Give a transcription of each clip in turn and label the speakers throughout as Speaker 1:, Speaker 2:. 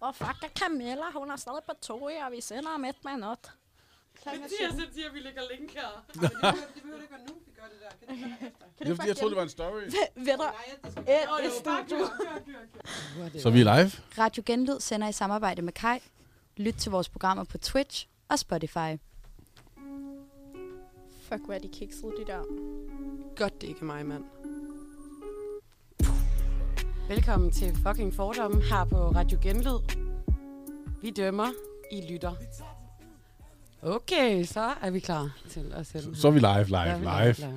Speaker 1: Og fuck, Camilla, hun er stadig på toget, og vi sender ham et minut.
Speaker 2: Mathias han siger, at vi lægger link her.
Speaker 3: Det behøver det ikke være nu, vi gør det der. Kan det gøre det efter?
Speaker 1: Kan
Speaker 4: Det er fordi, jeg troede, det var en story.
Speaker 1: Ved du,
Speaker 3: Nej, det skal
Speaker 1: et
Speaker 2: Nå, jo,
Speaker 1: i
Speaker 2: bare
Speaker 1: studiet.
Speaker 2: kør, kør, kør, kør.
Speaker 4: Så vi er live.
Speaker 5: Radio Genlyd sender i samarbejde med Kai. Lyt til vores programmer på Twitch og Spotify.
Speaker 1: Fuck, hvor er de kiksede, de der.
Speaker 2: Godt, det ikke er mig, mand.
Speaker 6: Velkommen til fucking fordomme her på Radio Genlyd. Vi dømmer, I lytter. Okay, så er vi klar til at sende.
Speaker 4: Så er vi live,
Speaker 6: Ja,
Speaker 4: live,
Speaker 6: vi er
Speaker 4: live.
Speaker 6: klar.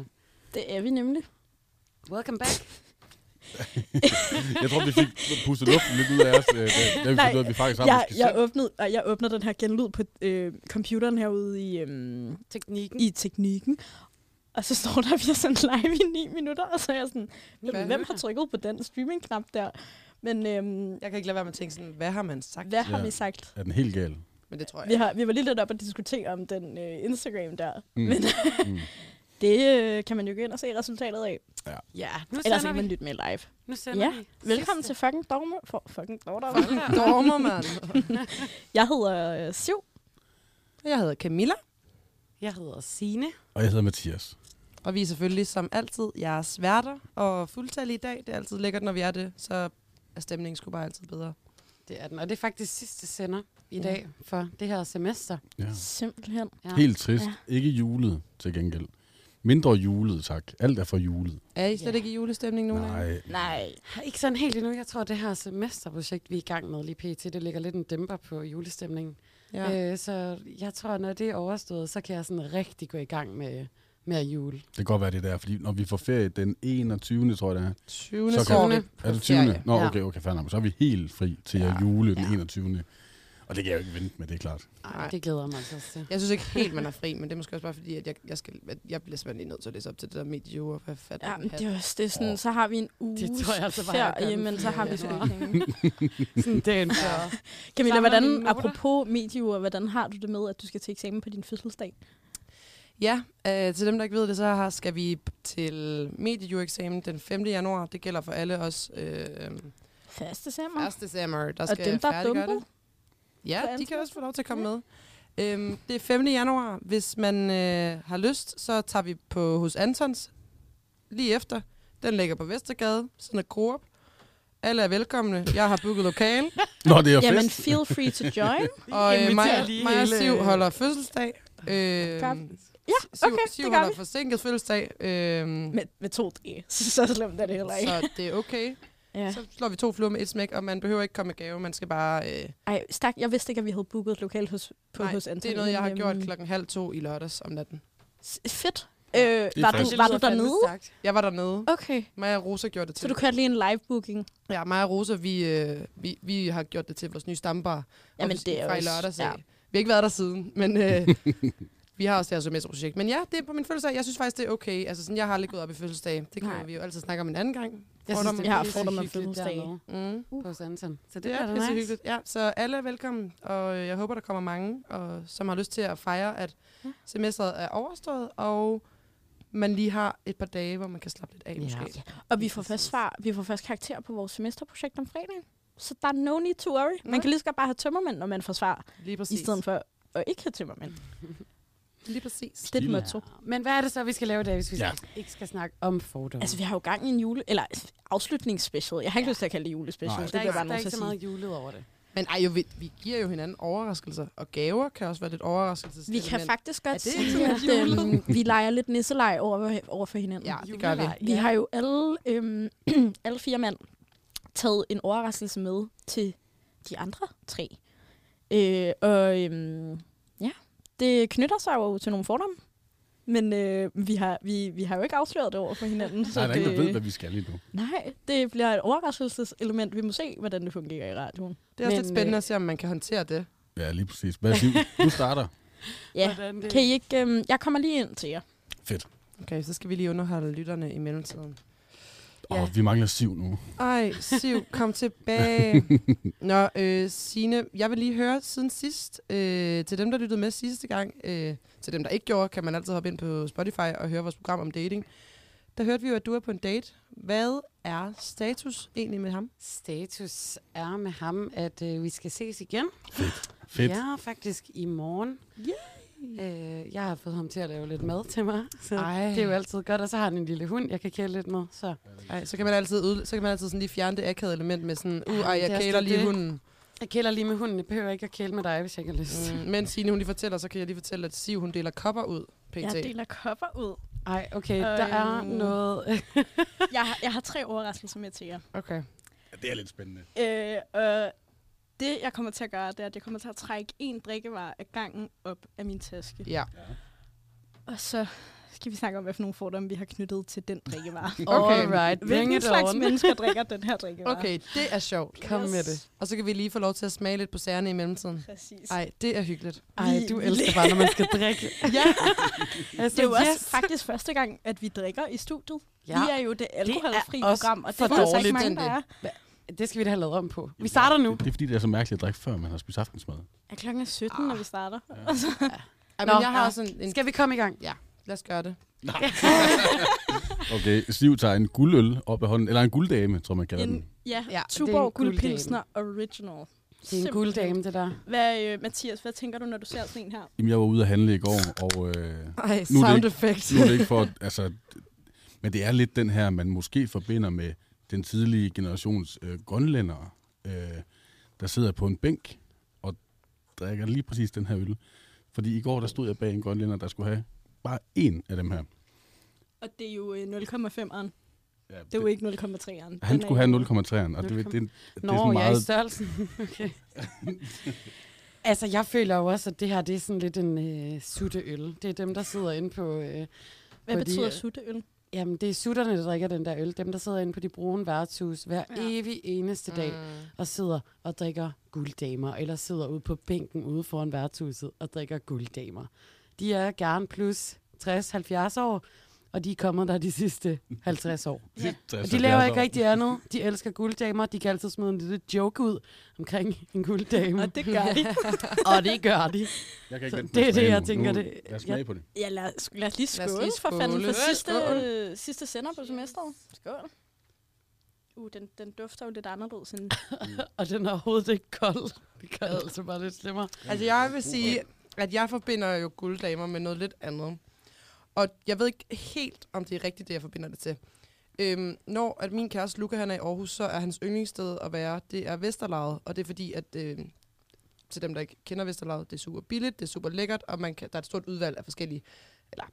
Speaker 1: Det er vi nemlig.
Speaker 6: Welcome back.
Speaker 4: Jeg tror, vi fik pustet luften lidt ud af os, øh, da, da vi
Speaker 7: Nej,
Speaker 4: fandt ud af, at vi faktisk sammen
Speaker 7: Jeg,
Speaker 4: skal
Speaker 7: jeg,
Speaker 4: sende.
Speaker 7: åbnede, nej, jeg åbnede den her genlyd på øh, computeren herude i, øh,
Speaker 6: Teknikken.
Speaker 7: i teknikken. Og så står der, at vi har sendt live i 9 minutter, og så er jeg sådan, hvem, hvem har trykket på den streaming-knap der? Men øhm,
Speaker 3: Jeg kan ikke lade være med at tænke sådan, hvad har man sagt?
Speaker 7: hvad har
Speaker 4: Ja.
Speaker 7: vi sagt?
Speaker 4: Er den helt gal?
Speaker 3: Men det tror jeg.
Speaker 7: Vi, har, vi var lige lidt op og diskutere om den øh, Instagram der.
Speaker 4: Mm.
Speaker 7: Men-
Speaker 4: mm.
Speaker 7: Det øh, kan man jo gå ind og se resultatet af.
Speaker 6: Ja, nu
Speaker 7: Ellers
Speaker 6: sender
Speaker 7: kan
Speaker 6: vi.
Speaker 7: man lytte med live.
Speaker 6: Nu sender
Speaker 7: Ja,
Speaker 6: vi.
Speaker 7: Velkommen
Speaker 6: Sidste.
Speaker 7: til fucking Dorme. For, fucking Dorme.
Speaker 3: Dormer, mand.
Speaker 7: Jeg hedder øh, Siv.
Speaker 3: Jeg hedder Camilla,
Speaker 6: Jeg hedder Sine.
Speaker 4: Og jeg hedder Mathias.
Speaker 3: og vi er selvfølgelig som altid jeres værter og fuldtal i dag. Det er altid lækkert, når vi er det, så er stemningen sgu bare altid bedre.
Speaker 6: Det er den, og det er faktisk sidste sender i dag for det her semester.
Speaker 4: Ja.
Speaker 7: Simpelthen.
Speaker 6: Ja.
Speaker 4: Helt trist.
Speaker 7: Ja.
Speaker 4: Ikke julet til gengæld. Mindre julet, tak. Alt er for julet.
Speaker 3: Er I slet ikke i julestemning nu?
Speaker 4: Nej.
Speaker 1: Nej.
Speaker 6: Ikke sådan helt endnu. Jeg tror, det her semesterprojekt, vi er i gang med lige pt, det lægger lidt en dæmper på julestemningen.
Speaker 3: Ja.
Speaker 6: Ja. Øh, så jeg tror, når det er overstået, så kan jeg sådan rigtig gå i gang med, med at jule.
Speaker 4: Det kan godt være det der, fordi når vi får ferie den 21. tror jeg det er.
Speaker 3: 20.
Speaker 4: Så
Speaker 3: går
Speaker 6: kan-
Speaker 3: vi på
Speaker 4: Er det 20.
Speaker 3: ferie.
Speaker 4: Nå,
Speaker 6: Ja.
Speaker 4: okay, okay, fair nok. Så er vi helt fri til at
Speaker 3: Ja.
Speaker 4: jule den
Speaker 6: Ja.
Speaker 4: 21. Og det kan jeg jo ikke vente med, det er klart.
Speaker 6: Ej,
Speaker 3: Nej.
Speaker 6: det glæder jeg mig altså også til.
Speaker 3: Jeg synes ikke helt, man er fri, men det er måske også bare fordi, at jeg, jeg, skal, at jeg bliver simpelthen lige nødt til at læse op til det der mediejure. Hvad fat
Speaker 7: Ja, men det er også det er sådan, så har vi en uge
Speaker 6: Det tror jeg altså bare, jeg gør
Speaker 7: ferie,
Speaker 6: den
Speaker 7: men så har vi sgu
Speaker 6: fjerde
Speaker 7: ikke penge.
Speaker 6: Sådan dagen før.
Speaker 7: Camilla,
Speaker 6: Samler mine
Speaker 7: hvordan,
Speaker 6: noter.
Speaker 7: apropos medieuger, hvordan har du det med, at du skal til eksamen på din fødselsdag?
Speaker 3: Ja, øh, til dem, der ikke ved det, så har, skal vi til mediejure-eksamen den 5. januar. Det gælder for alle os. Øh, 1.
Speaker 7: 1. december.
Speaker 3: december, der
Speaker 7: Ah. Og
Speaker 3: skal
Speaker 7: dem, der er
Speaker 3: færdiggøre
Speaker 7: dumpet?
Speaker 3: det. Ja,
Speaker 7: For
Speaker 3: de kan
Speaker 7: ansøgere?
Speaker 3: også få lov til at komme med. Øhm, det er 5. januar. Hvis man øh, har lyst, så tager vi på hos Antons lige efter. Den ligger på Vestergade, sådan et Coop. Alle er velkomne. Jeg har booket lokal,
Speaker 4: Nå, det er
Speaker 7: Jamen,
Speaker 4: fest.
Speaker 7: feel free to join.
Speaker 3: og øh,
Speaker 6: Inviterer
Speaker 3: Maja,
Speaker 6: lige
Speaker 3: Maja
Speaker 6: hele-
Speaker 3: Siv holder fødselsdag. Øh,
Speaker 7: Godt.
Speaker 3: ja,
Speaker 7: okay,
Speaker 3: Siv
Speaker 7: det gør
Speaker 3: holder
Speaker 7: vi.
Speaker 3: forsinket fødselsdag. Øh,
Speaker 7: med, med to D. Så, så slemt er det heller ikke.
Speaker 3: Så det er okay.
Speaker 7: Ja.
Speaker 3: ja. Så slår vi to fluer med et smæk, og man behøver ikke komme med gave. Man skal bare... Øh,
Speaker 7: Ej, stak, jeg vidste ikke, at vi havde booket et lokal hos, på,
Speaker 3: nej,
Speaker 7: hos
Speaker 3: det
Speaker 7: Anton.
Speaker 3: er noget, jeg har
Speaker 7: Øhm,
Speaker 3: gjort klokken halv to i lørdags om natten.
Speaker 7: s- Fedt. Øh, var, du,
Speaker 4: frisk.
Speaker 7: var du dernede?
Speaker 3: Jeg var dernede.
Speaker 7: Okay,
Speaker 3: Maja og Rosa gjorde det
Speaker 7: så
Speaker 3: til.
Speaker 7: du kørte lige en live booking.
Speaker 3: Ja, Maja og Rosa, vi, øh, vi, vi har gjort det til vores nye stambar.
Speaker 7: Jamen,
Speaker 3: Og vi-
Speaker 7: det er
Speaker 3: fra i
Speaker 7: også-
Speaker 3: lørdags.
Speaker 7: ja.
Speaker 3: af. Vi har ikke været der siden, men øh, vi har også det her semesterprojekt. Men ja, det er på min fødselsdag. Jeg synes faktisk, det er okay. Altså, sådan, jeg har aldrig gået op i fødselsdag. Det kan
Speaker 7: Nej.
Speaker 3: vi jo altid snakke om en anden gang.
Speaker 6: Jeg synes, det
Speaker 7: Jeg
Speaker 6: er
Speaker 7: har
Speaker 6: pisse
Speaker 7: fordomme om
Speaker 6: hyggeligt
Speaker 7: fødselsdage.
Speaker 6: dernede
Speaker 3: Mm.
Speaker 6: på Sansen. Så det
Speaker 3: Det
Speaker 6: er
Speaker 3: er
Speaker 6: da
Speaker 3: pisse
Speaker 6: nice.
Speaker 3: hyggeligt. Ja, så alle er velkommen, og øh, jeg håber, der kommer mange, og, som har lyst til at fejre, at
Speaker 6: Ja.
Speaker 3: semesteret er overstået, og man lige har et par dage, hvor man kan slappe lidt af,
Speaker 6: Ja.
Speaker 3: måske.
Speaker 6: Ja.
Speaker 7: Og vi
Speaker 6: Lige
Speaker 7: får, først
Speaker 6: præcis.
Speaker 7: svar, vi får først karakter på vores semesterprojekt om fredagen. Så der er no need to worry. Man kan lige så godt bare have tømmermænd, når man får svar,
Speaker 3: Lige
Speaker 7: i
Speaker 3: præcis.
Speaker 7: stedet for at ikke have tømmermænd.
Speaker 3: Lige præcis.
Speaker 7: Det er et
Speaker 4: Stil.
Speaker 7: motto.
Speaker 6: Men hvad er det så, vi skal lave i dag, hvis vi
Speaker 4: Ja.
Speaker 6: ja. ikke skal snakke om fordomme?
Speaker 7: Altså, vi har jo gang i en jule... Eller afslutningsspecial. Jeg har ikke ja. lyst til at kalde det julespecial.
Speaker 4: Nej.
Speaker 7: Det
Speaker 6: der
Speaker 7: bliver
Speaker 6: er ikke,
Speaker 7: jeg bare
Speaker 6: der
Speaker 7: nødt
Speaker 6: er
Speaker 7: til
Speaker 6: ikke
Speaker 7: at
Speaker 6: så
Speaker 7: sige.
Speaker 6: meget julet over det.
Speaker 3: Men ej, jo, vi, vi giver jo hinanden overraskelser, og gaver kan også være lidt overraskelses.
Speaker 7: Vi kan faktisk godt
Speaker 3: det
Speaker 7: sige,
Speaker 3: ikke
Speaker 7: at øhm, vi leger lidt nisseleg over, over for hinanden.
Speaker 3: Ja, det gør vi.
Speaker 6: Juleleg,
Speaker 7: Vi har jo alle, øhm, alle fire mænd taget en overraskelse med til de andre tre. Øh, og øhm, ja, det knytter sig jo til nogle fordomme. Men øh, vi, har, vi, vi har jo ikke afsløret det over for hinanden.
Speaker 4: Så er der ikke,
Speaker 7: det,
Speaker 4: der ved, hvad vi skal lige nu.
Speaker 7: Nej, det bliver et overraskelseselement. Vi må se, hvordan det fungerer i radioen.
Speaker 3: Det er også
Speaker 6: Men,
Speaker 3: lidt spændende
Speaker 6: øh,
Speaker 3: at se, om man kan håndtere det.
Speaker 4: Ja, lige præcis. Hvad siger du? Du starter.
Speaker 7: øh, Ja,
Speaker 6: Hvordan det...
Speaker 7: kan I ikke... Øhm, jeg kommer lige ind til jer.
Speaker 3: Okay, så skal vi lige underholde lytterne i mellemtiden.
Speaker 4: Åh,
Speaker 6: Ja.
Speaker 4: vi mangler siv nu.
Speaker 3: Ej, Siv, kom tilbage. Nå, øh, Signe, jeg vil lige høre siden sidst, øh, til dem, der lyttede med sidste gang, øh, til dem, der ikke gjorde, kan man altid hoppe ind på Spotify og høre vores program om dating. der hørte vi jo, at du er på en date. Hvad er status egentlig med ham?
Speaker 6: Status er med ham, at øh, vi skal ses igen.
Speaker 4: Fedt. Ja.
Speaker 6: Ja, faktisk i morgen. Øh, jeg har fået ham til at lave lidt mad til mig, så
Speaker 3: Ej.
Speaker 6: Ej. det er jo altid godt. Og så har han en lille hund, jeg kan kæle lidt med. Så.
Speaker 3: Ej, så kan man altid, ud, så kan man altid sådan lige fjerne det akavede element med sådan, uh, ej,
Speaker 6: det er
Speaker 3: jeg
Speaker 6: også
Speaker 3: kæler
Speaker 6: lidt
Speaker 3: lige
Speaker 6: det.
Speaker 3: hunden.
Speaker 6: Jeg kæler lige med hunden, jeg behøver ikke at kæle med dig, hvis jeg ikke har lyst. Mm.
Speaker 3: Mm, men Signe, hun lige fortæller, så kan jeg lige fortælle, at Siv, hun deler kopper ud. PT.
Speaker 7: Jeg deler kopper ud.
Speaker 6: Ej, okay, der er
Speaker 7: Øj.
Speaker 6: noget...
Speaker 7: Jeg har, jeg har tre overraskelser med til jer.
Speaker 3: Okay.
Speaker 4: Det er lidt spændende.
Speaker 7: Øh, og det, jeg kommer til at gøre, det er, at jeg kommer til at trække en drikkevare af gangen op af min taske.
Speaker 3: Ja.
Speaker 7: Og så skal vi snakke om, hvad for nogle fordomme vi har knyttet til den drikkevare.
Speaker 3: Okay.
Speaker 6: Alright, bring
Speaker 7: Hvilken
Speaker 6: it
Speaker 7: slags
Speaker 6: on.
Speaker 7: mennesker drikker den her drikkevare?
Speaker 3: Okay, det er sjovt.
Speaker 6: Kom med det.
Speaker 3: Og så kan vi lige få lov til at smage lidt på sagerne i mellemtiden.
Speaker 7: Præcis.
Speaker 3: Ej, det er hyggeligt.
Speaker 6: Ej, du elsker bare, når man skal drikke.
Speaker 7: Ja,
Speaker 6: Altså,
Speaker 7: det er jo også
Speaker 6: yes.
Speaker 7: faktisk første gang, at vi drikker i studiet.
Speaker 6: Ja.
Speaker 7: Ja. Vi er jo det alkoholfri
Speaker 6: også
Speaker 7: program, og det
Speaker 6: for
Speaker 7: er der altså
Speaker 6: dårligt,
Speaker 7: ikke mange, der
Speaker 3: egentlig.
Speaker 7: er.
Speaker 6: Det skal vi da have lavet om på. Vi starter nu.
Speaker 4: Det er fordi, det er så mærkeligt at drikke, før man har spist aftensmad.
Speaker 7: Ja, klokken er 17, når vi starter.
Speaker 3: Ej,
Speaker 6: Nå,
Speaker 3: men jeg har
Speaker 6: ja.
Speaker 3: også en, en...
Speaker 6: Skal vi komme i gang?
Speaker 3: Lad os gøre det.
Speaker 4: Okay, Siv tager en guldøl op af hånden, eller en gulddame, tror man kalder den.
Speaker 7: En, ja, ja,
Speaker 3: Ja,
Speaker 6: det er en
Speaker 7: Tuborg
Speaker 6: gulddame.
Speaker 7: Guldpilsner Original.
Speaker 6: Det er en
Speaker 7: Simpelthen.
Speaker 6: gulddame, det der.
Speaker 7: Hvad, øh, Mathias, hvad tænker du, når du ser sådan en her?
Speaker 4: Jamen, jeg var ude at handle i går, og øh,
Speaker 3: Ej,
Speaker 4: Nu er det
Speaker 3: sound
Speaker 4: ikke-
Speaker 3: effect.
Speaker 4: nu er det ikke for, at- altså, men det er lidt den her, man måske forbinder med den tidlige generations øh, grønlændere, øh, der sidder på en bænk og drikker lige præcis den her øl. Fordi i går, der stod jeg bag en grønlænder, der skulle have bare én af dem her.
Speaker 7: Og det er jo øh, 0,5'eren.
Speaker 4: Ja,
Speaker 7: Det er jo ikke 0,3'eren.
Speaker 4: Han skulle have 0,3'eren, og det, det, det, det, det er sådan
Speaker 6: Nå, jeg er i
Speaker 4: meget...
Speaker 6: størrelsen. Okay. altså, jeg føler jo også, at det her det er sådan lidt en øh, sutteøl. Det er dem, der sidder inde på... Øh,
Speaker 7: Hvad
Speaker 6: Fordi,
Speaker 7: betyder
Speaker 6: øh,
Speaker 7: sutteøl?
Speaker 6: jamen, det er sutterne, der drikker den der øl. Dem, der sidder inde på de brune værtshus hver
Speaker 7: Ja.
Speaker 6: ja. evig eneste dag og sidder og drikker gulddamer, eller sidder ude på bænken ude foran værtshuset og drikker gulddamer. De er gerne plus 60-70 år, og de er kommet der de sidste 50 år.
Speaker 4: altså,
Speaker 6: Og de laver ikke rigtig andet. De elsker gulddamer. De kan altid smide en lille joke ud omkring en gulddame.
Speaker 7: Og det gør de.
Speaker 6: og det gør de.
Speaker 4: Jeg kan
Speaker 6: Så
Speaker 4: ikke vente
Speaker 6: det
Speaker 4: med
Speaker 6: er
Speaker 4: at smage
Speaker 6: det, jeg
Speaker 4: nu.
Speaker 6: tænker,
Speaker 4: Nu-
Speaker 6: det-
Speaker 4: Lad os smage på det.
Speaker 7: Ja, lad os, lad os lige
Speaker 3: Lad os
Speaker 7: skåle
Speaker 3: lige
Speaker 7: for fanden for
Speaker 3: skåle.
Speaker 7: sidste,
Speaker 3: Skål.
Speaker 7: øh, sidste sender på semesteret. Skål. Uh, den, den dufter jo lidt anderledes end...
Speaker 6: Og den er overhovedet ikke kold. Det gør altså bare lidt slemmere.
Speaker 3: Altså, jeg vil sige, at jeg forbinder jo gulddamer med noget lidt andet. Og jeg ved ikke helt, om det er rigtigt, det jeg forbinder det til. Øhm, når at min kæreste Luca han er i Aarhus, så er hans yndlingssted at være, det er Vesterlaget. Og det er fordi, at øh, til dem, der ikke kender Vesterlaget, det er super billigt, det er super lækkert, og man kan, der er et stort udvalg af forskellige, eller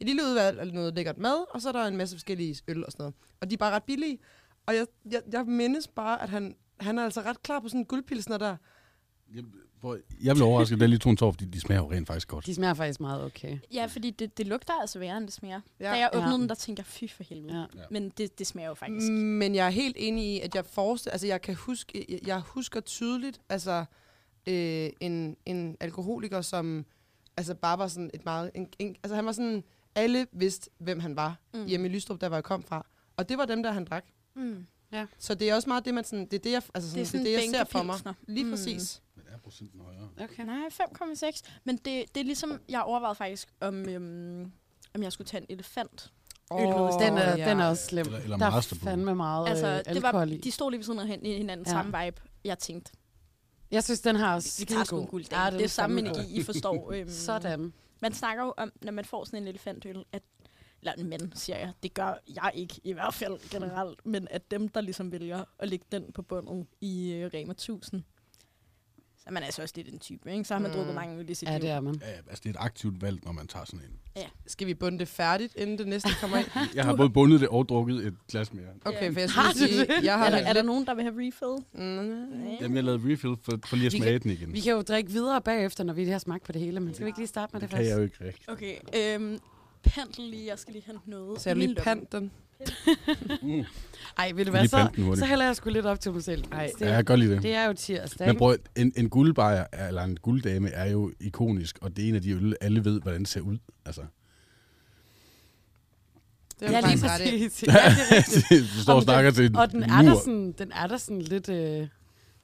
Speaker 3: et lille udvalg af noget lækkert mad, og så er der en masse forskellige øl og sådan noget. Og de er bare ret billige. Og jeg, jeg, jeg mindes bare, at han, han er altså ret klar på sådan en guldpilsner der.
Speaker 4: Hvor- Jeg blev overrasket, da jeg lige tog en tår, fordi de smager jo rent faktisk godt.
Speaker 6: De smager faktisk meget okay.
Speaker 7: Ja, fordi det, det lugter altså værre, end det smager.
Speaker 3: Ja.
Speaker 7: Ja. Da jeg
Speaker 6: Ja.
Speaker 7: åbnede ja. den, der tænkte jeg, fy for helvede.
Speaker 6: Ja.
Speaker 7: Ja. Men det, det smager jo faktisk. Mm.
Speaker 3: Men jeg er helt enig i, at jeg forestiller, altså jeg kan huske, jeg, jeg husker tydeligt, altså øh, en, en alkoholiker, som altså bare var sådan et meget, en, en, altså han var sådan, alle vidste, hvem han var mm. hjemme i Lystrup, der var jeg kom fra. Og det var dem, der han drak.
Speaker 7: Mm.
Speaker 3: Så det er også meget det, man sådan, det er det, jeg, altså sådan, det, er sådan det, jeg ser for mig.
Speaker 7: bænkepilsner.
Speaker 3: Lige
Speaker 7: Mm.
Speaker 3: præcis.
Speaker 4: Men er procenten højere?
Speaker 6: Okay.
Speaker 7: Nej, 5,6. Men det, det er ligesom, jeg overvejede faktisk, om, øhm, om jeg skulle tage en elefant. Åh,
Speaker 6: Den er,
Speaker 3: ja.
Speaker 6: den er også slem.
Speaker 4: Eller- eller
Speaker 6: der er
Speaker 4: Master Blue.
Speaker 6: fandme meget altså, øh,
Speaker 7: altså, det var,
Speaker 6: alkohol i.
Speaker 7: de stod lige ved siden af hin- hinanden,
Speaker 6: Ja.
Speaker 7: ja. samme vibe. Jeg tænkte,
Speaker 6: Jeg synes, den har også
Speaker 7: vi tager sgu en
Speaker 6: skidegod.
Speaker 7: guld.
Speaker 6: Ja,
Speaker 7: Ja, det er
Speaker 6: den
Speaker 7: samme
Speaker 6: fandme
Speaker 7: energi, I forstår. Øhm,
Speaker 6: god. Sådan.
Speaker 7: Man snakker jo om, når man får sådan en elefantøl, at eller men, siger jeg. Det gør jeg ikke, i hvert fald generelt. Men at dem, der ligesom vælger at lægge den på bunden i øh, Rema 1000, så er man altså også lidt en type, ikke? Så har man
Speaker 3: Mm.
Speaker 7: mm. drukket mange øl i sit
Speaker 6: Ja,
Speaker 7: liv.
Speaker 6: det er man.
Speaker 4: Ja, ja, altså det er et aktivt valg, når man tager sådan en.
Speaker 3: Skal vi bunde det færdigt, inden det næste kommer ind?
Speaker 4: Jeg har både bundet det og drukket et glas mere.
Speaker 3: Okay, for jeg
Speaker 6: Har
Speaker 3: skulle
Speaker 6: du
Speaker 3: sige,
Speaker 6: det?
Speaker 3: jeg har
Speaker 7: Er der, er der
Speaker 3: lidt...
Speaker 7: nogen, der vil have refill?
Speaker 3: Mm,
Speaker 4: Jamen, jeg lavede refill for, for lige at
Speaker 6: Vi
Speaker 4: smage den igen.
Speaker 6: Vi kan jo drikke videre bagefter, når vi lige har smagt på det hele, men skal vi ikke lige starte med det,
Speaker 4: Det kan
Speaker 6: først?
Speaker 4: jeg jo ikke rigtig.
Speaker 7: Okay, øhm, pendel lige. Jeg skal lige hente noget.
Speaker 3: så jeg
Speaker 7: i min
Speaker 3: lige
Speaker 7: lomme.
Speaker 3: pant den.
Speaker 6: Mm. Ej, vil du
Speaker 4: Vi
Speaker 6: være
Speaker 4: lige
Speaker 6: så?
Speaker 4: pante den hurtigt.
Speaker 6: Så hælder jeg sgu lidt op til mig selv. Ej,
Speaker 4: Ja, jeg gør lige det.
Speaker 6: det er jo tirsdag,
Speaker 4: Men
Speaker 6: ikke?
Speaker 4: prøv, at- en, en guldbajer, eller en gulddame, er jo ikonisk, og det er en af de øl, alle ved, hvordan det ser ud. Altså,
Speaker 3: Det er
Speaker 6: ja,
Speaker 3: ja,
Speaker 6: lige
Speaker 3: faktisk ret i.
Speaker 6: præcis. Ja, det er rigtigt.
Speaker 4: du står og
Speaker 6: Om den-
Speaker 4: snakker til en
Speaker 6: Og den er,
Speaker 4: mur.
Speaker 6: der sådan, den er der sådan lidt... Øh,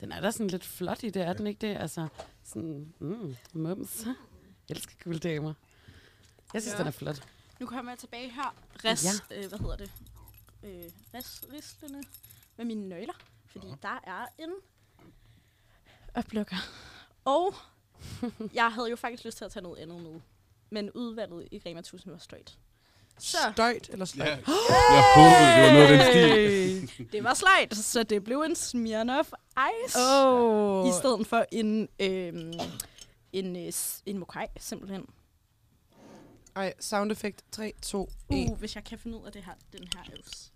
Speaker 6: den er der sådan lidt flot i det, er den ikke det? Altså, sådan... Mm, mums. Jeg elsker gulddamer. Jeg synes, ja. den er flot.
Speaker 7: Nu kommer jeg tilbage her. Res, ja. øh, hvad hedder det? Øh, resristlene med mine nøgler. Fordi ja. der er en oplukker. Og jeg havde jo faktisk lyst til at tage noget andet med. Men udvalget i Rema 1000 var straight. Så
Speaker 3: Støjt eller sløjt?
Speaker 4: Ja, jeg håbede, det var noget af den stil.
Speaker 7: det var slejt, så det blev en Smirnoff Ice.
Speaker 3: Oh.
Speaker 7: I stedet for en, øhm, en, øh, s- en mokai, simpelthen.
Speaker 3: Ej, sound effect. 3, 2, 1.
Speaker 7: Uh, hvis jeg kan finde ud af det her, den her else.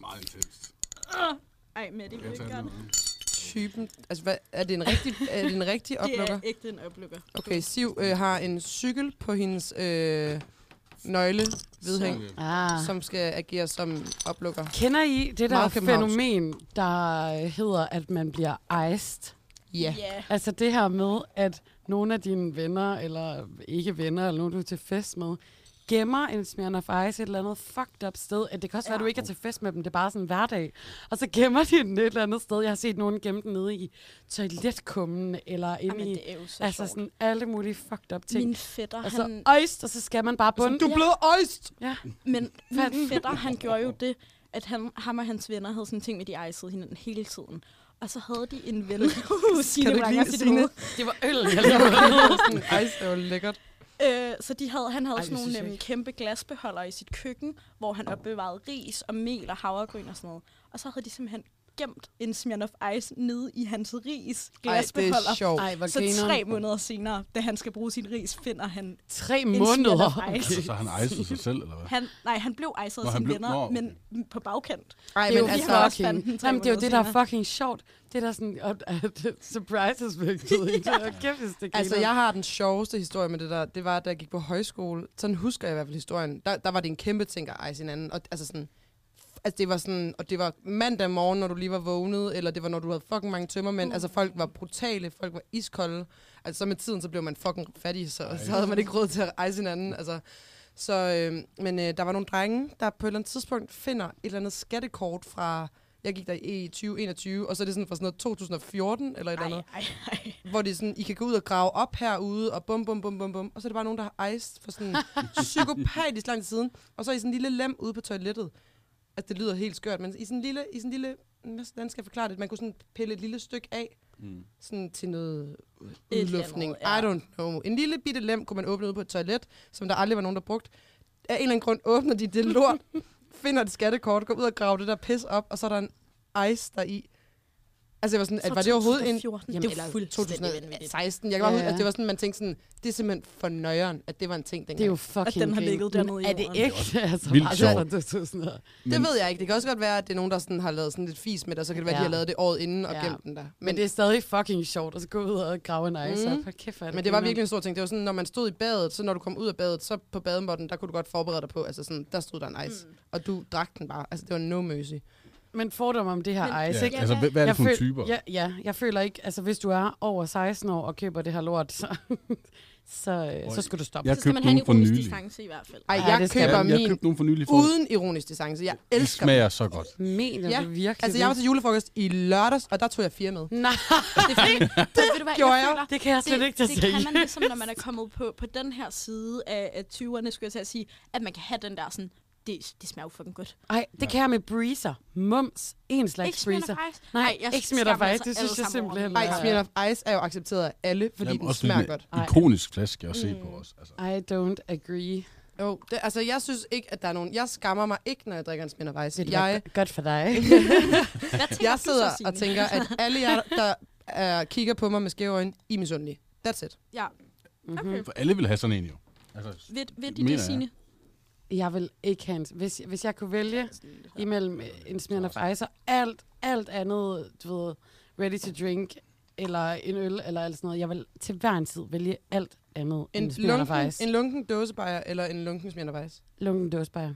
Speaker 4: Meget intenst.
Speaker 7: Ah! Ej, Mette, det
Speaker 4: Jeg
Speaker 7: ikke
Speaker 4: tager
Speaker 7: gøre det.
Speaker 4: noget.
Speaker 3: Typen. Altså, hvad, er det en rigtig, er det en rigtig
Speaker 7: Det
Speaker 3: oplukker?
Speaker 7: er ægte en oplukker.
Speaker 3: Okay, Siv øh, har en cykel på hendes øh, nøglevedhæng,
Speaker 6: Ah.
Speaker 3: som skal agere som oplukker.
Speaker 6: Kender I det der
Speaker 3: Meget københavnsk.
Speaker 6: fænomen, der hedder, at man bliver iced?
Speaker 3: Ja.
Speaker 7: Yeah.
Speaker 6: Altså det her med, at nogle af dine venner, eller ikke venner, eller nogen du er til fest med, gemmer en Smirnoff Ice et eller andet fucked up sted. At det kan også ja. være, at du ikke er til fest med dem, det er bare sådan en hverdag. Og så gemmer de den et eller andet sted. Jeg har set nogen gemme den nede i toiletkummen, eller inde
Speaker 7: Jamen,
Speaker 6: i...
Speaker 7: det er jo så
Speaker 6: Altså
Speaker 7: sjovt.
Speaker 6: sådan alle mulige fucked up ting.
Speaker 7: Min fætter,
Speaker 3: altså,
Speaker 6: Og så
Speaker 7: han... Altså,
Speaker 6: iced, og så skal man bare bunde.
Speaker 3: Du er blevet øjst!
Speaker 6: Ja.
Speaker 7: Men min fætter, han gjorde jo det, at han, ham og hans venner havde sådan en ting med, de ejsede hinanden hele tiden. Og så havde de en ven. Signe
Speaker 3: Kan du ikke
Speaker 7: vranger
Speaker 3: lide
Speaker 7: sit
Speaker 3: Signe?
Speaker 7: hoved.
Speaker 6: Det var øl, jeg
Speaker 3: Sådan, Ej, det var lækkert.
Speaker 7: Øh, så de havde, han havde
Speaker 6: Ej,
Speaker 7: sådan
Speaker 6: det synes
Speaker 7: nogle
Speaker 6: jeg
Speaker 7: øhm,
Speaker 6: ikke.
Speaker 7: kæmpe glasbeholder i sit køkken, hvor han opbevarede ris og mel og havregryn og sådan noget. Og så havde de simpelthen gemt en Smirnoff Ice nede i hans ris
Speaker 3: Ej, det
Speaker 7: glasbeholder.
Speaker 3: er sjovt.
Speaker 6: Ej, hvor
Speaker 7: så
Speaker 6: grineren.
Speaker 7: tre måneder senere, da han skal bruge sin ris, finder han...
Speaker 6: Tre
Speaker 7: En
Speaker 6: måneder.
Speaker 7: Smirnoff Ice.
Speaker 4: Altså, så har han ejset sig selv, eller hvad?
Speaker 7: han nej, han blev ejset
Speaker 4: Nå,
Speaker 7: af
Speaker 4: han
Speaker 7: sine
Speaker 4: blev-
Speaker 7: venner,
Speaker 4: Nå, okay.
Speaker 7: men på bagkant.
Speaker 3: Ej,
Speaker 6: Det er
Speaker 3: men
Speaker 6: jo
Speaker 3: altså,
Speaker 7: virkelig også fandt den
Speaker 6: fucking,
Speaker 7: tre
Speaker 6: jamen, det er jo
Speaker 7: måneder
Speaker 6: det, der er
Speaker 7: senere.
Speaker 6: fucking sjovt. Det er der sådan, at, at surprises virkelig. Det er kæmpeste
Speaker 3: altså, jeg har den sjoveste historie med det der. Det var, da jeg gik på højskole. Sådan husker jeg i hvert fald historien. Der, der var det en kæmpe ting at ejse hinanden. Og, altså sådan, altså det var sådan, og det var mandag morgen, når du lige var vågnet, eller det var, når du havde fucking mange tømmermænd. Mm. Altså folk var brutale, folk var iskolde. Altså så med tiden, så blev man fucking fattig, så, så havde man ikke råd til at ejse hinanden. Altså, så, øh, men øh, der var nogle drenge, der på et eller andet tidspunkt finder et eller andet skattekort fra, jeg gik der i 2021, og så er det sådan fra sådan noget 2014 eller et eller andet
Speaker 7: Ej, ej.
Speaker 3: hvor det er sådan, I kan gå ud og grave op herude, og bum, bum, bum, bum, bum. Og så er det bare nogen, der har ejst for sådan psykopatisk lang tid siden. Og så er I sådan en lille lem ude på toilettet. Altså, det lyder helt skørt, men i sådan en lille, i sådan en lille hvordan skal jeg forklare det? Man kunne sådan pille et lille stykke af,
Speaker 4: Mm.
Speaker 3: sådan til noget
Speaker 7: eller andet,
Speaker 3: udluftning.
Speaker 7: ja.
Speaker 3: I don't know. En lille bitte lem kunne man åbne ude på et toilet, som der aldrig var nogen, der brugte. Af en eller anden grund åbner de det lort, finder et skattekort, går ud og graver det der pis op, og så er der en ice der i. Altså, jeg var sådan, at,
Speaker 7: Fra
Speaker 3: var det overhovedet en...
Speaker 7: 2014.
Speaker 3: Jamen, det var fuldstændig 2016. Jeg kan bare
Speaker 6: Ja,
Speaker 3: huske,
Speaker 6: ja.
Speaker 3: at det var sådan, man tænkte sådan, det er simpelthen for nøjeren, at det var en ting dengang.
Speaker 6: Det er jo fucking
Speaker 7: At den har
Speaker 6: grin.
Speaker 7: ligget dernede i
Speaker 6: Er det
Speaker 7: jorden.
Speaker 6: ikke? Altså,
Speaker 4: vildt
Speaker 6: meget
Speaker 4: sjovt.
Speaker 6: fra 2000 og-
Speaker 3: det ved jeg ikke. Det kan også godt være, at det er nogen, der sådan har lavet sådan lidt fis med det, og så kan det være, at de
Speaker 6: Ja.
Speaker 3: har lavet det året inden og
Speaker 6: Ja.
Speaker 3: gemt den der. Men,
Speaker 6: Men det er stadig fucking sjovt at så gå ud og grave en ice
Speaker 3: Mm.
Speaker 6: op. Hold Kæft, hvor er
Speaker 3: men det var
Speaker 6: grineren.
Speaker 3: virkelig en stor ting. Det var sådan, når man stod i badet, så når du kom ud af badet, så på bademåtten, der kunne du godt forberede dig på, altså sådan, der stod der en ice. Mm. Og du drak den bare. Altså, det var no mercy.
Speaker 6: Men fordom om det her
Speaker 7: Men-
Speaker 6: ice,
Speaker 4: Ja,
Speaker 6: ikke?
Speaker 4: altså, hvad hvad er det for
Speaker 6: føl-
Speaker 4: nogle typer?
Speaker 6: Ja, ja, jeg føler ikke, altså hvis du er over 16 år og køber det her lort, så, så, øh,
Speaker 4: Oj.
Speaker 6: så skal du stoppe.
Speaker 4: Jeg
Speaker 7: Så skal
Speaker 4: købte
Speaker 7: man have en
Speaker 4: nogen for
Speaker 7: ironisk
Speaker 4: nylig.
Speaker 7: distance i hvert fald.
Speaker 3: Ej,
Speaker 6: Ja,
Speaker 3: jeg
Speaker 6: det skal
Speaker 3: køber
Speaker 4: Ja,
Speaker 3: min
Speaker 4: jeg købte nogen for nylig for
Speaker 3: uden ironisk distance. Jeg
Speaker 4: De
Speaker 3: elsker dem.
Speaker 4: smager så godt.
Speaker 6: Mener
Speaker 3: Ja,
Speaker 6: du virkelig
Speaker 3: Altså, jeg var
Speaker 6: det?
Speaker 3: til julefrokost i lørdags, og der tog jeg fire med.
Speaker 6: Nej,
Speaker 7: Det, er fordi, det, ved du hvad,
Speaker 3: gjorde
Speaker 7: jeg
Speaker 3: jeg.
Speaker 7: føler,
Speaker 6: det kan jeg slet ikke tage
Speaker 7: det kan
Speaker 6: sig.
Speaker 7: man ligesom, når man er kommet på, på den her side af, af 20'erne, skulle jeg til at sige, at man kan have den der sådan, det, det smager jo fucking godt.
Speaker 6: Ej, det kan jeg med breezer. Mums. En slags
Speaker 7: Ikke smitter
Speaker 6: breezer.
Speaker 7: faktisk.
Speaker 6: Nej, ikke smitter faktisk. Det synes jeg simpelthen
Speaker 3: Ej,
Speaker 6: Ja, ja.
Speaker 3: Smirnoff Ice er jo accepteret af alle,
Speaker 4: Jamen,
Speaker 3: fordi Jamen, den
Speaker 4: også
Speaker 3: smager
Speaker 4: en
Speaker 3: godt. Mm.
Speaker 6: Ej.
Speaker 4: ikonisk flaske at se på os. Altså.
Speaker 6: I don't agree.
Speaker 3: Jo, det, altså jeg synes ikke, at der er nogen... Jeg skammer mig ikke, når jeg drikker en Smirnoff Ice.
Speaker 6: Det er
Speaker 3: Jeg,
Speaker 6: jeg... godt for dig.
Speaker 3: jeg sidder og tænker, at alle jer, der uh, kigger på mig med skæve øjne, I er misundelige. That's it.
Speaker 7: Ja,
Speaker 3: Mhm.
Speaker 7: okay.
Speaker 4: For alle vil have sådan en jo. Altså,
Speaker 7: Ved, ved de
Speaker 4: Mener
Speaker 7: det,
Speaker 4: jeg.
Speaker 7: Signe?
Speaker 6: Jeg vil ikke have en... Hvis, hvis jeg kunne vælge imellem en Smirnoff Ice og alt, alt andet, du ved, ready to drink, eller en øl, eller alt sådan noget. Jeg vil til hver en tid vælge alt andet en
Speaker 3: En,
Speaker 6: end Smirnoff
Speaker 3: lunken,
Speaker 6: Ice.
Speaker 3: en
Speaker 6: En
Speaker 3: lunken dåsebajer eller en lunken Smirnoff Ice.
Speaker 6: lunken dåsebajer.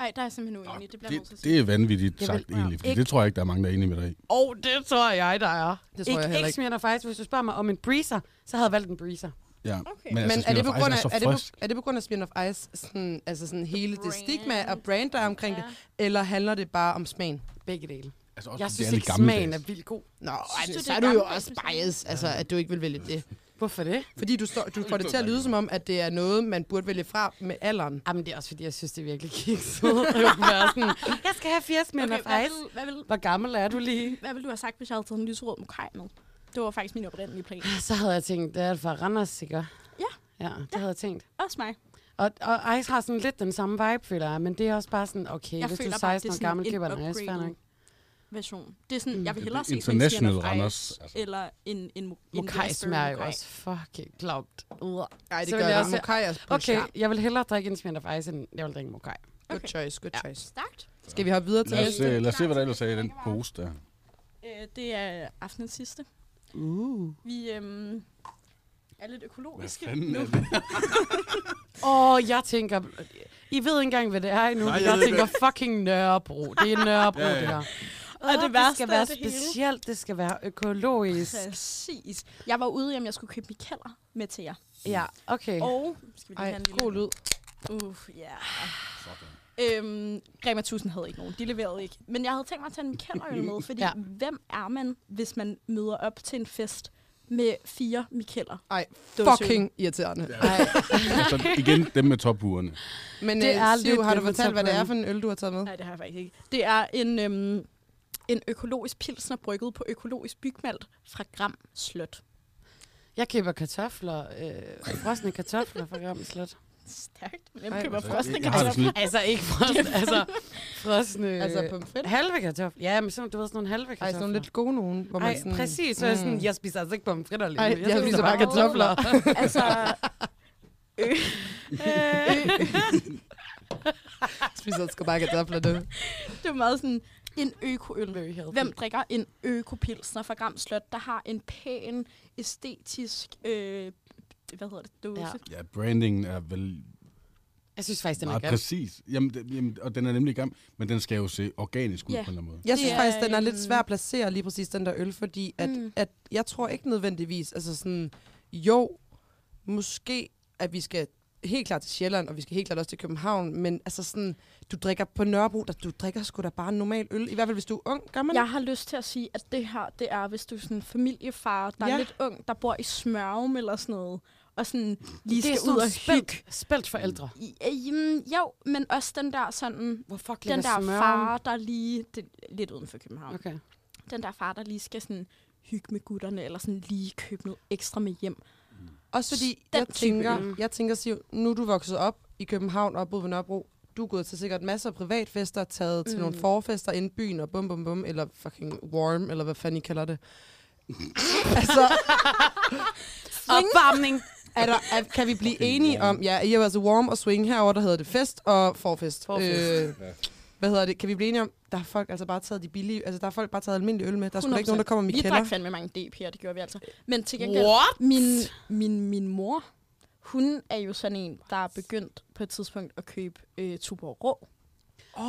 Speaker 7: Ej, der er jeg simpelthen uenig. Det bliver jeg nødt til
Speaker 4: det,
Speaker 7: at sige.
Speaker 4: det er vanvittigt
Speaker 6: vil-
Speaker 4: sagt
Speaker 6: ja.
Speaker 4: egentlig, for
Speaker 6: Ikke-
Speaker 4: det tror jeg ikke, der er mange, der er enige med dig i.
Speaker 6: Åh, oh, det tror jeg, der er.
Speaker 3: Det
Speaker 6: Ikke,
Speaker 3: tror jeg
Speaker 6: ikke,
Speaker 3: heller
Speaker 6: ikke
Speaker 3: ikke.
Speaker 6: Smirnoff Ice. Hvis du spørger mig om en breezer, så havde jeg valgt en breezer.
Speaker 4: Ja.
Speaker 7: Okay.
Speaker 4: Men,
Speaker 3: Men
Speaker 4: altså,
Speaker 3: er det, på
Speaker 4: Smirnoff
Speaker 3: grund af,
Speaker 4: Ice
Speaker 3: er,
Speaker 4: så
Speaker 3: det på,
Speaker 4: frisk.
Speaker 3: er det på grund af Smirnoff Ice, sådan, altså sådan hele det stigma og
Speaker 7: Brand.
Speaker 3: brand, der er omkring ja.
Speaker 7: Ja.
Speaker 3: det, eller handler det bare om smagen?
Speaker 6: Begge dele.
Speaker 4: Altså, også,
Speaker 6: Jeg
Speaker 4: fordi
Speaker 6: synes
Speaker 4: det er
Speaker 6: ikke,
Speaker 4: lidt
Speaker 6: smagen er
Speaker 4: gammeldags.
Speaker 6: vildt god.
Speaker 3: Nå,
Speaker 7: Synes du,
Speaker 3: ej,
Speaker 7: det
Speaker 3: så
Speaker 7: er
Speaker 3: er du jo
Speaker 7: gammeldags
Speaker 3: også
Speaker 7: med
Speaker 3: biased, altså, at du ikke vil vælge det.
Speaker 6: Hvorfor det?
Speaker 3: Fordi du, står, du får det til at lyde som om, at det er noget, man burde vælge fra med alderen.
Speaker 6: Jamen, Ah, det er også fordi, jeg synes, det er virkelig kikset. at være sådan, jeg skal have 80 mænd okay,
Speaker 7: hvad,
Speaker 6: faktisk.
Speaker 7: vil, hvad, vil,
Speaker 6: Hvor gammel er du lige?
Speaker 7: hvad vil du have sagt, hvis jeg havde taget en lyserød mokaj med? Det var faktisk min oprindelige plan.
Speaker 6: Så havde jeg tænkt, det er det fra Randers, sikkert?
Speaker 7: Ja.
Speaker 6: Ja, det havde jeg tænkt.
Speaker 7: Også mig.
Speaker 6: Og, og Ice har sådan lidt den samme vibe, føler jeg, men det er også bare sådan, okay,
Speaker 7: Jeg
Speaker 6: hvis du
Speaker 7: føler
Speaker 6: er
Speaker 7: bare, det er
Speaker 6: 16 år
Speaker 7: sådan
Speaker 6: gammel,
Speaker 7: en
Speaker 6: køber en Ice, fair
Speaker 7: upgraded
Speaker 6: nok. Mm.
Speaker 7: Version. Det er sådan, jeg vil
Speaker 4: Det er
Speaker 7: hellere se sådan en
Speaker 4: international
Speaker 7: Smirnoff Ice
Speaker 4: Randers, altså.
Speaker 7: Eller en, en, mo- en
Speaker 6: Mokai
Speaker 7: raspberry
Speaker 6: smager jo
Speaker 7: Mokai.
Speaker 6: også fucking klamt. Så
Speaker 3: Nej, det gør
Speaker 6: vil jeg
Speaker 3: jeg
Speaker 6: også-
Speaker 3: ikke. Mokai er også
Speaker 6: Okay,
Speaker 3: okay.
Speaker 6: jeg vil hellere drikke en Smirnoff Ice, end jeg vil drikke en Mokai.
Speaker 3: Good choice, good choice.
Speaker 7: Stærkt.
Speaker 3: Skal vi hoppe videre til
Speaker 4: Lad os,
Speaker 3: næste?
Speaker 4: øh, lad os se, hvad der ellers er i den pose der.
Speaker 7: Øh, det er aftenens sidste.
Speaker 6: Uh.
Speaker 7: Vi øhm, er lidt
Speaker 4: Hvad
Speaker 7: økologiske
Speaker 4: fanden
Speaker 7: nu.
Speaker 4: er det?
Speaker 6: Åh, oh, jeg tænker... I ved ikke engang, hvad det er endnu. Nej,
Speaker 4: Nej, jeg
Speaker 6: jeg, jeg
Speaker 4: ved
Speaker 6: tænker fucking Nørrebro. Det er Nørrebro,
Speaker 4: Ja,
Speaker 6: ja,
Speaker 4: ja.
Speaker 6: ja. det her.
Speaker 7: Og det
Speaker 6: det
Speaker 7: værste
Speaker 6: skal
Speaker 7: er
Speaker 6: være
Speaker 7: det hele.
Speaker 6: specielt, det skal være økologisk.
Speaker 7: Præcis. Jeg var ude, om jeg skulle købe mikaller med til jer.
Speaker 6: Ja, okay.
Speaker 7: Og skal vi lige
Speaker 3: Ej,
Speaker 7: have en lille...
Speaker 3: god lyd.
Speaker 7: Uff, ja. Øhm, Rema 1000 havde ikke nogen. De leverede ikke. Men jeg havde tænkt mig at tage en Mikkeløl med, fordi
Speaker 6: Ja.
Speaker 7: ja. hvem er man, hvis man møder op til en fest med fire Mikkeller?
Speaker 3: Ej,
Speaker 7: Dåseøl.
Speaker 3: fucking irriterende.
Speaker 6: Ej,
Speaker 4: Altså, igen dem med topurene.
Speaker 3: Men
Speaker 6: Det
Speaker 3: det
Speaker 6: er
Speaker 3: er Siv,
Speaker 6: lidt
Speaker 3: har du
Speaker 6: det, vi
Speaker 3: fortalt,
Speaker 6: tager
Speaker 3: hvad
Speaker 6: på
Speaker 3: det er
Speaker 6: en-
Speaker 3: for en øl, du har taget med?
Speaker 7: Nej, det har jeg faktisk ikke. Det er en, øhm, en økologisk pilsner brygget på økologisk bygmalt fra Gram Slot.
Speaker 6: jeg køber kartofler, øh, frosne kartofler fra Gram Slot.
Speaker 7: Stærkt. Hvem
Speaker 3: Ej,
Speaker 7: køber
Speaker 4: Altså,
Speaker 7: frosne
Speaker 4: jeg har det
Speaker 7: kartofler?
Speaker 4: sådan lidt-
Speaker 6: Altså ikke frosne, altså frosne...
Speaker 3: Altså pomfrit?
Speaker 6: halve kartofler. Ja, men sådan, du ved, sådan nogle halve kartofler.
Speaker 3: Ej, sådan nogle lidt gode nogen, hvor man
Speaker 6: Ej,
Speaker 3: sådan... Mm.
Speaker 6: præcis. Så er jeg sådan, jeg spiser altså ikke pomfritter lige nu.
Speaker 3: Ej, jeg spiser bare kartofler.
Speaker 7: altså, øh, øh,
Speaker 3: Jeg spiser sgu bare kartofler, du.
Speaker 7: det er meget sådan en økoøl.
Speaker 6: Very healthy.
Speaker 7: Hvem drikker en økopilsner fra Gram Slot, der har en pæn, æstetisk, øh, hvad hedder det, dose?
Speaker 6: Ja.
Speaker 7: Ja.
Speaker 4: Ja, brandingen er vel
Speaker 6: Jeg synes faktisk, den er
Speaker 4: meget
Speaker 6: godt.
Speaker 4: præcis. Jamen, den, jamen, og den er nemlig i gang, men den skal jo se organisk ud
Speaker 7: Ja.
Speaker 4: på en eller anden måde.
Speaker 3: Jeg synes
Speaker 7: Det er,
Speaker 3: faktisk, den er lidt
Speaker 7: øhm,
Speaker 3: svær at placere, lige præcis den der øl, fordi at,
Speaker 7: Mm.
Speaker 3: mm. at jeg tror ikke nødvendigvis, altså sådan, jo, måske, at vi skal helt klart til Sjælland, og vi skal helt klart også til København, men altså sådan, du drikker på Nørrebro, der, du drikker sgu da bare en normal øl, i hvert fald hvis du er ung, gør man
Speaker 7: Jeg har lyst til at sige, at det her, det er, hvis du er sådan en familiefar, der ja. er
Speaker 3: Ja.
Speaker 7: lidt ung, der bor i Smørum eller sådan noget, og sådan lige
Speaker 6: Det er
Speaker 7: skal
Speaker 6: sådan
Speaker 7: ud og
Speaker 6: nogle spelt,
Speaker 7: hygge.
Speaker 6: spelt for ældre.
Speaker 7: I- øh, Jamen, jo, men også den der sådan,
Speaker 6: Hvor fuck
Speaker 7: den
Speaker 6: ligger
Speaker 7: der
Speaker 6: smøren?
Speaker 7: far, der lige, det, er lidt uden for København,
Speaker 6: Okay.
Speaker 7: den der far, der lige skal sådan hygge med gutterne, eller sådan lige købe noget ekstra med hjem.
Speaker 3: Også fordi,
Speaker 7: Den
Speaker 3: jeg
Speaker 7: type
Speaker 3: tænker,
Speaker 6: øl.
Speaker 3: jeg tænker, Siv, nu er du vokset op i København og boet ved Nørrebro. Du er gået til sikkert masser af privatfester, taget mm. til nogle forfester inde i byen og bum bum bum, eller fucking warm, eller hvad fanden I kalder det. altså,
Speaker 6: Opvarmning.
Speaker 3: er der, er, kan vi blive enige om, ja, I har altså warm og swing herover der hedder det fest og forfest.
Speaker 6: Forfest.
Speaker 3: Øh, hvad hedder det? Kan vi blive enige om, der har folk altså bare taget de billige, altså der har folk bare taget almindelig øl med. Der er sgu da ikke nogen, der kommer med
Speaker 7: Vi drak
Speaker 3: kælder.
Speaker 7: fandme mange DP her, det gjorde vi altså. Men til gengæld,
Speaker 6: What?
Speaker 7: min, min, min mor, hun er jo sådan en, der er begyndt på et tidspunkt at købe øh, Tuborg Rå.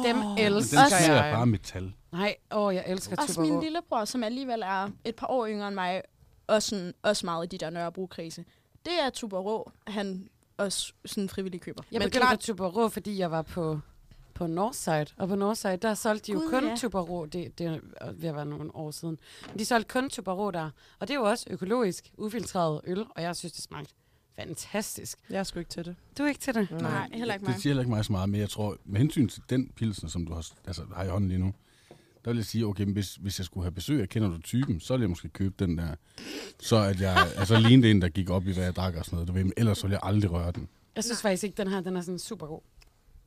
Speaker 6: Dem
Speaker 4: Men
Speaker 6: elsker
Speaker 4: den smager
Speaker 6: jeg.
Speaker 4: bare metal.
Speaker 6: Nej, åh, jeg elsker
Speaker 7: Også min lillebror, som alligevel er et par år yngre end mig, og sådan, også meget i de der Nørrebro-krise. Det er Tuborg Rå, han også sådan frivillig køber.
Speaker 6: Jeg begyndte klart. på Tubarå, fordi jeg var på, på Northside. Og på Northside, der solgte de jo
Speaker 7: Gud,
Speaker 6: kun
Speaker 7: ja.
Speaker 6: ja. Tubarå. Det, det er ved at være nogle år siden. Men de solgte kun Tubarå der. Og det er jo også økologisk, ufiltreret øl. Og jeg synes, det smagte fantastisk.
Speaker 3: Jeg er sgu ikke til det.
Speaker 6: Du er ikke til det?
Speaker 7: Nej, heller ikke
Speaker 4: Det
Speaker 7: mig.
Speaker 4: siger heller ikke mig så meget, men jeg tror, med hensyn til den pilsen, som du har, altså, har i hånden lige nu, der vil jeg sige, okay, men hvis, hvis jeg skulle have besøg, og kender du typen, så ville jeg måske købe den der, så at jeg altså, lignede en, der gik op i, hvad jeg drak og sådan noget. Du ved, men ellers ville jeg aldrig røre den.
Speaker 6: Jeg synes faktisk ikke, den her den er sådan super god.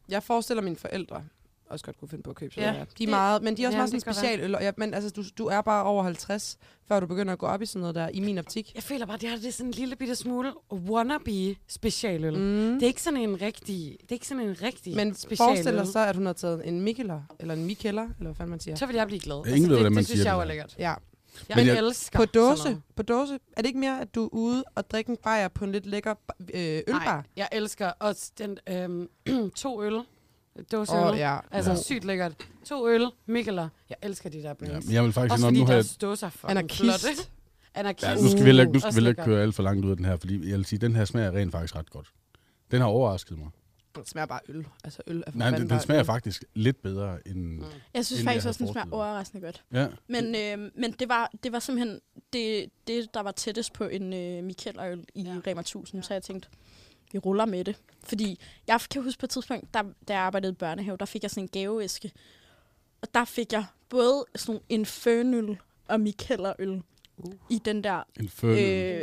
Speaker 3: Jeg forestiller mine forældre også godt kunne finde på at købe sådan
Speaker 6: Ja.
Speaker 3: ja. De er meget, men de er
Speaker 6: Ja,
Speaker 3: også ja, meget sådan
Speaker 6: det kan godt være.
Speaker 3: specialøl. og Ja, men altså, du, du er bare over 50, før du begynder at gå op i sådan noget der, i min optik.
Speaker 6: Jeg føler bare, det her det er sådan en lille bitte smule wannabe specialøl. Mm. Det er ikke sådan en rigtig, det er ikke sådan en rigtig
Speaker 3: Men
Speaker 6: specialøl.
Speaker 3: forestil dig så, at hun har taget en Mikkeler, eller en Mikkeller, eller hvad fanden man siger.
Speaker 6: Så vil jeg blive glad. Altså,
Speaker 4: ingen ved,
Speaker 6: det,
Speaker 4: hvordan man
Speaker 6: det synes
Speaker 4: siger
Speaker 6: jeg
Speaker 4: det
Speaker 6: var
Speaker 4: der.
Speaker 6: lækkert.
Speaker 3: Ja.
Speaker 6: Jeg,
Speaker 4: Men
Speaker 6: men
Speaker 4: jeg-
Speaker 6: jeg elsker
Speaker 3: På
Speaker 6: sådan noget.
Speaker 3: dåse, på dåse. Er det ikke mere, at du er ude og drikke en bajer på en lidt lækker øh, ølbar?
Speaker 6: Nej, jeg elsker også den øhm, to øl, dåse
Speaker 3: Åh,
Speaker 6: øl.
Speaker 3: ja.
Speaker 6: Altså
Speaker 4: Ja.
Speaker 6: sygt lækkert. To øl, Mikkeler. Jeg elsker de der
Speaker 4: Ja,
Speaker 6: brands.
Speaker 4: men jeg vil faktisk
Speaker 6: også
Speaker 4: indrømme,
Speaker 6: fordi
Speaker 4: nu har jeg,
Speaker 6: deres dåser er fucking
Speaker 3: Anarkist.
Speaker 6: flotte. Anarkist.
Speaker 4: ja, nu skal vi heller ikke, nu
Speaker 6: Også
Speaker 4: skal vi heller ikke
Speaker 6: lækkert.
Speaker 4: køre alt for langt ud af den her, fordi jeg vil sige, den her smager rent faktisk ret godt. Den har overrasket mig.
Speaker 3: Den smager bare øl. Altså øl er
Speaker 4: Nej, den, den
Speaker 3: bare
Speaker 4: smager
Speaker 3: øl.
Speaker 4: faktisk lidt bedre end...
Speaker 6: Mm.
Speaker 7: Jeg synes faktisk
Speaker 4: Inden jeg havde
Speaker 7: også, den smager
Speaker 4: forestillet mig.
Speaker 7: overraskende godt.
Speaker 4: Ja,
Speaker 7: Men, øh, men det, var, det var simpelthen det, det, der var tættest på en øh, Mikkeløl i ja. Rema 1000, ja. så jeg tænkte, vi ruller med det. Fordi jeg kan huske på et tidspunkt, der, da jeg arbejdede i børnehave, der fik jeg sådan en gaveæske. Og der fik jeg både sådan nogle infernøl og Mikkeløl
Speaker 6: Uh.
Speaker 7: uh. i den der,
Speaker 4: en følelse. Øh,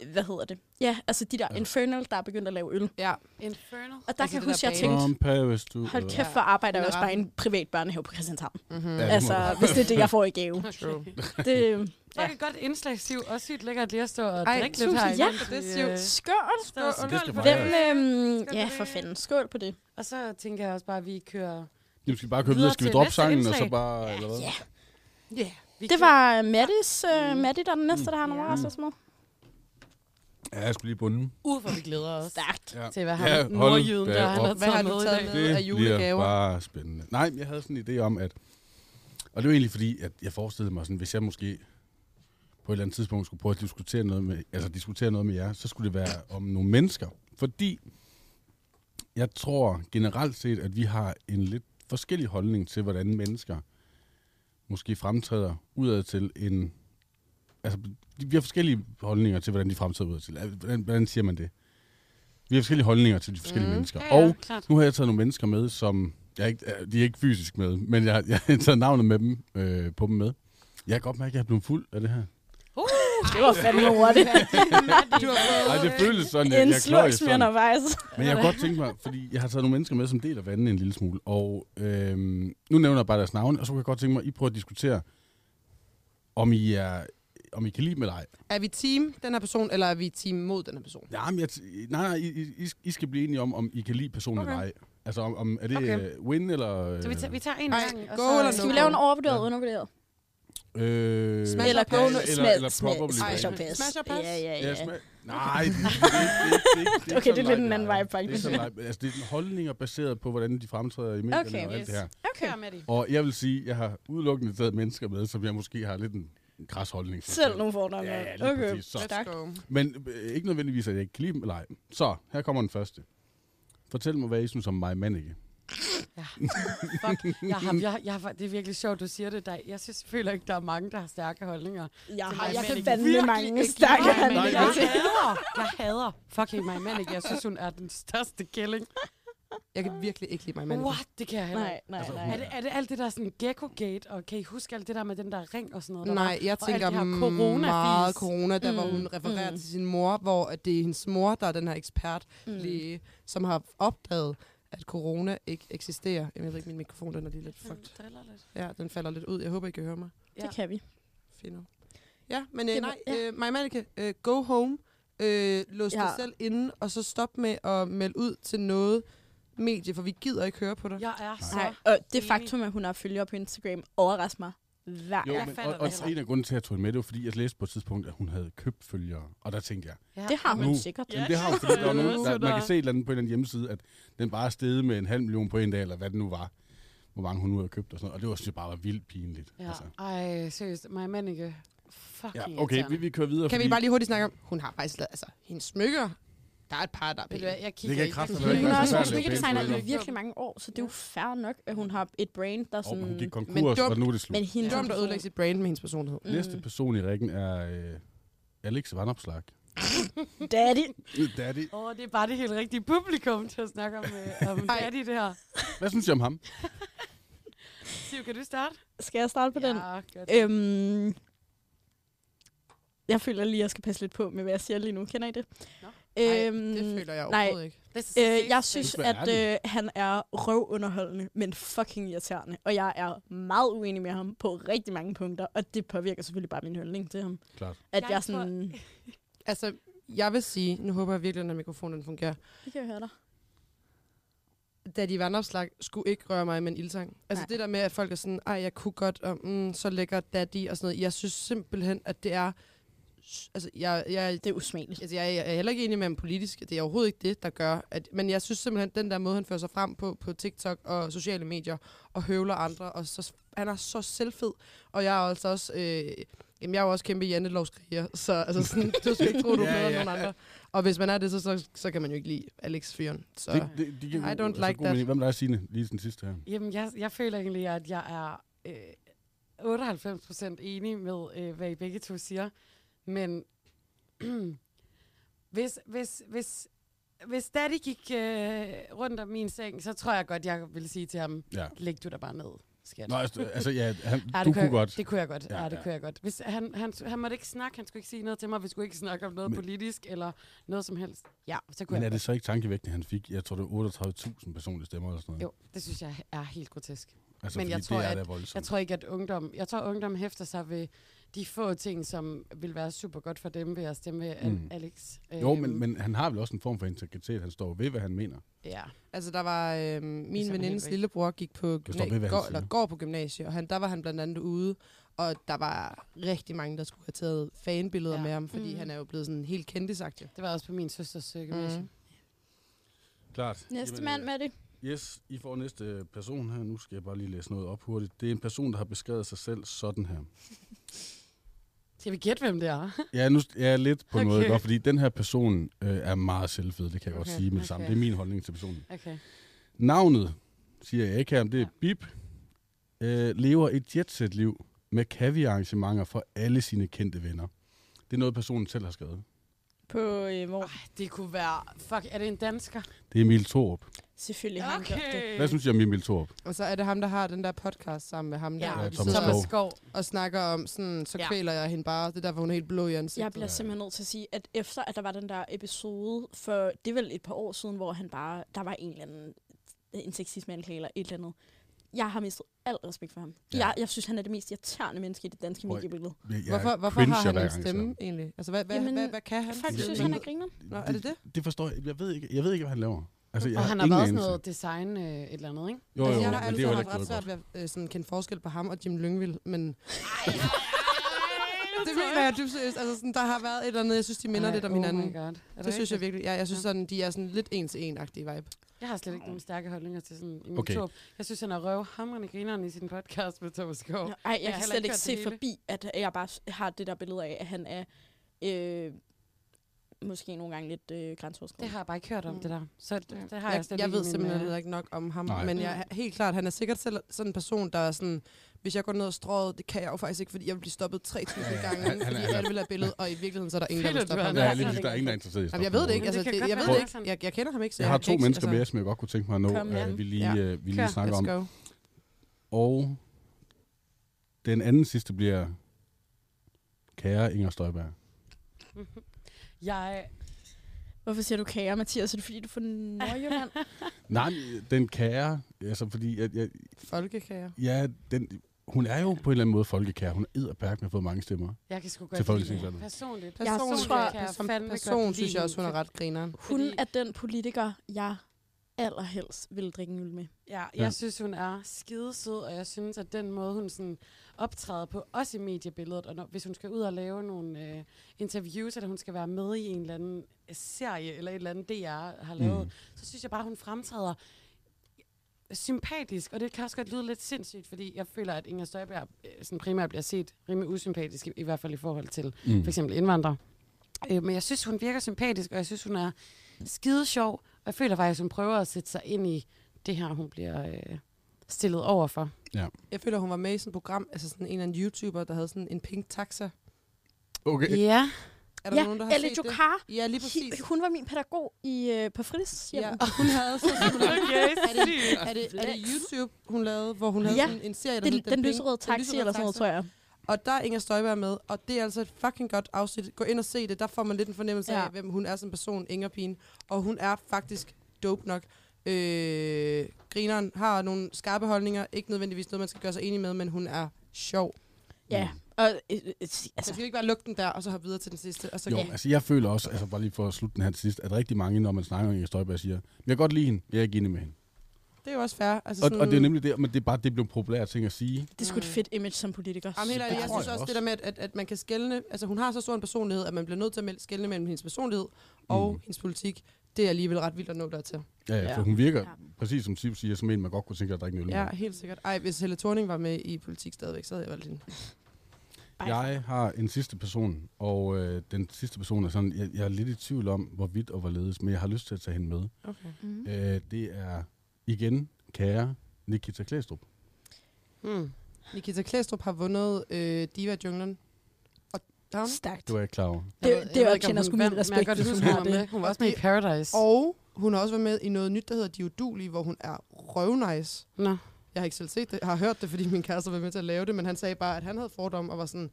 Speaker 7: øh, hvad hedder det? Ja, altså de der
Speaker 4: Ja.
Speaker 7: ja. infernal, der er begyndt at lave øl.
Speaker 3: Ja,
Speaker 2: Infernal.
Speaker 7: Og der altså
Speaker 3: Altså
Speaker 7: kan
Speaker 3: det
Speaker 7: jeg
Speaker 3: der
Speaker 7: huske, jeg
Speaker 3: bagel.
Speaker 7: tænkte,
Speaker 4: From Paris to...
Speaker 7: hold
Speaker 4: Ja,
Speaker 7: kæft, hvor arbejder jeg også
Speaker 3: Eller
Speaker 7: bare i en privat børnehave på Christianshavn.
Speaker 3: Mhm.
Speaker 6: Mm-hmm.
Speaker 4: det
Speaker 6: Ja.
Speaker 4: må
Speaker 7: Altså,
Speaker 4: du-
Speaker 7: hvis det er det, jeg får i gave.
Speaker 6: True.
Speaker 7: Det,
Speaker 6: Det var et godt indslag, Siv. Også sygt lækkert lige at stå og
Speaker 3: Ej,
Speaker 6: drikke lidt
Speaker 3: tusind
Speaker 6: her.
Speaker 7: ja.
Speaker 6: imens
Speaker 3: Det er
Speaker 6: vi,
Speaker 3: Siv.
Speaker 6: øh,
Speaker 7: skål!
Speaker 6: står og-
Speaker 4: Skål. Det skal
Speaker 7: Hvem,
Speaker 4: meget
Speaker 7: øhm,
Speaker 6: Skål
Speaker 7: ja,
Speaker 6: på det.
Speaker 7: for fanden. Skål på det.
Speaker 6: Og så tænker jeg også bare, at vi kører...
Speaker 4: Jamen, skal vi bare køre
Speaker 6: Videre
Speaker 4: videre? Skal vi
Speaker 6: til
Speaker 4: droppe
Speaker 6: næste
Speaker 4: sangen, og
Speaker 6: indslag.
Speaker 4: så bare... Ja, eller hvad?
Speaker 6: Vi
Speaker 7: Det var Mattis, øh,
Speaker 6: Mm.
Speaker 7: Matti, der er den næste, der har en
Speaker 6: Ja.
Speaker 7: overraskelse med.
Speaker 4: ja, jeg skulle lige bunde.
Speaker 6: Ud, hvor vi glæder os.
Speaker 7: Stærkt.
Speaker 4: Ja.
Speaker 6: Til hvad
Speaker 4: Ja,
Speaker 6: ham ja,
Speaker 4: hold
Speaker 6: nordjyden,
Speaker 4: da
Speaker 6: der han
Speaker 4: op.
Speaker 6: har
Speaker 3: Hvad har
Speaker 6: taget
Speaker 3: du
Speaker 6: med i
Speaker 3: taget
Speaker 6: dag.
Speaker 3: med? af julegaver.
Speaker 4: bliver bare spændende. Nej, men jeg havde sådan en idé om, at... Og det var egentlig fordi, at jeg forestillede mig sådan, hvis jeg måske på et eller andet tidspunkt skulle prøve at diskutere noget med, altså diskutere noget med jer, så skulle det være om nogle mennesker. Fordi jeg tror generelt set, at vi har en lidt forskellig holdning til, hvordan mennesker måske fremtræder udad til en... Altså, vi har forskellige holdninger til, hvordan de fremtræder udad til. Hvordan, hvordan siger man det? Vi har forskellige holdninger til de forskellige mm. mennesker.
Speaker 6: Ja, ja,
Speaker 4: og
Speaker 6: klart.
Speaker 4: nu har jeg taget nogle mennesker med, som... Jeg er ikke, øh, de er ikke fysisk med, men jeg, jeg har taget navnet med dem, øh, på dem med. Jeg kan godt mærke, at jeg er blevet fuld af det her.
Speaker 7: Det var fandme hurtigt.
Speaker 4: Nej, det føles sådan, jeg,
Speaker 7: En
Speaker 4: jeg
Speaker 7: slurk
Speaker 4: kløjes sådan.
Speaker 7: smirner faktisk.
Speaker 4: Men jeg kunne godt tænke mig, fordi jeg har taget nogle mennesker med, som deler vandene en lille smule. Og øhm, nu nævner jeg bare deres navne, og så kunne jeg godt tænke mig, at I prøver at diskutere, om I, er, om I kan lide dem eller ej.
Speaker 3: Er vi team den her person, eller er vi team mod den her person?
Speaker 4: Ja, men jeg t- nej, nej, I, I, I skal blive enige om, om I kan lide personen okay. eller ej. Altså, om, om er det
Speaker 6: Okay.
Speaker 4: okay. win eller... Øh,
Speaker 6: Så vi tager, vi tager en
Speaker 3: Ej,
Speaker 6: gang. og
Speaker 3: go
Speaker 6: så-
Speaker 3: eller no
Speaker 7: Skal vi lave en overvurderet
Speaker 4: Ja.
Speaker 7: og undervurderet?
Speaker 4: øh,
Speaker 3: Smash Eller or pass. go,
Speaker 4: eller,
Speaker 7: smash-
Speaker 4: eller, eller
Speaker 7: smash-
Speaker 4: probably
Speaker 3: Ej,
Speaker 7: Smash
Speaker 4: win.
Speaker 7: or pass.
Speaker 3: Smash or pass?
Speaker 7: Ja, ja,
Speaker 4: Ja,
Speaker 7: ja.
Speaker 4: smag. Nej, det, det, det, det, det, det, det
Speaker 7: Okay, det er
Speaker 4: sådan,
Speaker 7: lidt en
Speaker 4: nej,
Speaker 7: anden
Speaker 4: nej.
Speaker 7: vibe, faktisk.
Speaker 4: Det er, sådan, nej, altså, det er sådan holdninger baseret på, hvordan de fremtræder i medierne
Speaker 7: Okay.
Speaker 4: okay. og alt det
Speaker 6: Yes.
Speaker 4: her.
Speaker 7: Okay.
Speaker 6: Kør med det.
Speaker 4: Og jeg vil sige, at jeg har udelukkende taget mennesker med, som jeg måske har lidt en kras holdning for.
Speaker 7: Selv nogle fordomme.
Speaker 4: Ja, ja, lige
Speaker 7: okay.
Speaker 4: præcis. Så.
Speaker 7: Stærkt.
Speaker 3: go.
Speaker 4: Men øh, ikke nødvendigvis, at jeg ikke kan lide dem eller ej. Så, her kommer den første. Fortæl mig, hvad I synes om mig, Manike.
Speaker 6: Fuck, jeg har, jeg, jeg har, det er virkelig sjovt, du siger det. Der, jeg synes, jeg føler ikke, der er mange, der har stærke holdninger.
Speaker 7: Jeg har
Speaker 6: mig,
Speaker 7: jeg kan
Speaker 6: Mette.
Speaker 7: fandme
Speaker 6: Virkelig
Speaker 7: mange
Speaker 6: ikke
Speaker 7: stakker
Speaker 6: mig, Mette.
Speaker 7: handlinger til.
Speaker 6: Jeg hader, jeg hader fucking mig mand ikke. Jeg synes, hun er den største kælling.
Speaker 3: Jeg kan virkelig ikke lide mig, mand.
Speaker 6: What? Det kan jeg heller
Speaker 7: Nej,
Speaker 6: ikke.
Speaker 7: nej,
Speaker 4: Altså,
Speaker 6: Er
Speaker 7: nej.
Speaker 6: det, er det alt det der sådan gecko-gate, og kan I huske alt det der med den der ring og sådan noget? der
Speaker 3: Nej, jeg
Speaker 6: og alt
Speaker 3: tænker
Speaker 6: det her
Speaker 3: corona
Speaker 6: corona-fis.
Speaker 3: meget corona, der mm. hvor
Speaker 7: Mm,
Speaker 3: hun refererer mm.
Speaker 7: mm.
Speaker 3: til sin mor, hvor at det er hendes mor, der er den her ekspert mm.
Speaker 7: Mm.
Speaker 3: læge, som har opdaget, at corona ikke eksisterer. Jamen, jeg ved ikke, min mikrofon den er lige lidt fucked.
Speaker 6: var? Mm, Driller lidt.
Speaker 3: Ja, den falder lidt ud. Jeg håber, I kan høre mig.
Speaker 7: Det kan vi.
Speaker 3: Fint. nok. Ja, men øh,
Speaker 7: Det var-
Speaker 3: nej,
Speaker 7: ja.
Speaker 3: øh, Maja Manneke, øh, go home, øh, lås ja. dig
Speaker 7: Ja.
Speaker 3: selv inde, og så stop med at melde ud til noget medie, for vi gider ikke høre på dig.
Speaker 6: Jeg er så...
Speaker 7: Nej, og Øh, det
Speaker 6: enig.
Speaker 7: faktum, at hun har følgere på Instagram, overrasker mig hver
Speaker 4: Jo,
Speaker 6: jeg
Speaker 4: men,
Speaker 6: fatter
Speaker 4: og, og
Speaker 6: det heller
Speaker 4: en af grunden til, at jeg tog hende med, det var, fordi jeg læste på et tidspunkt, at hun havde købt følgere. Og der tænkte jeg,
Speaker 6: Ja.
Speaker 7: Det har hun
Speaker 4: Nu.
Speaker 7: sikkert.
Speaker 4: jamen, det har hun, fordi
Speaker 6: det
Speaker 4: der var
Speaker 6: er
Speaker 4: nogen, der,
Speaker 6: sådan
Speaker 4: man kan
Speaker 6: der.
Speaker 4: se et eller andet på en eller anden hjemmeside, at den bare er steget med en halv million på en dag, eller hvad det nu var. Hvor mange hun nu havde købt og sådan noget. Og det var synes jeg bare var vildt pinligt. altså.
Speaker 6: Ja. Ej, seriøst. Maja Manneke. Fucking
Speaker 4: ja okay, vi,
Speaker 6: irriterende.
Speaker 4: vi kører videre.
Speaker 3: Kan vi
Speaker 4: fordi-
Speaker 3: bare lige hurtigt snakke om, hun har faktisk lavet, altså, hendes smykker, der er et par, der er
Speaker 6: Ved du
Speaker 3: pæne.
Speaker 6: hvad, jeg
Speaker 4: Det
Speaker 6: kigger
Speaker 4: kan
Speaker 6: ikke.
Speaker 4: kræfter
Speaker 6: Jeg
Speaker 4: være
Speaker 7: Hun
Speaker 6: kigger
Speaker 7: har
Speaker 6: ikke.
Speaker 7: også været
Speaker 4: svært at lave
Speaker 7: smykkedesigner
Speaker 4: pæne
Speaker 7: i
Speaker 4: billeder.
Speaker 7: virkelig mange år, så det er jo fair nok, at hun har et brand, der
Speaker 4: Åh, men hun
Speaker 7: sådan...
Speaker 4: gik konkurs,
Speaker 3: Men dumt.
Speaker 4: og nu er det slut.
Speaker 7: Men hende Mm.
Speaker 3: Dumt at
Speaker 7: som
Speaker 3: ødelægge sit brand med hendes personlighed.
Speaker 6: mm.
Speaker 7: person-
Speaker 4: Næste person i rækken er øh, Alex Vandopslag.
Speaker 7: Mm. Daddy.
Speaker 4: Daddy.
Speaker 6: Åh, det er bare det helt rigtige publikum til at snakke om, øh, om
Speaker 3: Ej.
Speaker 6: daddy det her.
Speaker 4: Hvad synes I om ham?
Speaker 6: Siv, kan du starte?
Speaker 7: Skal jeg starte på den?
Speaker 6: Ja, godt.
Speaker 7: Øhm, jeg føler lige, at jeg skal passe lidt på med, hvad jeg siger lige nu. Kender I det? Øhm,
Speaker 6: Nå.
Speaker 3: Ej, det føler jeg overhovedet ikke.
Speaker 6: This is
Speaker 7: Øh,
Speaker 6: safe
Speaker 7: jeg
Speaker 6: space.
Speaker 7: synes,
Speaker 4: Hvad er
Speaker 7: at øh, han er røvunderholdende, men fucking irriterende. Og jeg er meget uenig med ham på rigtig mange punkter, og det påvirker selvfølgelig bare min holdning til ham.
Speaker 4: Klart.
Speaker 7: At
Speaker 6: Jeg
Speaker 7: jeg, jeg sådan...
Speaker 3: Altså, jeg vil sige, nu håber jeg virkelig, at mikrofonen fungerer,
Speaker 7: Det kan jeg høre dig.
Speaker 3: da de vandopslag skulle ikke røre mig med en ildtang. Altså
Speaker 7: Nej.
Speaker 3: det der med, at folk er sådan, ej, jeg kunne godt, og mm, så lækker daddy og sådan noget. Jeg synes simpelthen, at det er altså, jeg, jeg,
Speaker 7: Det er usmageligt.
Speaker 3: Altså, jeg, jeg er heller ikke enig med ham politisk. Det er overhovedet ikke det, der gør. At, men jeg synes simpelthen, den der måde, han fører sig frem på, på TikTok og sociale medier, og høvler andre, og så, han er så selvfed. Og jeg er altså også... Øh, jamen, jeg er jo også kæmpe jantelovskriger, så altså, sådan, du skal ikke tro, du er
Speaker 4: Ja,
Speaker 3: bedre end
Speaker 4: ja.
Speaker 3: nogen andre. Og hvis man er det, så, så, så kan man jo ikke lide Alex Fyren. Så
Speaker 4: Det, det, de giver
Speaker 3: I
Speaker 4: god-
Speaker 3: don't
Speaker 4: altså
Speaker 3: like
Speaker 4: god
Speaker 3: that.
Speaker 4: mening. Hvem der er Signe? Lige den sidste her.
Speaker 6: Jamen, jeg, jeg føler egentlig, at jeg er øh, 98% enig med, øh, hvad I begge to siger. Men hvis, hvis, hvis, hvis Daddy gik øh, rundt om min seng, så tror jeg godt, jeg ville sige til ham,
Speaker 4: Ja.
Speaker 6: læg du dig bare ned, skat.
Speaker 4: Nå, altså, altså ja, han,
Speaker 6: Ja,
Speaker 4: du
Speaker 6: Ah, det
Speaker 4: kunne
Speaker 6: jeg,
Speaker 4: godt.
Speaker 6: Det kunne jeg godt.
Speaker 4: Ja,
Speaker 6: Ja, ja det
Speaker 4: ja.
Speaker 6: kunne jeg godt. Hvis han, han, han måtte ikke snakke, han skulle ikke sige noget til mig, vi skulle ikke snakke om noget
Speaker 4: Men-
Speaker 6: men, politisk eller noget som helst. Ja, så kunne
Speaker 4: Men er
Speaker 6: jeg
Speaker 4: det
Speaker 6: godt.
Speaker 4: så ikke tankevægtende, han fik? Jeg tror, det er 38.000 personlige stemmer eller sådan noget.
Speaker 6: Jo, det synes jeg er helt grotesk.
Speaker 4: Altså,
Speaker 6: Men
Speaker 4: fordi
Speaker 6: jeg tror,
Speaker 4: det er
Speaker 6: at-
Speaker 4: da voldsomt.
Speaker 6: Jeg tror ikke, at ungdom... Jeg tror, ungdom hæfter sig ved de få ting, som vil være super godt for dem ved at stemme ved
Speaker 4: Mm.
Speaker 6: mm. Alex.
Speaker 4: jo,
Speaker 6: Øhm,
Speaker 4: men, men han har vel også en form for integritet. Han står ved, hvad han mener.
Speaker 6: Ja.
Speaker 3: Altså, der var øh, min
Speaker 6: helt
Speaker 3: venindes
Speaker 6: væk.
Speaker 3: lillebror gik på
Speaker 4: står ved,
Speaker 3: gymna-
Speaker 4: hvad
Speaker 3: går,
Speaker 4: han siger.
Speaker 3: eller går på gymnasiet, og han, der var han blandt andet ude, og der var rigtig mange, der skulle have taget fanbilleder ja.
Speaker 6: Ja.
Speaker 3: med ham, fordi mm.
Speaker 7: Mm.
Speaker 3: han er jo blevet sådan helt kendtisagtig.
Speaker 6: Det var også på min søsters øh, gymnasium.
Speaker 3: Mhm.
Speaker 6: Mm.
Speaker 4: Klart.
Speaker 7: Næste mand,
Speaker 4: øh,
Speaker 7: med det.
Speaker 4: Yes, I får næste øh, person her. Nu skal jeg bare lige læse noget op hurtigt. Det er en person, der har beskrevet sig selv sådan her.
Speaker 6: Skal vi gætte, hvem det er?
Speaker 4: Ja, nu jeg er lidt på okay. noget,
Speaker 6: Okay.
Speaker 4: godt, fordi den her person øh, er meget selvfed, det kan jeg okay. godt
Speaker 6: Okay,
Speaker 4: sige med det samme.
Speaker 6: okay.
Speaker 4: Det er min holdning til personen.
Speaker 6: Okay.
Speaker 4: Navnet, siger jeg ikke her, men det er
Speaker 6: Ja.
Speaker 4: Bip, øh, lever et jetset-liv med kaviarrangementer for alle sine kendte venner. Det er noget, personen selv har skrevet.
Speaker 7: På, øh, hvor?
Speaker 6: Det kunne være... Fuck, er det en dansker?
Speaker 4: Det er Emil Thorup.
Speaker 7: Selvfølgelig har han gjort det.
Speaker 6: Øh.
Speaker 4: Hvad synes jeg om Emil Thorup?
Speaker 3: Og så er det ham, der har den der podcast sammen med ham, der,
Speaker 6: Ja,
Speaker 3: hvor
Speaker 4: Ja,
Speaker 3: de
Speaker 4: Thomas
Speaker 3: sidder
Speaker 6: Thomas
Speaker 4: Skov.
Speaker 6: Skov.
Speaker 3: og snakker om, sådan, så
Speaker 6: Ja.
Speaker 3: kvæler jeg hende bare, det er derfor, hun er helt blå i ansigtet.
Speaker 7: Jeg bliver simpelthen nødt til at sige, at efter at der var den der episode, for det er vel et par år siden, hvor han bare, der var en eller anden en sexisme-anklage eller et eller andet. Jeg har mistet al respekt for ham.
Speaker 4: Ja.
Speaker 7: Ja. Jeg, jeg synes, han er det mest irriterende menneske i det danske
Speaker 4: Prøv-
Speaker 7: mediebillede.
Speaker 4: Jeg
Speaker 3: Hvorfor, hvorfor
Speaker 4: cringer
Speaker 3: har han
Speaker 4: hver
Speaker 3: en
Speaker 4: gang, jeg
Speaker 3: stemme
Speaker 4: ser ham.
Speaker 3: egentlig? Altså, hvad, hvad,
Speaker 7: Jamen,
Speaker 3: hvad, hvad kan han?
Speaker 7: Folk
Speaker 4: Ja,
Speaker 7: synes,
Speaker 4: men-
Speaker 7: han er griner.
Speaker 3: Nå, er det det?
Speaker 4: Det forstår jeg. Jeg ved ikke, jeg ved ikke hvad han laver. Altså, jeg
Speaker 6: Og han har
Speaker 4: ingen
Speaker 6: været sådan
Speaker 4: anelse.
Speaker 6: noget design øh, et eller andet, ikke?
Speaker 4: Jo, jo,
Speaker 3: altså, jeg
Speaker 4: men
Speaker 3: har
Speaker 4: det er
Speaker 3: altid
Speaker 4: jo heller
Speaker 3: haft
Speaker 4: ikke
Speaker 3: ret
Speaker 4: noget
Speaker 3: svært
Speaker 4: godt.
Speaker 3: ved at øh, sådan, kende forskel på ham og Jim Lyngvild, men... det mener jeg dybt seriøst. Altså, sådan, der har været et eller andet, jeg synes, de minder
Speaker 6: Ej,
Speaker 3: lidt om
Speaker 6: oh
Speaker 3: hinanden.
Speaker 6: my God. Er
Speaker 3: det synes jeg
Speaker 6: rigtigt?
Speaker 3: virkelig. Ja, jeg synes,
Speaker 6: Ja.
Speaker 3: sådan, de er sådan lidt en til en agtige vibe.
Speaker 6: Jeg har slet ikke nogen stærke holdninger til sådan Emil
Speaker 4: Okay.
Speaker 6: okay. Torp. Jeg synes, han er røvhamrende grineren i sin podcast med Thomas Skov.
Speaker 7: Nå, Ej, jeg,
Speaker 6: har
Speaker 7: jeg kan
Speaker 6: heller
Speaker 7: slet
Speaker 6: ikke
Speaker 7: ikke
Speaker 6: hørt
Speaker 7: se
Speaker 6: det hele.
Speaker 7: forbi, at jeg bare s- har det der billede af, at han er øh, måske nogle gange lidt øh,
Speaker 6: Det
Speaker 7: grænseoverskridende.
Speaker 6: har jeg bare ikke hørt om, det der. Så det, det har jeg,
Speaker 3: Jeg, jeg,
Speaker 6: slet
Speaker 3: jeg
Speaker 6: ikke i
Speaker 3: ved
Speaker 6: min,
Speaker 3: simpelthen
Speaker 6: øh,
Speaker 3: heller ikke nok om ham,
Speaker 4: Nej.
Speaker 3: men jeg, er helt klart, han er sikkert selv sådan en person, der er sådan, hvis jeg går ned og strået, det kan jeg jo faktisk ikke, fordi jeg vil blive stoppet 3.000
Speaker 4: Ja, ja,
Speaker 3: gange,
Speaker 4: han- han er-
Speaker 3: fordi
Speaker 4: han er-
Speaker 3: alle vil have billedet, og i virkeligheden så er der ingen, der
Speaker 6: Føler
Speaker 3: vil
Speaker 6: du,
Speaker 3: stoppe
Speaker 6: han
Speaker 3: ham.
Speaker 6: er-
Speaker 4: Ja,
Speaker 6: Ja,
Speaker 4: lige
Speaker 6: så
Speaker 4: præcis. Der er ingen, der er interesseret i at
Speaker 3: Altså, Jamen, jeg
Speaker 4: stoppe ham.
Speaker 3: ved det ikke,
Speaker 6: Men det
Speaker 3: altså,
Speaker 6: kan
Speaker 3: det,
Speaker 6: godt
Speaker 3: jeg
Speaker 6: være,
Speaker 3: ved det
Speaker 6: han er
Speaker 3: ikke,
Speaker 6: sådan.
Speaker 3: jeg, jeg kender ham ikke, så
Speaker 4: Jeg har to
Speaker 3: kan ikke-
Speaker 4: mennesker mere,
Speaker 3: altså,
Speaker 4: som jeg godt kunne tænke mig at nå,
Speaker 7: Kom med.
Speaker 4: øh, vi lige,
Speaker 3: Ja.
Speaker 4: øh, vi lige
Speaker 3: kør,
Speaker 4: snakker om.
Speaker 3: let's go.
Speaker 4: Og den anden sidste bliver kære Inger Støjberg.
Speaker 6: Jeg
Speaker 7: Hvorfor siger du kære, Mathias? Er det fordi, du er fra Nordjylland?
Speaker 4: Nej, den kære, altså fordi, jeg, jeg,
Speaker 3: Folkekager.
Speaker 4: ja, den, hun er jo på en eller anden måde folkekær. Hun er edderpærk med at få mange stemmer.
Speaker 6: Jeg kan sgu godt lide
Speaker 4: Til
Speaker 6: hende.
Speaker 4: folketingsvalget.
Speaker 6: Personligt.
Speaker 3: Jeg
Speaker 6: Personligt
Speaker 7: tror-
Speaker 6: kan jeg
Speaker 3: Som
Speaker 6: fandme godt
Speaker 3: person
Speaker 6: lide
Speaker 3: synes jeg også, hun
Speaker 6: hende.
Speaker 3: er ret grineren.
Speaker 7: Hun
Speaker 6: Fordi-
Speaker 7: er den politiker, jeg allerhelst vil drikke en øl med.
Speaker 6: Ja, jeg
Speaker 4: Ja.
Speaker 6: synes, hun er skidesød, og jeg synes, at den måde, hun sådan optræder på, også i mediebilledet, og når, hvis hun skal ud og lave nogle øh, interviews, eller hun skal være med i en eller anden øh, serie, eller et eller andet DR har lavet,
Speaker 4: Mm.
Speaker 6: mm. så synes jeg bare, hun fremtræder sympatisk, og det kan også godt lyde lidt sindssygt, fordi jeg føler, at Inger Støjberg øh, sådan primært bliver set rimelig usympatisk, i, i hvert fald i forhold til
Speaker 4: Mm.
Speaker 6: for eksempel indvandrere. Øh, men jeg synes, hun virker sympatisk, og jeg synes, hun er skide sjov. Og jeg føler faktisk, hun prøver at sætte sig ind i det her, hun bliver øh, stillet over for.
Speaker 3: Jeg føler, hun var med i sådan et program, altså sådan en eller anden YouTuber, der havde sådan en pink taxa. Øh,
Speaker 4: Okay,
Speaker 6: Ja,
Speaker 3: Er der nogen, der har
Speaker 7: Elle
Speaker 3: set det?
Speaker 7: Jokar.
Speaker 3: Ja, lige præcis.
Speaker 7: Hun var min pædagog i, øh, på
Speaker 3: Ja,
Speaker 7: fritidshjemmet.
Speaker 3: og hun havde så sådan
Speaker 6: okay,
Speaker 3: Er det,
Speaker 6: sygt.
Speaker 3: er, det, er det YouTube, hun lavede, hvor hun havde
Speaker 7: Ja.
Speaker 3: sådan en serie, der
Speaker 7: Den,
Speaker 3: hed
Speaker 7: den, den
Speaker 3: Pink-
Speaker 7: lyserøde taxi
Speaker 3: lyserøde
Speaker 7: eller sådan noget, tror jeg.
Speaker 3: Og der er Inger Støjberg med, og det er altså et fucking godt afsnit. Gå ind og se det, der får man lidt en fornemmelse ja.
Speaker 7: Ja.
Speaker 3: af, hvem hun er som person, Inger Pigen. Og hun er faktisk dope nok. Øh, grineren har nogle skarpe holdninger, ikke nødvendigvis noget, man skal gøre sig enig med, men hun er sjov.
Speaker 7: Ja, og øh, øh,
Speaker 3: Altså,
Speaker 7: altså,
Speaker 3: man skal ikke bare lukke den der, og så hoppe videre til den sidste. Og så
Speaker 4: Jo, altså jeg føler også, altså bare lige for at slutte den her til sidst, at rigtig mange, når man snakker om Inger Støjberg, siger, jeg kan godt lide hende, jeg er ikke enig med hende.
Speaker 3: Det er jo også fair. Altså
Speaker 4: Og, og det er nemlig det, men det er bare, det blev populært ting at sige.
Speaker 1: Det er sgu et fedt image som politiker.
Speaker 3: Jamen, helt ærligt, jeg
Speaker 4: tror
Speaker 3: synes
Speaker 4: jeg
Speaker 3: også,
Speaker 4: også.
Speaker 3: det der med, at, at, at man kan skelne... Altså, hun har så stor en personlighed, at man bliver nødt til at mel- skelne mellem hendes personlighed og
Speaker 4: Mm.
Speaker 3: hendes politik. Det er alligevel ret vildt at nå dertil.
Speaker 4: Ja, ja,
Speaker 6: Ja.
Speaker 4: for hun virker,
Speaker 1: Ja.
Speaker 4: ja. præcis som Siv siger, som en, man godt kunne tænke sig at drikke en øl med.
Speaker 3: Ja, helt sikkert. Ej, hvis Helle Thorning var med i politik stadigvæk, så havde jeg valgt hende.
Speaker 4: Jeg har en sidste person, og øh, den sidste person er sådan, jeg, jeg er lidt i tvivl om, hvorvidt og hvorledes, men jeg har lyst til at tage hende med.
Speaker 3: Okay.
Speaker 1: Mm.
Speaker 4: Øh, det er igen, kære Nikita Klæstrup.
Speaker 6: Mm.
Speaker 3: Nikita Klæstrup har vundet øh, Diva Junglen. Og har hun?
Speaker 1: Stærkt.
Speaker 4: Det var jeg ikke klar over.
Speaker 1: Det-
Speaker 6: Jeg ved-
Speaker 1: det
Speaker 6: jeg ved
Speaker 1: optjener
Speaker 6: ikke, om hun
Speaker 1: sgu min
Speaker 6: vandt, men
Speaker 1: respekt,
Speaker 6: Jeg kan godt
Speaker 1: hvis
Speaker 6: huske,
Speaker 1: hun
Speaker 6: hun
Speaker 1: har
Speaker 6: var med.
Speaker 1: det.
Speaker 6: Hun var også med i Paradise.
Speaker 3: Og hun har også været med i noget nyt, der hedder De Udulige, hvor hun er røvnice.
Speaker 6: Nå.
Speaker 3: Jeg har ikke selv set det. Jeg har hørt det, fordi min kæreste var med til at lave det, men han sagde bare, at han havde fordomme og var sådan,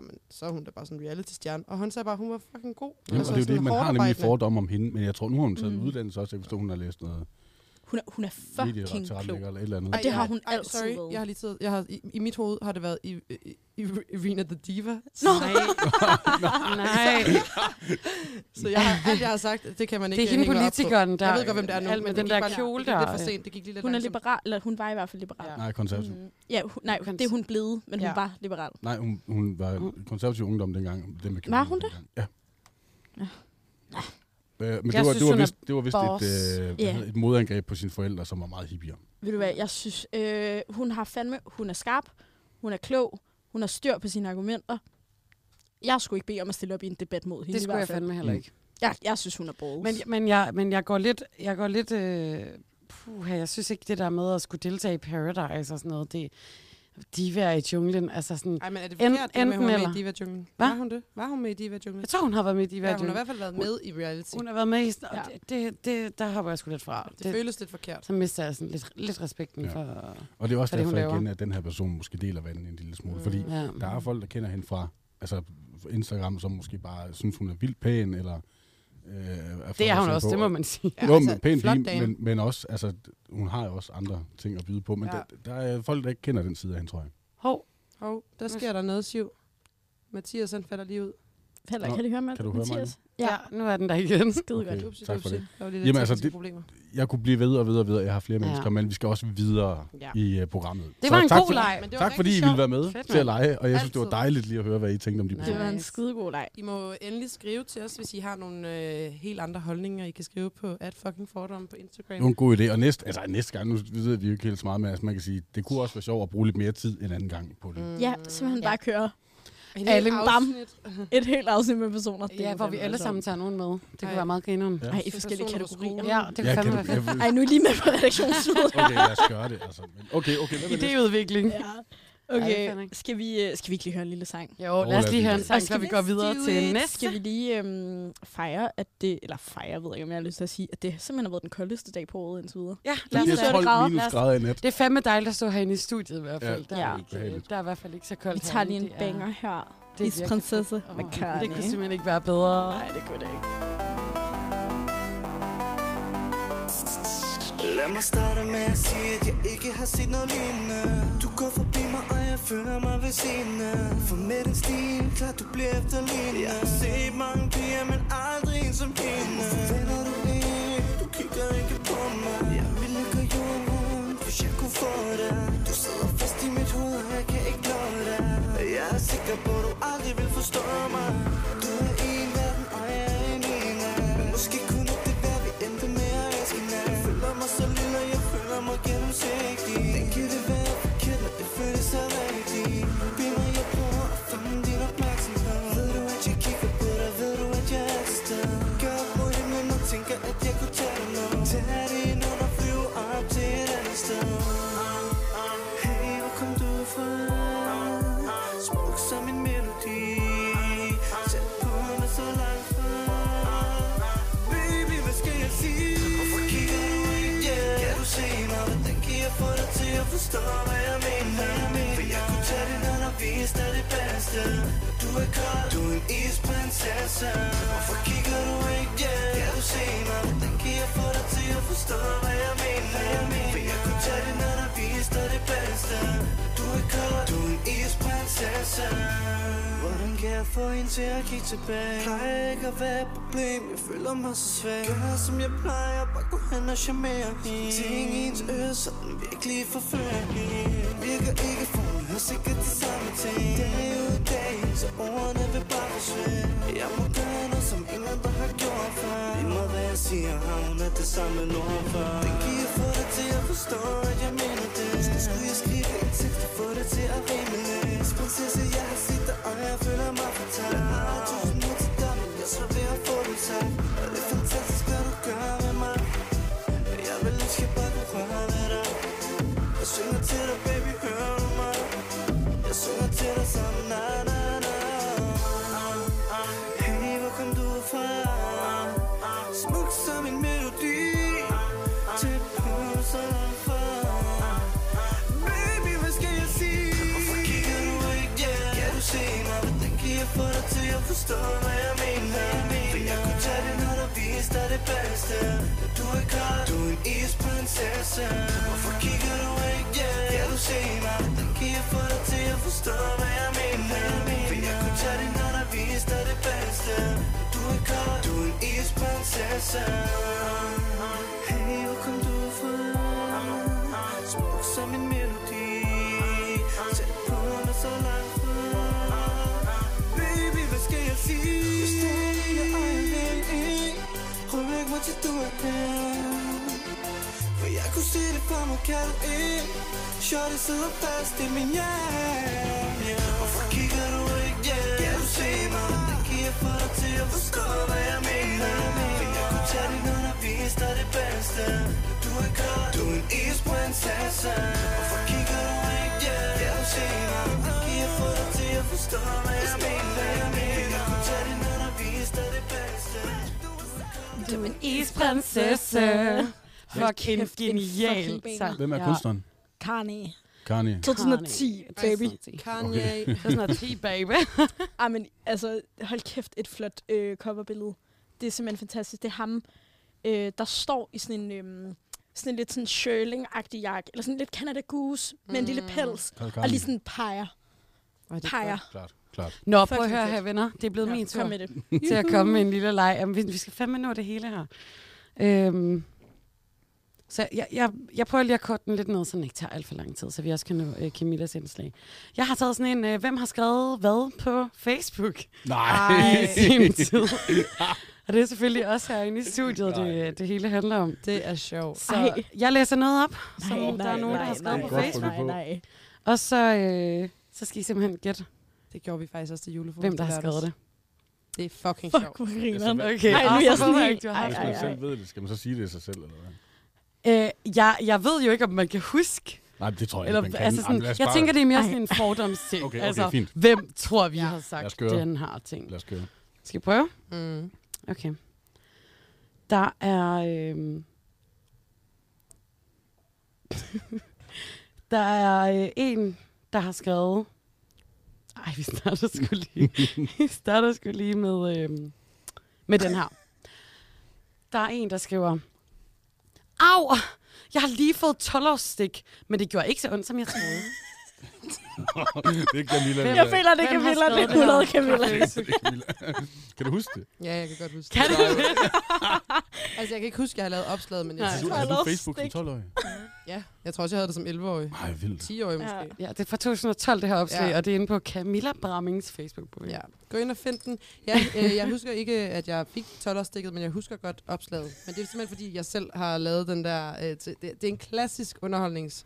Speaker 3: men så er hun da bare sådan en reality-stjerne. Og han sagde bare, at hun var fucking god.
Speaker 4: Jamen, altså, og det er jo
Speaker 3: sådan
Speaker 4: det, man har nemlig
Speaker 3: hårdarbejdende.
Speaker 4: fordomme om hende, men jeg tror, nu har hun taget mm.
Speaker 1: Mm.
Speaker 4: en uddannelse også. Jeg forstår, hun har læst noget
Speaker 1: Hun er, hun er fucking klog.
Speaker 4: medieretteretlægger eller et eller andet.
Speaker 1: Og det
Speaker 3: Ej,
Speaker 1: har
Speaker 3: ej,
Speaker 1: hun
Speaker 3: ej,
Speaker 1: altid
Speaker 3: sorry.
Speaker 1: været.
Speaker 3: Jeg har lige taget, jeg har, i, I, mit hoved har det været i, i, i Irina the Diva.
Speaker 6: Nå. Nej. Nej.
Speaker 3: Så jeg har, alt, jeg har sagt, det kan man
Speaker 6: Det
Speaker 3: ikke
Speaker 6: er hende
Speaker 3: hænge mig op på.
Speaker 6: politikeren, der...
Speaker 3: Jeg ved ikke, hvem det er nu.
Speaker 6: Alt
Speaker 3: men
Speaker 6: med
Speaker 3: det
Speaker 6: den
Speaker 3: gik
Speaker 6: der
Speaker 3: bare-
Speaker 6: kjole
Speaker 3: Det gik
Speaker 6: der. øh,
Speaker 3: lidt for sent. Det gik øh, lige lidt
Speaker 1: Hun er
Speaker 3: langsomt.
Speaker 1: liberal, eller hun var i hvert fald liberal.
Speaker 6: Ja.
Speaker 4: Nej, konservativ. Mm.
Speaker 1: Mm. Ja, hun, nej,
Speaker 6: Kan-
Speaker 1: det er hun blevet, men
Speaker 6: Ja.
Speaker 1: hun var liberal.
Speaker 4: Nej, hun, hun var
Speaker 6: Mm.
Speaker 4: konservativ ungdom dengang. Det med kjolen
Speaker 1: Var hun det?
Speaker 4: dengang. Ja. Øh, men
Speaker 6: Jeg
Speaker 4: det var,
Speaker 6: synes,
Speaker 4: det var
Speaker 6: hun er
Speaker 4: vist, det var vist
Speaker 6: boss.
Speaker 4: et, øh,
Speaker 1: Ja.
Speaker 4: yeah. et modangreb på sine forældre, som var meget hippier.
Speaker 1: Ved du hvad, jeg synes, øh, hun har fandme, hun er skarp, hun er klog, hun har styr på sine argumenter. Jeg skulle ikke bede om at stille op i en debat mod hende
Speaker 6: Det
Speaker 1: i
Speaker 6: skulle
Speaker 1: hvert
Speaker 6: jeg
Speaker 1: fald.
Speaker 6: fandme heller ikke.
Speaker 1: Jeg, jeg synes, hun er brugt.
Speaker 6: Men, men, jeg, men jeg går lidt... Jeg går lidt øh, puh, jeg synes ikke, det der med at skulle deltage i Paradise og sådan noget, det... De være i junglen, altså sådan...
Speaker 3: Ej, men er det
Speaker 6: En-
Speaker 3: forkert, det med, at
Speaker 6: enten
Speaker 3: hun var med
Speaker 6: eller.
Speaker 3: i Diva Junglen?
Speaker 6: Hva?
Speaker 3: Var hun det? Var hun med i Diva Junglen?
Speaker 6: Jeg tror, hun har været med i de
Speaker 3: Ja,
Speaker 6: ja,
Speaker 3: hun har i hvert fald været med i reality.
Speaker 6: Hun har været med i... sådan- Og
Speaker 1: Ja.
Speaker 6: det, det, det, der hopper jeg sgu lidt fra.
Speaker 3: Det føles lidt forkert.
Speaker 6: så mister jeg sådan lidt, lidt respekten
Speaker 4: Ja.
Speaker 6: ja. for...
Speaker 4: Og det er også
Speaker 6: Fordi hun
Speaker 4: derfor
Speaker 6: laver.
Speaker 4: igen, at den her person måske deler vandet en lille smule. Mm. Fordi
Speaker 6: Ja.
Speaker 4: der er folk, der kender hende fra altså Instagram, som måske bare synes, hun er vildt pæn. Eller, øh, er
Speaker 6: Det er hun også,
Speaker 4: på.
Speaker 6: det må man sige.
Speaker 4: Ja, jo, men
Speaker 3: altså,
Speaker 4: pæn
Speaker 3: flot
Speaker 4: pige,
Speaker 3: dame.
Speaker 4: men, men også, altså, hun har jo også andre ting at byde på. Men
Speaker 3: Ja.
Speaker 4: ja. der, der er folk, der ikke kender den side af hende, tror jeg.
Speaker 6: Hov,
Speaker 3: Hov, der sker der noget, Siv. Mathias, han falder lige ud.
Speaker 1: Heller,
Speaker 4: Nå,
Speaker 1: kan du høre mig?
Speaker 4: kan du høre mig
Speaker 1: Mathias?
Speaker 6: ja. ja, nu er den der igen.
Speaker 1: Skide
Speaker 4: Okay.
Speaker 1: godt.
Speaker 3: Upsi,
Speaker 4: tak for
Speaker 3: dupsi.
Speaker 4: det.
Speaker 3: Der var lige lidt
Speaker 4: Jamen, altså,
Speaker 3: tekniske
Speaker 4: det-
Speaker 3: problemer.
Speaker 4: Jeg kunne blive ved og ved og ved, og jeg har flere
Speaker 6: Ja.
Speaker 4: ja. mennesker, men vi skal også videre
Speaker 3: Ja.
Speaker 4: ja. i uh, programmet.
Speaker 6: Det var en
Speaker 4: tak
Speaker 6: god
Speaker 4: for,
Speaker 6: leg.
Speaker 3: Men det var
Speaker 4: Tak
Speaker 3: rigtig
Speaker 4: fordi I ville
Speaker 3: sjovt.
Speaker 4: være med
Speaker 6: Fedt,
Speaker 4: Fedt, til at lege, og jeg synes, det var
Speaker 3: Altid.
Speaker 4: dejligt lige at høre, hvad I tænkte om de
Speaker 6: Ja.
Speaker 1: Det var en
Speaker 6: Nice.
Speaker 1: skidegod leg.
Speaker 3: I må endelig skrive til os, hvis I har nogle øh, helt andre holdninger, I kan skrive på at fucking fordomme på Instagram.
Speaker 4: Det var en god idé, og næste, altså, næste gang, nu ved vi jo ikke helt så meget, men altså, man kan sige, det kunne også være sjovt at bruge lidt mere tid en anden gang på det. Mm.
Speaker 1: Ja, simpelthen bare køre
Speaker 3: En
Speaker 6: Alle-
Speaker 3: hel
Speaker 1: Bam.
Speaker 3: afsnit.
Speaker 1: et helt afsnit med personer. Det er
Speaker 6: Ja,
Speaker 1: jo
Speaker 6: hvor vi
Speaker 1: fandme
Speaker 6: alle
Speaker 1: voldsomt.
Speaker 6: sammen tager nogen med. Det
Speaker 3: Ej.
Speaker 6: kunne være meget grineren.
Speaker 4: Ja.
Speaker 1: Ej, i forskellige
Speaker 3: Personer på
Speaker 1: kategorier.
Speaker 3: skolen.
Speaker 6: Ja, det kunne fandme være fedt.
Speaker 4: jeg,
Speaker 1: Ej, nu er I lige med på redaktionsmødet.
Speaker 4: okay, lad os gøre det. Altså. Men Okay, okay, hvad med det?
Speaker 6: Idéudvikling.
Speaker 1: ja.
Speaker 6: Ej, det
Speaker 1: Okay,
Speaker 6: kan jeg ikke.
Speaker 1: skal vi, øh, skal vi ikke lige høre en lille sang?
Speaker 6: Jo, lad os lige høre en sang,
Speaker 1: Og
Speaker 6: så
Speaker 1: skal
Speaker 6: vi
Speaker 1: vi
Speaker 6: går videre
Speaker 1: Let's do
Speaker 6: til
Speaker 1: it.
Speaker 6: næste.
Speaker 1: Skal vi lige øhm, fejre, at det... Eller fejre, ved jeg ikke, om jeg har lyst til at sige, at det simpelthen har været den koldeste dag på året indtil videre.
Speaker 6: Ja, lad
Speaker 4: Det
Speaker 6: os
Speaker 1: Lige
Speaker 4: bliver
Speaker 1: så er det
Speaker 6: lade
Speaker 4: 12
Speaker 1: grader.
Speaker 4: minus
Speaker 6: Lad os-
Speaker 4: grader i nat.
Speaker 6: det er fandme dejligt at stå herinde i studiet i hvert
Speaker 4: Ja,
Speaker 6: fald. Der, er
Speaker 1: Ja.
Speaker 6: ikke, der er i hvert fald ikke så koldt
Speaker 1: Vi tager lige
Speaker 6: herinde.
Speaker 1: en
Speaker 6: Det er-
Speaker 1: banger her.
Speaker 6: det er virkelig-
Speaker 1: Isprinsesse
Speaker 6: Åh, Det kunne
Speaker 1: McCartney.
Speaker 6: simpelthen ikke være bedre.
Speaker 1: Nej, det kunne det ikke.
Speaker 8: Lad mig starte med at sige, at jeg ikke har set noget lignende Du går forbi mig, og jeg føler mig ved siden af. For med den stil, klar du bliver efterlignet Jeg har set mange piger, men aldrig en som dine Hvorfor vender du ikke? Du kigger ikke på mig Jeg ville gå jorden rundt, hvis jeg kunne få dig Du sidder fast i mit hoved, og jeg kan ikke nå dig Jeg er sikker på, du aldrig vil forstå mig Du er en verden, og jeg er en en af Men måske kunne det være, vi endte med at elske hinanden Jeg føler mig så lille, og jeg føler mig gennemsigtig Den kan det være forkert, når det føles så rigtigt Bid mig, jeg prøver at fange din opmærksomhed Ved du, at jeg kigger på dig, ved du, at jeg eksisterer Gør op mod himlen og tænker, at jeg kunne tage dig nu Tag det ind under flyve op til et andet sted Hey, hvor kom du fra? Smuk som en melodi få hende til at kigge tilbage Plejer ikke at være et problem, jeg føler mig så svag Gør som jeg plejer, bare gå hen og charmere hende Ting i hendes øre, så den virkelig forfører hende Virker ikke for hun har sikkert de samme ting Dag ud dag, så ordene vil bare forsvinde Jeg må gøre noget, som ingen andre har gjort før Lige meget hvad jeg siger, har hun er det samme nord for Den kan jeg få dig til at forstå, at jeg mener det Måske skulle jeg skrive en tekst og få det til at rime lidt Prinsesse, jeg har set dig, og jeg føler mig fortabt Jeg har tusind mod til dig, men jeg så ved at få den tak Og det er fantastisk, hvad du gør med mig Jeg vil ønske, jeg bare kunne røre ved dig Jeg synger til dig, baby, hører du mig? Jeg synger til dig som na na na Hey, hvor kom du fra? Smuk som en melodi Tæt på så langt fra Baby, hvad skal jeg sige? Hvorfor kigger du ikke? Ja, kan du se mig? Hvordan kan jeg få dig til at forstå, hvad jeg mener? For jeg kunne tage det, når der viste dig det bedste Men Du er kold, du er en isprinsesse Hvorfor kigger du ikke? Ja, kan du se mig? Hvordan kan jeg få dig til at forstå, hvad jeg mener? For jeg kunne tage det, når der viste dig det bedste Men Du er kold, du er en isprinsesse Hey, hvor kom du fra? Smuk som en melodi Tæt på mig så langt fra Baby, hvad skal jeg sige? Jeg står i dine øjne Ryk mig til du er her For jeg kunne se det for mig, kan du ikke? Shorty sidder fast i min hjerne Hvorfor kigger du ikke hjem? Kan du se mig? Det kan jeg få dig til at forstå, hvad jeg mener For jeg kunne tage det, når der viste dig det bedste Du er kold, du er en isprinsesse Hvorfor kigger du ikke hjem? Kan du se mig? Det kan jeg få dig til at forstå, hvad jeg mener For jeg kunne tage det, når der viste dig det bedste Du er så
Speaker 6: Du er en isprinsesse. Fuck, en genial
Speaker 1: fucking
Speaker 6: sang.
Speaker 4: Hvem er ja. kunstneren?
Speaker 1: Kanye.
Speaker 4: Kanye.
Speaker 1: 2010, baby.
Speaker 3: Kanye. Okay.
Speaker 6: Det er sådan noget ti, baby.
Speaker 1: Ej, men altså, hold kæft, et flot øh, coverbillede. Det er simpelthen fantastisk. Det er ham, øh, der står i sådan en, øh, sådan en lidt sådan shirling-agtig jakke, eller sådan lidt Canada Goose, med en lille pels,
Speaker 4: Karl
Speaker 1: og lige sådan peger,
Speaker 6: Ej, det er
Speaker 1: peger.
Speaker 4: Klart, klart.
Speaker 6: Nå, prøv at
Speaker 1: Fucking
Speaker 6: høre
Speaker 1: fedt.
Speaker 6: her, venner. Det er blevet min tur
Speaker 1: Kom med det.
Speaker 6: til at komme med en lille leg. Jamen, vi, vi skal fandme nå det hele her. Øhm, så jeg, jeg, jeg prøver lige at korte den lidt ned, så den ikke tager alt for lang tid, så vi også kan nå øh, Camillas indslag. Jeg har taget sådan en, øh, hvem har skrevet hvad på Facebook
Speaker 4: Nej.
Speaker 6: i sin tid. Og det er selvfølgelig også herinde i studiet, det, det hele handler om.
Speaker 3: Det er sjovt.
Speaker 6: Så
Speaker 1: Ej.
Speaker 6: jeg læser noget op, som
Speaker 1: Nej,
Speaker 6: der er
Speaker 1: nej,
Speaker 6: nogen, der
Speaker 1: nej,
Speaker 6: har skrevet
Speaker 1: nej,
Speaker 6: på
Speaker 4: nej,
Speaker 6: Facebook.
Speaker 4: på.
Speaker 1: nej.
Speaker 6: Og så, øh, så skal I simpelthen gætte,
Speaker 3: Det gjorde vi faktisk også til
Speaker 1: Uh,
Speaker 3: julefrokost.
Speaker 6: hvem der har
Speaker 3: i lørdags.
Speaker 6: skrevet det.
Speaker 3: Det er fucking
Speaker 1: Fuck,
Speaker 3: sjovt.
Speaker 1: hvor grineren.
Speaker 6: Okay,
Speaker 1: Ej, nu er jeg
Speaker 6: så håber
Speaker 1: sådan helt...
Speaker 6: ikke, du har
Speaker 1: Ej,
Speaker 4: Hvis
Speaker 1: ej,
Speaker 4: man
Speaker 1: ej.
Speaker 4: selv ved det, skal man så sige det sig selv, eller hvad?
Speaker 6: Øh, jeg, jeg ved jo ikke, om man kan huske.
Speaker 4: Nej, det tror jeg
Speaker 6: Eller,
Speaker 4: ikke, man kan.
Speaker 6: altså sådan,
Speaker 4: Jamen, lad os
Speaker 6: jeg
Speaker 4: bare-
Speaker 6: tænker, det er mere sådan en fordomsting.
Speaker 4: Okay, okay,
Speaker 6: altså,
Speaker 4: fint.
Speaker 6: hvem tror, vi
Speaker 3: Ja.
Speaker 6: har
Speaker 4: Lad os
Speaker 6: sagt
Speaker 4: køre.
Speaker 6: den her ting?
Speaker 4: Lad os køre.
Speaker 6: Skal vi prøve?
Speaker 3: Mm.
Speaker 6: Okay. Der er... Øhm, der er øh, en, der har skrevet... Ej, vi starter sgu lige, vi starter sgu lige med, øhm, med den her. Der er en, der skriver... Au! Jeg har lige fået 12-årsstik, men det gjorde ikke så ondt, som jeg troede.
Speaker 4: det er Camilla. det
Speaker 1: Jeg
Speaker 4: der.
Speaker 1: føler, det er
Speaker 6: Hvem har
Speaker 1: Camilla. Det
Speaker 6: skrevet
Speaker 1: er
Speaker 6: det
Speaker 1: 100 Camilla.
Speaker 6: her?
Speaker 4: Det er Camilla. Kan du huske det?
Speaker 3: Ja, jeg kan godt huske
Speaker 6: Kan
Speaker 3: det.
Speaker 6: du
Speaker 3: det? altså, jeg kan ikke huske, at jeg har lavet opslaget, men jeg,
Speaker 6: Nej.
Speaker 1: tror,
Speaker 4: Du,
Speaker 1: jeg
Speaker 4: havde du
Speaker 1: lavede
Speaker 4: Facebook som
Speaker 1: stik.
Speaker 4: 12-årig?
Speaker 3: ja. jeg tror også, jeg havde det som 11-årig.
Speaker 4: Nej, vildt.
Speaker 3: 10-årig
Speaker 1: Ja.
Speaker 3: måske.
Speaker 6: Ja, det er fra 2012, det her opslag,
Speaker 3: Ja.
Speaker 6: ja. og det er inde på Camilla Brammings Facebook-profil.
Speaker 3: Ja. Gå ind og find den. Ja, øh, jeg husker ikke, at jeg fik 12-årsstikket, men jeg husker godt opslaget. Men det er simpelthen, fordi jeg selv har lavet den der... Øh, til, det, det er en klassisk underholdnings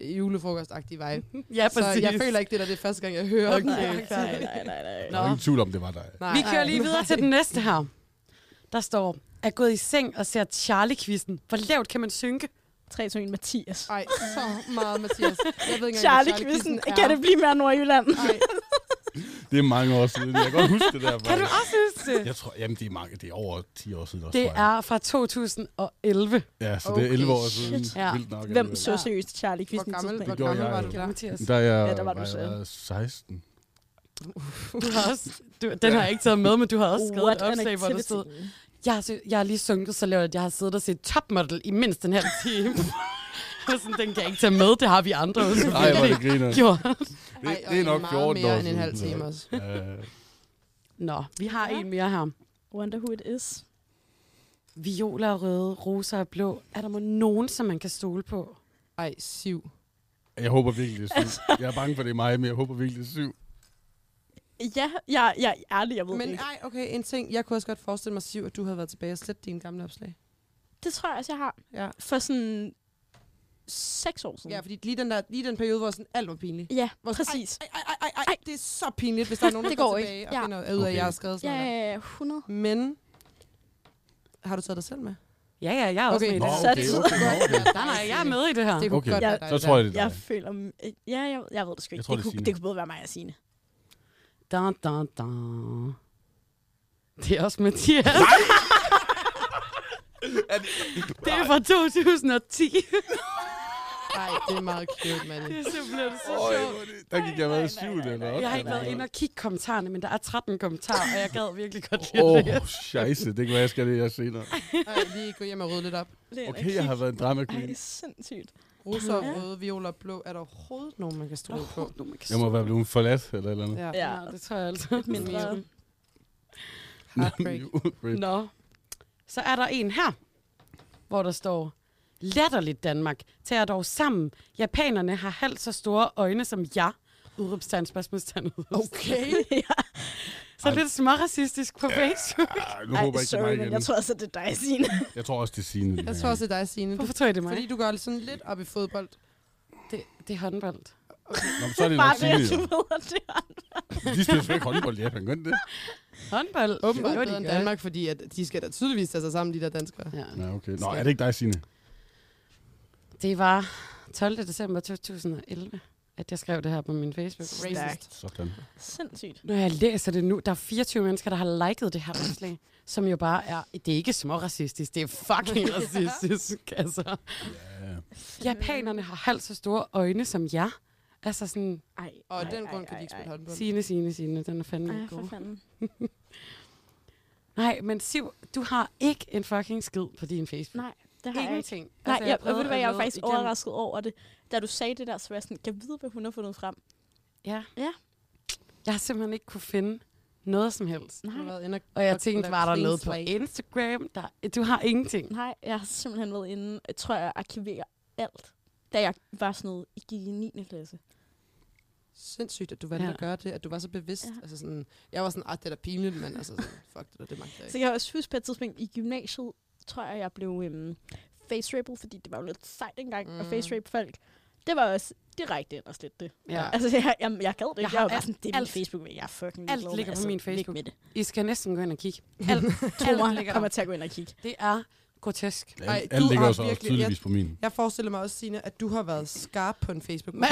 Speaker 3: øh, julefrokostagtig vibe.
Speaker 6: ja
Speaker 3: Så jeg føler ikke, det der det er første gang, jeg hører den.
Speaker 6: Okay,
Speaker 1: Nej, nej, nej, nej.
Speaker 4: Der var ingen tvivl om, det var dig.
Speaker 3: Nej.
Speaker 6: Vi kører lige videre til den næste her. Der står, er gået i seng og ser Charlie-quizzen. Hvor lavt kan man synke?
Speaker 1: 3, 2, 1, Mathias.
Speaker 7: altså.
Speaker 3: Ej, så meget, Mathias. Jeg ved ikke engang,
Speaker 1: Charlie Quizzen. Kan det blive mere Nordjylland?
Speaker 3: Ej,
Speaker 4: Det er mange år siden. Jeg kan godt huske det
Speaker 6: Kan
Speaker 4: der.
Speaker 6: du
Speaker 4: faktisk.
Speaker 6: også huske det?
Speaker 4: Jeg tror, jamen det er, mange, det er over 10 år siden også.
Speaker 6: Det
Speaker 4: tror jeg.
Speaker 6: er fra 2011.
Speaker 4: Ja, så det er
Speaker 3: Okay,
Speaker 4: 11 år siden.
Speaker 6: Ja.
Speaker 4: Vildt nok.
Speaker 1: Hvem
Speaker 4: alligevel.
Speaker 1: så seriøst Charlie
Speaker 3: hvor
Speaker 1: Quizzen?
Speaker 3: gammel, hvor
Speaker 4: Det gjorde
Speaker 3: gammel
Speaker 4: jeg
Speaker 3: var
Speaker 4: jo.
Speaker 3: du der?
Speaker 6: Mathias.
Speaker 4: Der er jeg,
Speaker 1: Ja, der var du
Speaker 4: jeg
Speaker 1: selv.
Speaker 4: været 16.
Speaker 6: Du har også, du, den har jeg ikke taget med, men du har også skrevet
Speaker 1: What
Speaker 6: et
Speaker 1: an
Speaker 6: opslag, hvor der
Speaker 1: activity.
Speaker 6: stod, jeg har, sy- jeg har lige sunket så lavt, at jeg har siddet og set topmodel i mindst en halv time. Og sådan, den kan jeg ikke tage med, det har vi andre også.
Speaker 4: Nej, hvor er det griner.
Speaker 6: gjort.
Speaker 4: Det, det er nok 14
Speaker 3: meget mere
Speaker 4: år
Speaker 3: end en halv
Speaker 4: siden.
Speaker 3: time også.
Speaker 4: Øh,
Speaker 6: Nå, vi har
Speaker 7: Ja.
Speaker 6: ja. en mere her.
Speaker 7: Wonder who it is.
Speaker 6: Violer er røde, roser er blå. Er der må nogen, som man kan stole på?
Speaker 3: Ej, siv.
Speaker 4: Jeg håber virkelig, det er syv. Jeg er bange for, det er mig, men jeg håber virkelig, det er syv.
Speaker 7: Ja, jeg, jeg er ærlig, jeg ved
Speaker 3: Men
Speaker 7: det ikke.
Speaker 3: ej, okay, en ting. Jeg kunne også godt forestille mig, Siv, at du havde været tilbage og slet dine gamle opslag.
Speaker 7: Det tror jeg også, jeg har.
Speaker 3: Ja.
Speaker 7: For sådan seks år siden.
Speaker 3: Ja, fordi lige den, der, lige den periode, hvor sådan alt var pinligt.
Speaker 7: ja
Speaker 3: Hvor sådan,
Speaker 7: Mm. præcis.
Speaker 3: Ej, ej, ej, ej, ej, det er så pinligt, hvis der er nogen, der
Speaker 7: Det
Speaker 3: går
Speaker 7: går
Speaker 3: tilbage
Speaker 7: ikke.
Speaker 3: og
Speaker 7: Ja.
Speaker 3: finder ud af, at
Speaker 4: Okay.
Speaker 3: jeg har skrevet
Speaker 7: Ja,
Speaker 3: sådan noget.
Speaker 7: ja, ja, 100.
Speaker 3: Men har du taget dig selv med?
Speaker 6: Ja, ja, jeg er også
Speaker 3: Okay.
Speaker 6: okay. med
Speaker 4: Nå,
Speaker 6: i det.
Speaker 7: Så er
Speaker 4: okay,
Speaker 7: det
Speaker 4: okay, nå, okay.
Speaker 6: Nej, nej, jeg er med i det her.
Speaker 3: Det kunne
Speaker 4: Okay.
Speaker 3: godt
Speaker 7: Ja.
Speaker 3: være dig,
Speaker 4: Så
Speaker 3: der.
Speaker 4: tror jeg, det er
Speaker 7: Jeg
Speaker 4: dig.
Speaker 7: føler... øh, Ja, jeg, jeg ved det sgu ikke.
Speaker 4: Jeg tror,
Speaker 7: det,
Speaker 4: det er
Speaker 7: kunne,
Speaker 4: Signe.
Speaker 7: det kunne både være mig og Signe.
Speaker 6: Da, da, da. Det er også Mathias. det er fra 2010.
Speaker 3: Nej, det er meget cute, mand.
Speaker 6: det er simpelthen så
Speaker 4: Øj,
Speaker 6: sjovt.
Speaker 4: hvor er det- der gik jeg været i syv, den
Speaker 6: Jeg har ikke været inde og kigge kommentarerne, men der er 13 kommentarer, og jeg gad virkelig godt lide
Speaker 4: Åh,
Speaker 6: oh.
Speaker 4: oh, scheisse. Det kan være, jeg skal det her senere.
Speaker 3: Ej, lige gå hjem og rydde lidt op.
Speaker 4: Okay, jeg har været en drama
Speaker 7: Ej,
Speaker 4: queen.
Speaker 7: sindssygt.
Speaker 3: Roser,
Speaker 7: Ja.
Speaker 3: røde, violer og blå. Er der overhovedet nogen, man kan stole på?
Speaker 4: Jeg må være blevet forladt eller et eller andet.
Speaker 3: Ja.
Speaker 7: Ja,
Speaker 6: Ja, det tror jeg altså.
Speaker 7: mindre.
Speaker 3: Heartbreak.
Speaker 4: Heartbreak.
Speaker 6: Nå. Så er der en her, hvor der står, latterligt Danmark, tag jer dog sammen. Japanerne har halvt så store øjne som jeg. Udrupstegn, spørgsmålstegn, Okay.
Speaker 7: ja.
Speaker 6: Så lidt småracistisk på Facebook.
Speaker 4: Ah, nu
Speaker 7: Ej,
Speaker 4: håber jeg ikke, det er
Speaker 7: sorry,
Speaker 4: mig
Speaker 7: men
Speaker 4: igen.
Speaker 7: jeg tror altså, det er dig, Signe.
Speaker 4: Jeg tror også, det er Signe.
Speaker 3: Jeg tror også, det er dig, Signe. Du,
Speaker 6: Hvorfor tror jeg, det er mig?
Speaker 3: fordi du gør sådan lidt op i fodbold.
Speaker 6: det, det er håndbold.
Speaker 4: Nå, men så er det
Speaker 7: Bare
Speaker 4: nok
Speaker 7: det,
Speaker 4: Signe.
Speaker 7: at du
Speaker 4: jo.
Speaker 7: ved, at det er
Speaker 4: De spiller sgu ikke håndbold i Japan, gør de det?
Speaker 6: Håndbold?
Speaker 3: Åbenbart
Speaker 6: Jo, de
Speaker 3: bedre end
Speaker 6: gør.
Speaker 3: Danmark, fordi at de skal da tydeligvis tage sig sammen, de der danskere.
Speaker 6: Ja.
Speaker 4: Ja, okay. Nå, er det ikke dig, Signe?
Speaker 6: Det var 12. december 2011, at jeg skrev det her på min Facebook.
Speaker 3: Racist.
Speaker 4: Sådan.
Speaker 7: sindssygt.
Speaker 6: Når jeg læser det nu, der er 24 mennesker, der har liket det her opslag, som jo bare er, det er ikke små racistisk, det er fucking racistisk, altså.
Speaker 4: Ja.
Speaker 6: Japanerne har halvt så store øjne som jeg. Altså sådan,
Speaker 7: Ej,
Speaker 3: Og af
Speaker 7: ej,
Speaker 3: den
Speaker 7: ej,
Speaker 3: grund kan
Speaker 7: ej,
Speaker 3: de ikke spille
Speaker 7: ej.
Speaker 3: håndbold.
Speaker 6: sine, sine, sine, den er fandme
Speaker 7: Ej,
Speaker 6: ikke
Speaker 7: for
Speaker 6: god.
Speaker 7: fanden.
Speaker 6: Nej, men Siv, du har ikke en fucking skid på din Facebook.
Speaker 7: Nej, det har jeg ikke.
Speaker 6: Ingenting. Altså,
Speaker 7: Nej, jeg, jeg, ved
Speaker 6: prøvede
Speaker 7: du hvad, jeg
Speaker 6: at
Speaker 7: var faktisk
Speaker 6: lede
Speaker 7: igen.
Speaker 6: igennem.
Speaker 7: overrasket over det. Da du sagde det der, så var jeg sådan, kan jeg vide, hvad hun har fundet frem?
Speaker 6: Ja.
Speaker 7: Ja.
Speaker 6: Jeg har simpelthen ikke kunne finde noget som helst.
Speaker 3: Du har været inde
Speaker 6: Og jeg
Speaker 3: fuck, hvor
Speaker 6: tænkte,
Speaker 3: der
Speaker 6: var der
Speaker 3: clean
Speaker 6: noget på
Speaker 3: slate.
Speaker 6: Instagram? Der, du har ingenting.
Speaker 7: Nej, jeg har simpelthen været inde, jeg tror, jeg arkiverer alt. Da jeg var sådan noget, I gik i 9. klasse.
Speaker 3: Sindssygt, at du valgte ja.
Speaker 6: Ja.
Speaker 3: at gøre det, at du var så bevidst. Ja.
Speaker 7: Ja.
Speaker 3: Altså sådan, jeg var sådan, at det er da pinligt, men altså sådan, fuck det der, det magter jeg
Speaker 7: Så
Speaker 3: ikke.
Speaker 7: jeg kan også huske på et tidspunkt i gymnasiet, tror jeg, jeg blev øhm, face raped, fordi det var jo lidt sejt engang mm. at
Speaker 3: Mm.
Speaker 7: face rape folk. Det var også direkte ind og slet det.
Speaker 6: Ja.
Speaker 7: Altså, jeg, jeg, jeg gad det ikke. Jeg,
Speaker 6: har
Speaker 7: jeg var bare
Speaker 6: alt-
Speaker 7: sådan, det er min
Speaker 6: alt-
Speaker 7: Facebook, men jeg er fucking
Speaker 6: alt
Speaker 7: ligeglad,
Speaker 6: ligger på
Speaker 7: altså,
Speaker 6: min
Speaker 7: væk
Speaker 6: Facebook.
Speaker 7: Med det.
Speaker 6: I skal næsten gå ind og kigge. Alt,
Speaker 7: Tro mig,
Speaker 6: alt
Speaker 7: jeg
Speaker 6: ligger
Speaker 7: kommer
Speaker 6: der.
Speaker 7: til at gå ind og kigge.
Speaker 6: Det er grotesk.
Speaker 3: Ej,
Speaker 4: Alt,
Speaker 3: du
Speaker 4: alt ligger
Speaker 3: har
Speaker 4: jo så også
Speaker 3: virkelig-
Speaker 4: tydeligvis på min.
Speaker 3: Jeg forestiller mig også, Signe, at du har været skarp på en facebook
Speaker 6: Men-
Speaker 3: Du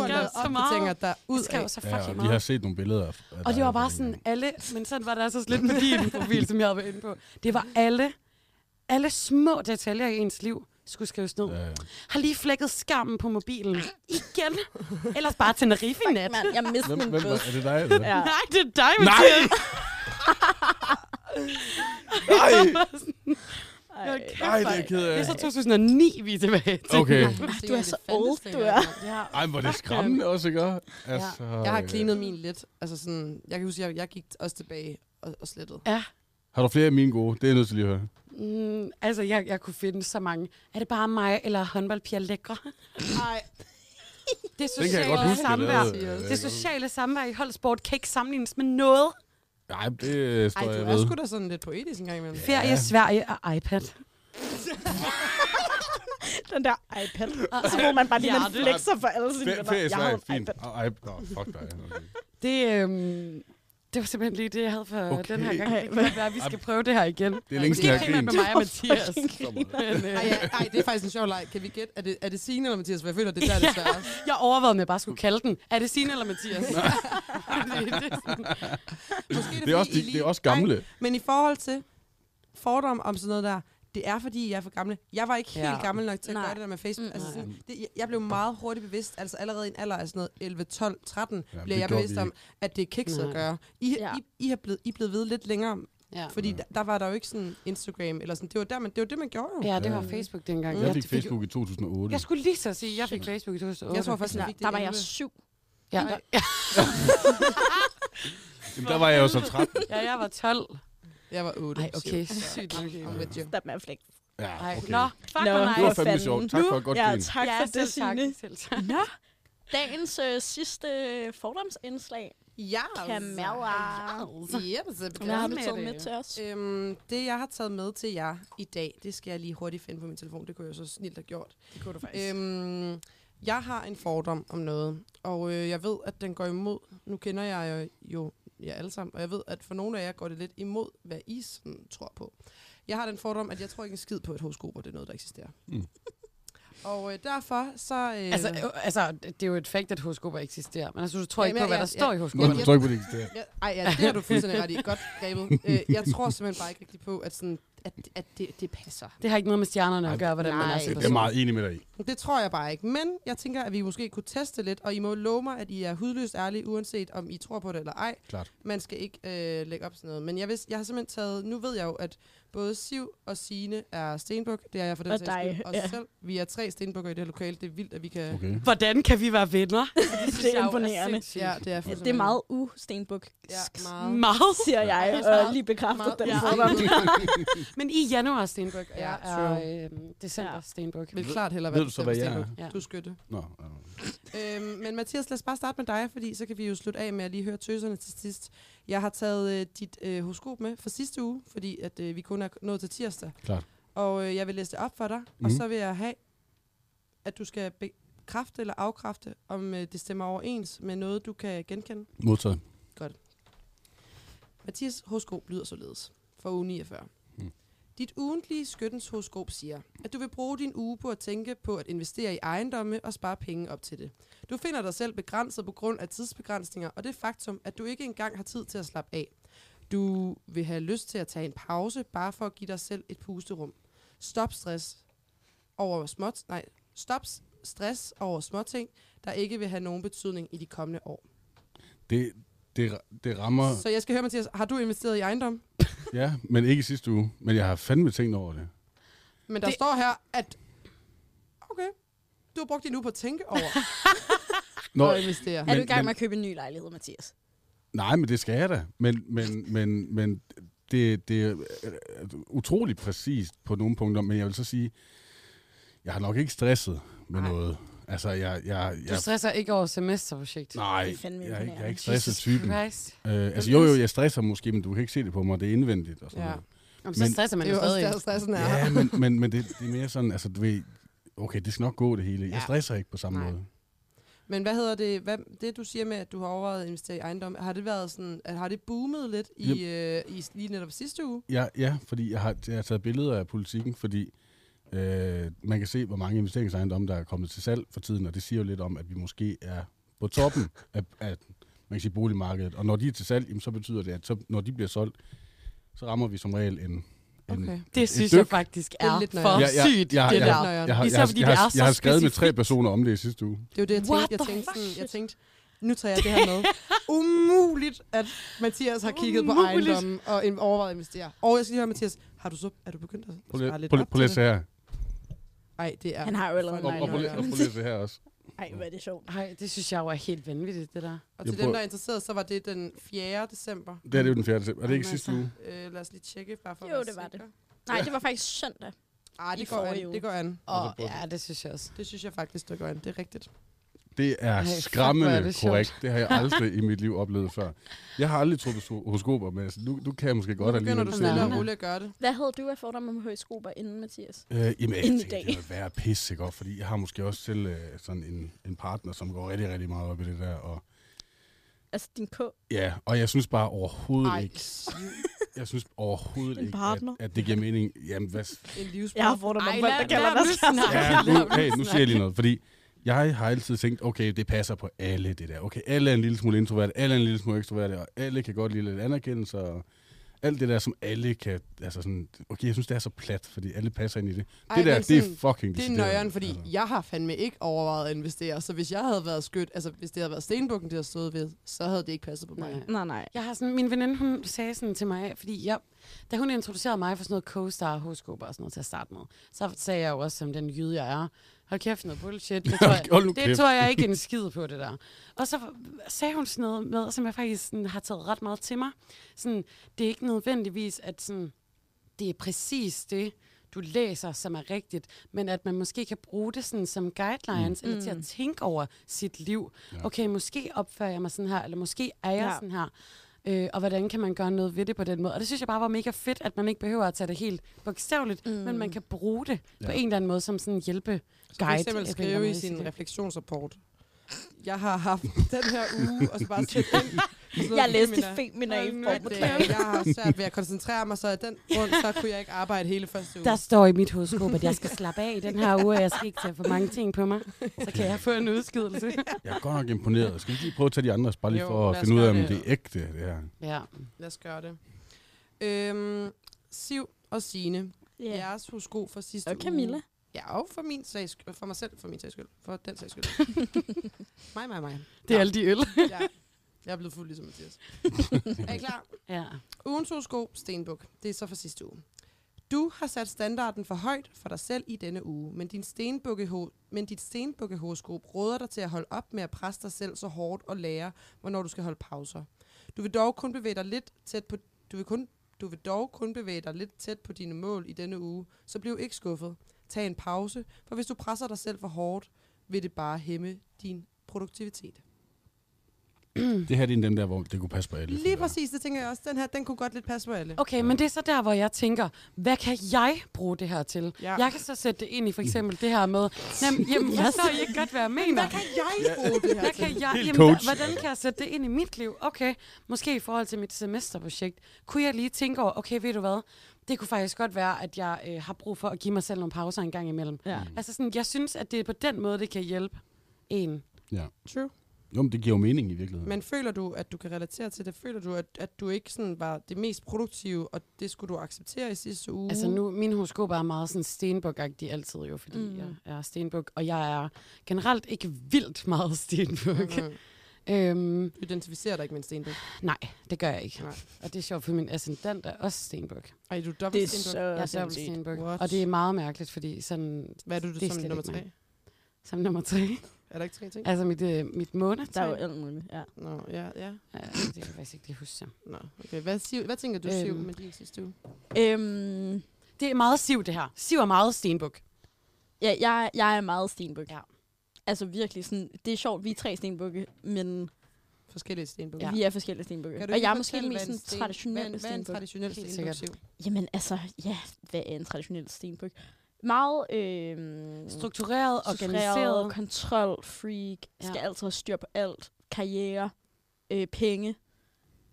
Speaker 3: har
Speaker 6: Jeg
Speaker 3: lavet
Speaker 6: skrev så meget.
Speaker 3: opdateringer der ud
Speaker 6: Det skal jo
Speaker 3: af.
Speaker 6: så
Speaker 4: Ja, og
Speaker 6: fucking
Speaker 4: vi har
Speaker 6: meget.
Speaker 4: set nogle billeder af af
Speaker 6: Og det
Speaker 4: dig
Speaker 6: var bare
Speaker 4: fra
Speaker 6: sådan
Speaker 4: dengang.
Speaker 6: alle, men sådan var det altså også lidt med din profil, som jeg havde været inde på. Det var alle, alle små detaljer i ens liv skulle skrives ned.
Speaker 4: Ja, ja.
Speaker 6: Har lige flækket skærmen på mobilen. Igen. Ellers bare Tenerife i nat.
Speaker 7: Man, jeg mistede
Speaker 4: Hvem,
Speaker 7: min
Speaker 4: hvem,
Speaker 7: bøs.
Speaker 4: var- er det dig? Eller? hvad?
Speaker 7: Ja.
Speaker 6: Nej, det er dig,
Speaker 4: Nej!
Speaker 6: Mathias.
Speaker 4: Nej!
Speaker 7: Ej,
Speaker 6: Hold kæft,
Speaker 4: Nej, det er jeg ked
Speaker 6: Det
Speaker 4: af.
Speaker 6: er så 2009, vi er tilbage til.
Speaker 4: Okay.
Speaker 7: du er så old, du er.
Speaker 6: Ja.
Speaker 4: Ej, hvor er det skræmmende også, ikke? Altså,
Speaker 3: Jeg har
Speaker 4: øh,
Speaker 3: cleanet min lidt. Altså sådan, jeg kan huske, jeg, jeg gik også tilbage og, og slettede.
Speaker 4: Har du flere af mine gode? Det er jeg nødt til lige at høre.
Speaker 6: Mm, altså, jeg, jeg kunne finde så mange. Er det bare mig, eller er håndboldpiger lækre?
Speaker 3: Nej,
Speaker 6: Det
Speaker 4: Den kan jeg godt
Speaker 6: sociale
Speaker 4: huske, jeg
Speaker 6: samvær.
Speaker 4: lavede. øh,
Speaker 6: Det sociale samvær i holdsport kan ikke sammenlignes med noget.
Speaker 4: Nej, det øh,
Speaker 3: Ej,
Speaker 4: står
Speaker 3: du
Speaker 4: jeg
Speaker 3: er
Speaker 4: ved.
Speaker 3: sgu da sådan lidt poetisk engang imellem.
Speaker 6: Ferie, ja. Sverige og iPad.
Speaker 7: Den der iPad. Så må man bare lige, man
Speaker 6: Ja, det-
Speaker 7: flexer for alle sine venner.
Speaker 4: Ferie i
Speaker 7: Jeg har
Speaker 4: Sverige,
Speaker 7: en
Speaker 4: fint.
Speaker 7: iPad.
Speaker 4: Ej, nå, fuck dig. Okay.
Speaker 6: Det, øhm, det var simpelthen lige det, jeg havde for
Speaker 4: Okay.
Speaker 6: okay. den her gang.
Speaker 7: Ej,
Speaker 6: Det kan godt være, at vi skal prøve det her igen.
Speaker 4: Det er længe
Speaker 6: Måske
Speaker 4: siden, jeg har
Speaker 6: primært
Speaker 4: grint.
Speaker 6: med mig og Mathias. Men, øh,
Speaker 3: Ej, ej, ej, det er faktisk en sjov leg. Kan vi gætte? Er det, er det Signe eller Mathias? For jeg føler, det er der, det er sværest.
Speaker 6: jeg overvejede, om jeg bare skulle kalde den. Er det Signe eller Mathias? Fordi det er sådan-
Speaker 3: Måske
Speaker 4: Det er også,
Speaker 3: fordi,
Speaker 4: de,
Speaker 3: I
Speaker 4: det er
Speaker 3: lige-
Speaker 4: også gamle.
Speaker 3: Ej, men i forhold til fordom om sådan noget der, det er fordi, jeg er for gamle. Jeg var ikke helt
Speaker 6: Ja.
Speaker 3: gammel nok til at
Speaker 7: Nej.
Speaker 3: gøre det der med Facebook.
Speaker 7: Mm,
Speaker 3: altså
Speaker 6: nej.
Speaker 3: sådan, det, jeg- jeg blev meget hurtigt bevidst, altså allerede i en alder af sådan noget 11, 12, 13,
Speaker 4: Ja,
Speaker 3: ja,
Speaker 4: det
Speaker 3: blev jeg
Speaker 4: gjorde
Speaker 3: bevidst
Speaker 4: vi
Speaker 3: om, at det er kikset at
Speaker 6: Nej.
Speaker 3: gøre. I, Mm. ja.
Speaker 7: Ja.
Speaker 3: I, I, har blevet, I er blevet ved lidt længere,
Speaker 6: ja.
Speaker 3: fordi ja. der, der, var der jo ikke sådan Instagram eller sådan. Det var, der, man, det, var det, man gjorde jo.
Speaker 6: ja, det var Facebook dengang.
Speaker 4: Øh, Jeg
Speaker 6: Ja,
Speaker 4: fik
Speaker 6: det
Speaker 4: Facebook i 2008.
Speaker 6: Jeg skulle lige så sige, at jeg fik Facebook i 2008.
Speaker 3: Jeg tror faktisk,
Speaker 7: Sådan
Speaker 3: jeg
Speaker 7: der,
Speaker 3: fik det
Speaker 7: der var
Speaker 3: i
Speaker 7: jeg
Speaker 3: 11.
Speaker 7: syv.
Speaker 6: Ja.
Speaker 4: Jamen, der var jeg jo så træt.
Speaker 6: Ja, jeg var 12.
Speaker 3: Jeg var 8.
Speaker 6: Ej, okay.
Speaker 3: Sygt nok. I'm with you.
Speaker 1: Stop med at flække.
Speaker 4: Ja,
Speaker 6: Ej,
Speaker 4: okay.
Speaker 6: Nå, fuck, hvor
Speaker 4: Det var
Speaker 6: nice.
Speaker 4: fandme
Speaker 1: fanden.
Speaker 4: sjovt. Tak for et godt
Speaker 1: Ja,
Speaker 4: grin.
Speaker 1: tak for det, Signe.
Speaker 6: Selv tak.
Speaker 1: Nå, dagens øh, sidste fordomsindslag.
Speaker 3: Ja.
Speaker 1: Camilla.
Speaker 3: Yep, så
Speaker 1: Hvad har du
Speaker 6: med
Speaker 1: taget
Speaker 6: det.
Speaker 1: med til os?
Speaker 3: Øhm, det, jeg har taget med til jer i dag, det skal jeg lige hurtigt finde på min telefon. Det kunne jeg så snilt have gjort.
Speaker 6: Det kunne du faktisk.
Speaker 3: Øhm, jeg har en fordom om noget, og øh, jeg ved, at den går imod. Nu kender jeg jo, jo jer alle sammen, og jeg ved, at for nogle af jer går det lidt imod, hvad I sådan, tror på. Jeg har den fordom, at jeg tror ikke en skid på, at horoskoper det er noget, der eksisterer.
Speaker 4: Mm.
Speaker 3: Og øh, derfor så... Øh,
Speaker 6: Altså, øh, altså, det er jo et fact, at horoskoper eksisterer. Men altså, du tror
Speaker 3: Ja,
Speaker 6: ikke
Speaker 3: men
Speaker 6: på, hvad
Speaker 3: jeg-
Speaker 6: der
Speaker 3: jeg-
Speaker 6: står i
Speaker 4: Nu har
Speaker 6: horoskopet.
Speaker 4: du tryk på det eksisterer.
Speaker 3: Ja, ej, ja, det har du fuldstændig ret i. Godt grebet. Øh, jeg tror simpelthen bare ikke rigtig på, at, sådan, at, at det, det passer.
Speaker 6: Det har ikke noget med stjernerne
Speaker 4: Ej,
Speaker 6: at gøre, hvordan man er
Speaker 3: nej.
Speaker 6: som
Speaker 4: Det er jeg
Speaker 6: person.
Speaker 4: meget enig med dig i.
Speaker 3: Det tror jeg bare ikke, men jeg tænker, at vi måske kunne teste lidt, og I må love mig, at I er hudløst ærlige, uanset om I tror på det eller ej.
Speaker 4: Klart.
Speaker 3: Man skal ikke øh, lægge op sådan noget. Men jeg, vidste, jeg har simpelthen taget, nu ved jeg jo, at både Siv og Sine er stenbuk, det er jeg for den
Speaker 1: Og
Speaker 3: sags
Speaker 1: dig,
Speaker 3: skyld, og
Speaker 1: ja.
Speaker 3: selv. Vi er tre stenbukker i det her lokale, det er vildt, at vi kan...
Speaker 4: Okay.
Speaker 6: Hvordan kan vi være venner?
Speaker 1: Det er imponerende.
Speaker 3: Ja, det er
Speaker 1: Ja,
Speaker 3: fuldstændig-
Speaker 1: det er meget ustenbuk,
Speaker 3: Ja, meget.
Speaker 6: Meget.
Speaker 1: siger jeg, og lige bekræfter
Speaker 3: Meget-
Speaker 1: den
Speaker 3: Ja.
Speaker 1: fordom.
Speaker 6: Men i januar er Stenbuk, og
Speaker 3: Ja,
Speaker 6: jeg
Speaker 3: true.
Speaker 6: er øh, december
Speaker 1: Ja.
Speaker 6: Stenbuk.
Speaker 3: Vil klart hellere
Speaker 4: Ved
Speaker 3: være
Speaker 4: du så, hvad jeg er?
Speaker 3: stenbuk.
Speaker 6: Ja.
Speaker 3: Du er skytte.
Speaker 4: Nå, nå.
Speaker 3: Øhm, men Mathias, lad os bare starte med dig, fordi så kan vi jo slutte af med at lige høre tøserne til sidst. Jeg har taget øh, dit øh, horoskop med fra sidste uge, fordi at øh, vi kun er nået til tirsdag.
Speaker 4: Klart.
Speaker 3: Og øh, jeg vil læse det op for dig, mm.
Speaker 4: Mhm.
Speaker 3: og så vil jeg have, at du skal bekræfte eller afkræfte, om øh, det stemmer overens med noget, du kan genkende.
Speaker 4: Modtaget.
Speaker 3: Mathias horoskop lyder således fra uge 49.
Speaker 4: Mm.
Speaker 3: Dit ugentlige skyttens horoskop siger, at du vil bruge din uge på at tænke på at investere i ejendomme og spare penge op til det. Du finder dig selv begrænset på grund af tidsbegrænsninger og det faktum, at du ikke engang har tid til at slappe af. Du vil have lyst til at tage en pause, bare for at give dig selv et pusterum. Stop stress over småt, nej, stop s- stress over småting, der ikke vil have nogen betydning i de kommende år.
Speaker 4: Det, det, det rammer,
Speaker 3: Så jeg skal høre, Mathias, har du investeret i ejendom?
Speaker 4: ja, men ikke i sidste uge. Men jeg har fandme tænkt over det.
Speaker 3: Men der det...
Speaker 6: Det-
Speaker 3: står her, at... Okay, du har brugt din uge på at tænke over
Speaker 4: Nå,
Speaker 3: at investere.
Speaker 1: Er
Speaker 4: Men-
Speaker 1: du i gang
Speaker 4: men-
Speaker 1: med at købe en ny lejlighed, Mathias?
Speaker 4: nej, men det skal jeg da. Men, men, men, men det, det er øh, utrolig præcist på nogle punkter, men jeg vil så sige, jeg har nok ikke stresset med
Speaker 3: Nej.
Speaker 4: noget. Altså, jeg... jeg,
Speaker 6: Du
Speaker 4: jeg
Speaker 6: stresser ikke over semesterprojekt.
Speaker 4: nej, jeg,
Speaker 1: Det er fandme
Speaker 4: er ikke- jeg er
Speaker 1: imponerende.
Speaker 4: ikke stresset typen.
Speaker 6: Christ.
Speaker 4: Øh, altså, jo, jo, jeg stresser måske, men du kan ikke se det på mig. Det er indvendigt og sådan
Speaker 3: Ja.
Speaker 4: noget.
Speaker 6: Jamen, så
Speaker 4: Men-
Speaker 6: stresser man
Speaker 3: Det er
Speaker 6: jo
Speaker 3: jo også
Speaker 6: stadig.
Speaker 3: der, stressen er.
Speaker 4: Ja, men, men, men det, det er mere sådan, altså du ved, okay, det skal nok gå det hele. Jeg
Speaker 3: Ja.
Speaker 4: stresser ikke på samme
Speaker 3: Nej.
Speaker 4: måde.
Speaker 3: Men hvad hedder det, hvad, det du siger med, at du har overvejet at investere i ejendom, har det været sådan, at har det boomet lidt i, øh, i lige netop sidste uge?
Speaker 4: Ja, ja fordi jeg har, jeg har taget billeder af politikken, fordi øh, man kan se, hvor mange investeringsejendomme, der er kommet til salg for tiden, og det siger jo lidt om, at vi måske er på toppen af, af man kan sige, boligmarkedet. Og når de er til salg, jamen, så betyder det, at så, når de bliver solgt, så rammer vi som regel en... en
Speaker 3: Okay.
Speaker 6: Det
Speaker 4: et
Speaker 6: synes
Speaker 4: dyk.
Speaker 6: jeg faktisk
Speaker 3: er
Speaker 6: er
Speaker 3: lidt
Speaker 6: for
Speaker 3: nøjeren.
Speaker 6: sygt,
Speaker 4: jeg,
Speaker 6: det
Speaker 4: jeg,
Speaker 6: der.
Speaker 4: jeg, jeg, har-
Speaker 6: Især
Speaker 4: jeg,
Speaker 6: fordi
Speaker 4: jeg,
Speaker 6: det
Speaker 4: har-
Speaker 6: er så
Speaker 4: jeg har skrevet med tre
Speaker 6: specifikt.
Speaker 4: personer om det i sidste uge.
Speaker 3: Det er jo det, jeg
Speaker 6: What
Speaker 3: tænkte. Jeg
Speaker 6: the
Speaker 3: tænkte, sådan,
Speaker 6: fuck?
Speaker 3: jeg tænkte, nu tager jeg det her med. Umuligt, at Mathias har kigget på
Speaker 6: Umuligt.
Speaker 3: ejendommen og in- overvejet at investere. Og jeg skal lige høre, Mathias, har du så, er du begyndt at
Speaker 4: Prøv lige-
Speaker 3: spare lidt
Speaker 4: prøv lige-
Speaker 3: op
Speaker 4: prøv lige at
Speaker 3: til
Speaker 4: se her.
Speaker 3: det? Ej, det er...
Speaker 1: Han har jo allerede
Speaker 4: Og
Speaker 3: Nej,
Speaker 4: og prøv lige-
Speaker 3: nej,
Speaker 4: og prøv lige at se her også.
Speaker 1: Ej, hvor er det sjovt.
Speaker 6: Nej, det synes jeg jo er helt vanvittigt, det der.
Speaker 3: Og
Speaker 4: Jeg
Speaker 3: til
Speaker 4: prøver-
Speaker 3: dem, der er interesseret, så var det den 4. december.
Speaker 4: Det her det er jo den 4. december. Er det ikke
Speaker 6: Jamen,
Speaker 4: sidste
Speaker 6: altså.
Speaker 4: uge?
Speaker 3: Øh, lad os lige tjekke, bare for at
Speaker 1: Jo,
Speaker 3: være
Speaker 1: det var
Speaker 3: sikker.
Speaker 1: Nej, det var faktisk søndag.
Speaker 3: Ah,
Speaker 1: I
Speaker 3: det går,
Speaker 1: forrige
Speaker 3: an.
Speaker 1: uge.
Speaker 3: det går an.
Speaker 6: Og
Speaker 4: Altså, på-
Speaker 6: ja, det synes jeg også.
Speaker 3: Det synes jeg faktisk, det går an. Det er rigtigt.
Speaker 4: Det er
Speaker 6: fuck, hvor
Speaker 4: skræmmende
Speaker 6: er det
Speaker 4: det
Speaker 6: sjovt.
Speaker 4: korrekt. Det har jeg aldrig i mit liv oplevet før. Jeg har aldrig troet på horoskoper, men altså, nu, nu kan jeg måske godt
Speaker 3: nu begynder
Speaker 4: alligevel
Speaker 3: du
Speaker 4: se
Speaker 3: stille
Speaker 4: det.
Speaker 3: og roligt at gøre det.
Speaker 1: Hvad havde du af fordomme om højskoper inden, Mathias?
Speaker 4: Øh, jamen, jeg
Speaker 1: Inden i
Speaker 4: tænkte,
Speaker 1: dag.
Speaker 4: det vil være pisse, ikke? også? Fordi jeg har måske også selv øh, sådan en, en partner, som går rigtig, rigtig meget op i det der. Og,
Speaker 1: Altså din K.
Speaker 4: ja, og jeg synes bare overhovedet
Speaker 3: Ej,
Speaker 4: ikke, jeg synes overhovevedet
Speaker 1: En
Speaker 4: ikke, at,
Speaker 1: partner.
Speaker 4: at, det giver mening. Jamen, hvad, s-
Speaker 3: en livsbrug.
Speaker 1: Jeg har fordomme om
Speaker 6: Ej,
Speaker 1: folk,
Speaker 6: lad-
Speaker 1: der kalder
Speaker 6: lad
Speaker 1: dig
Speaker 6: nu
Speaker 1: skam.
Speaker 6: snakke.
Speaker 4: Ja,
Speaker 6: lad
Speaker 4: nu,
Speaker 6: mig
Speaker 4: hey, nu
Speaker 6: snakke.
Speaker 4: siger jeg lige noget, fordi jeg har altid tænkt, okay, det passer på alle det der. Okay, alle er en lille smule introvert, alle er en lille smule ekstrovert, og alle kan godt lide lidt anerkendelse, og alt det der, som alle kan, altså sådan, okay, jeg synes, det er så plat, fordi alle passer ind i det. Ej,
Speaker 3: Ej,
Speaker 4: det der,
Speaker 3: men
Speaker 4: det er
Speaker 3: sådan,
Speaker 4: fucking
Speaker 3: Det er
Speaker 4: decideret,
Speaker 3: nøjeren, fordi
Speaker 4: altså.
Speaker 3: jeg har fandme ikke overvejet at investere. Så hvis jeg havde været skødt, altså hvis det havde været stenbukken, det havde stået ved, så havde det ikke passet på mig.
Speaker 6: Nej.
Speaker 1: Nej, nej.
Speaker 6: Jeg har sådan, min veninde, hun sagde sådan til mig, fordi jeg, da hun introducerede mig for sådan noget co-star horoskoper og sådan noget til at starte med, så sagde jeg jo også, som den jyde jeg er, hold kæft noget bullshit. Det tror jeg,
Speaker 4: Hold nu
Speaker 6: det
Speaker 4: kæft.
Speaker 6: tror jeg ikke en skid på, det der. Og så sagde hun sådan noget med, som jeg faktisk sådan, har taget ret meget til mig. Sådan, det er ikke nødvendigvis, at sådan, det er præcis det, du læser, som er rigtigt, men at man måske kan bruge det sådan som guidelines, mm. eller til at tænke over sit liv. Ja. Okay, måske opfører jeg mig sådan her, eller måske er jeg ja.
Speaker 7: Ja.
Speaker 6: sådan her. Øh, og hvordan kan man gøre noget ved det på den måde? Og det synes jeg bare var mega fedt, at man ikke behøver at tage det helt bogstaveligt, mm. men man kan bruge det ja. på en eller anden måde som sådan en hjælpeguide.
Speaker 3: For
Speaker 6: eller
Speaker 3: eksempel
Speaker 6: på en eller anden
Speaker 3: skrive i
Speaker 6: måde
Speaker 3: sin
Speaker 6: det.
Speaker 3: refleksionsrapport. Jeg har haft den her uge, og så bare sætte ind.
Speaker 7: Jeg læste Femina i form.
Speaker 3: Jeg har svært ved at koncentrere mig, så af den grund, så kunne jeg ikke arbejde hele første uge.
Speaker 6: Der står i mit hovedskob, at jeg skal slappe af i den her uge, og jeg skal ikke tage for mange ting på mig. Så kan jeg få en udskidelse.
Speaker 4: Jeg er godt nok imponeret. Skal vi ikke lige prøve at tage de andre, bare lige
Speaker 3: Jo,
Speaker 4: for
Speaker 3: lad
Speaker 4: at
Speaker 3: os
Speaker 4: finde ud af,
Speaker 3: gøre
Speaker 4: om
Speaker 3: det.
Speaker 4: det er ægte, det her.
Speaker 6: Ja.
Speaker 3: Lad os gøre det. Øhm, Siv og Sine, yeah. jeres horoskop for sidste
Speaker 1: uh,
Speaker 7: Og Camilla.
Speaker 3: uge. Ja, og for, min sags, skyld- for mig selv, for min sags skyld. For den sags skyld. mig, mig, mig.
Speaker 6: Det er alle de øl.
Speaker 3: Ja. Jeg er blevet fuld ligesom Mathias. er I klar?
Speaker 6: Ja.
Speaker 3: Ugens horoskop, Stenbuk. Det er så fra sidste uge. Du har sat standarden for højt for dig selv i denne uge, men, din stenbukkeho- men dit stenbukkehoroskop råder dig til at holde op med at presse dig selv så hårdt og lære, hvornår du skal holde pauser. Du vil dog kun bevæge dig lidt tæt på, du vil kun, du vil dog kun bevæge dig lidt tæt på dine mål i denne uge, så bliv ikke skuffet. Tag en pause, for hvis du presser dig selv for hårdt, vil det bare hæmme din produktivitet.
Speaker 4: Det her det er en af dem der, hvor det kunne passe på alle.
Speaker 3: Mm. Lige præcis, det tænker jeg også. Den her, den kunne godt lidt passe på alle.
Speaker 6: Okay, men det er så der, hvor jeg tænker, hvad kan jeg bruge det her til?
Speaker 3: Ja.
Speaker 6: Ja. Jeg kan så sætte det ind i for eksempel det her med, jamen, jamen forstår I ikke godt, hvad jeg mener?
Speaker 3: Hvad kan jeg bruge det her
Speaker 6: Hvad
Speaker 3: til?
Speaker 6: kan jeg,
Speaker 4: Helt
Speaker 6: jamen,
Speaker 4: coach.
Speaker 6: der, hvordan kan jeg sætte det ind i mit liv? Okay, måske i forhold til mit semesterprojekt, kunne jeg lige tænke over, okay, ved du hvad, det kunne faktisk godt være, at jeg øh, har brug for at give mig selv nogle pauser en gang imellem.
Speaker 7: Ja.
Speaker 6: Altså sådan, jeg synes, at det er på den måde, det kan hjælpe en.
Speaker 4: Ja.
Speaker 3: True.
Speaker 4: Jo, men det giver jo mening i virkeligheden.
Speaker 3: Men føler du, at du kan relatere til det? Føler du, at, at du ikke sådan var det mest produktive, og det skulle du acceptere i sidste uge?
Speaker 6: Altså nu, min horoskop er meget sådan stenbuk altid jo, fordi mm. jeg er stenbuk, og jeg er generelt ikke vildt meget stenbuk.
Speaker 3: Mhm.
Speaker 6: Mm. øhm,
Speaker 3: Du identificerer dig ikke med en stenbuk.
Speaker 6: nej, det gør jeg ikke.
Speaker 3: Nej.
Speaker 6: Og det er sjovt, for min ascendant er også stenbuk.
Speaker 3: Ej, du er
Speaker 7: Det
Speaker 3: dobbelt
Speaker 7: er
Speaker 3: stenbuk.
Speaker 7: så
Speaker 6: Jeg er dobbelt
Speaker 7: sindssygt.
Speaker 6: stenbuk.
Speaker 3: What?
Speaker 6: Og det er meget mærkeligt, fordi sådan
Speaker 3: Hvad er du, du
Speaker 6: det er
Speaker 3: som
Speaker 6: slet
Speaker 3: nummer
Speaker 6: ikke
Speaker 3: tre?
Speaker 6: som nummer tre,
Speaker 3: Er der ikke tre ting?
Speaker 6: altså mit, øh, mit
Speaker 7: Der er jo
Speaker 6: månetegn.
Speaker 7: alt muligt. Ja.
Speaker 3: Nå, ja, ja.
Speaker 6: Ja, det kan jeg faktisk ikke lige huske.
Speaker 3: Nå, okay. Hvad, Siv, hvad tænker du, Siv,
Speaker 6: Øhm.
Speaker 3: med din sidste uge?
Speaker 7: Øhm,
Speaker 6: Det er meget siv, det her. Siv er meget stenbuk.
Speaker 7: ja, jeg, jeg er meget stenbuk.
Speaker 6: Ja.
Speaker 7: Altså virkelig sådan, det er sjovt, vi er tre stenbukke, men
Speaker 3: Forskellige stenbuk.
Speaker 7: ja. vi er forskellige stenbukke. Og jeg er måske den mest sådan, traditionelle
Speaker 3: Hvad er en
Speaker 7: stenbuk.
Speaker 3: traditionel
Speaker 6: Helt
Speaker 3: stenbuk,
Speaker 6: sikkert.
Speaker 3: Siv?
Speaker 7: Jamen altså, ja, hvad er en traditionel stenbuk? Meget øh,
Speaker 6: Struktureret,
Speaker 7: organiseret,
Speaker 6: organiseret.
Speaker 7: kontrol, freak,
Speaker 6: Ja.
Speaker 7: ja. skal altid have styr på alt, karriere, øh, penge.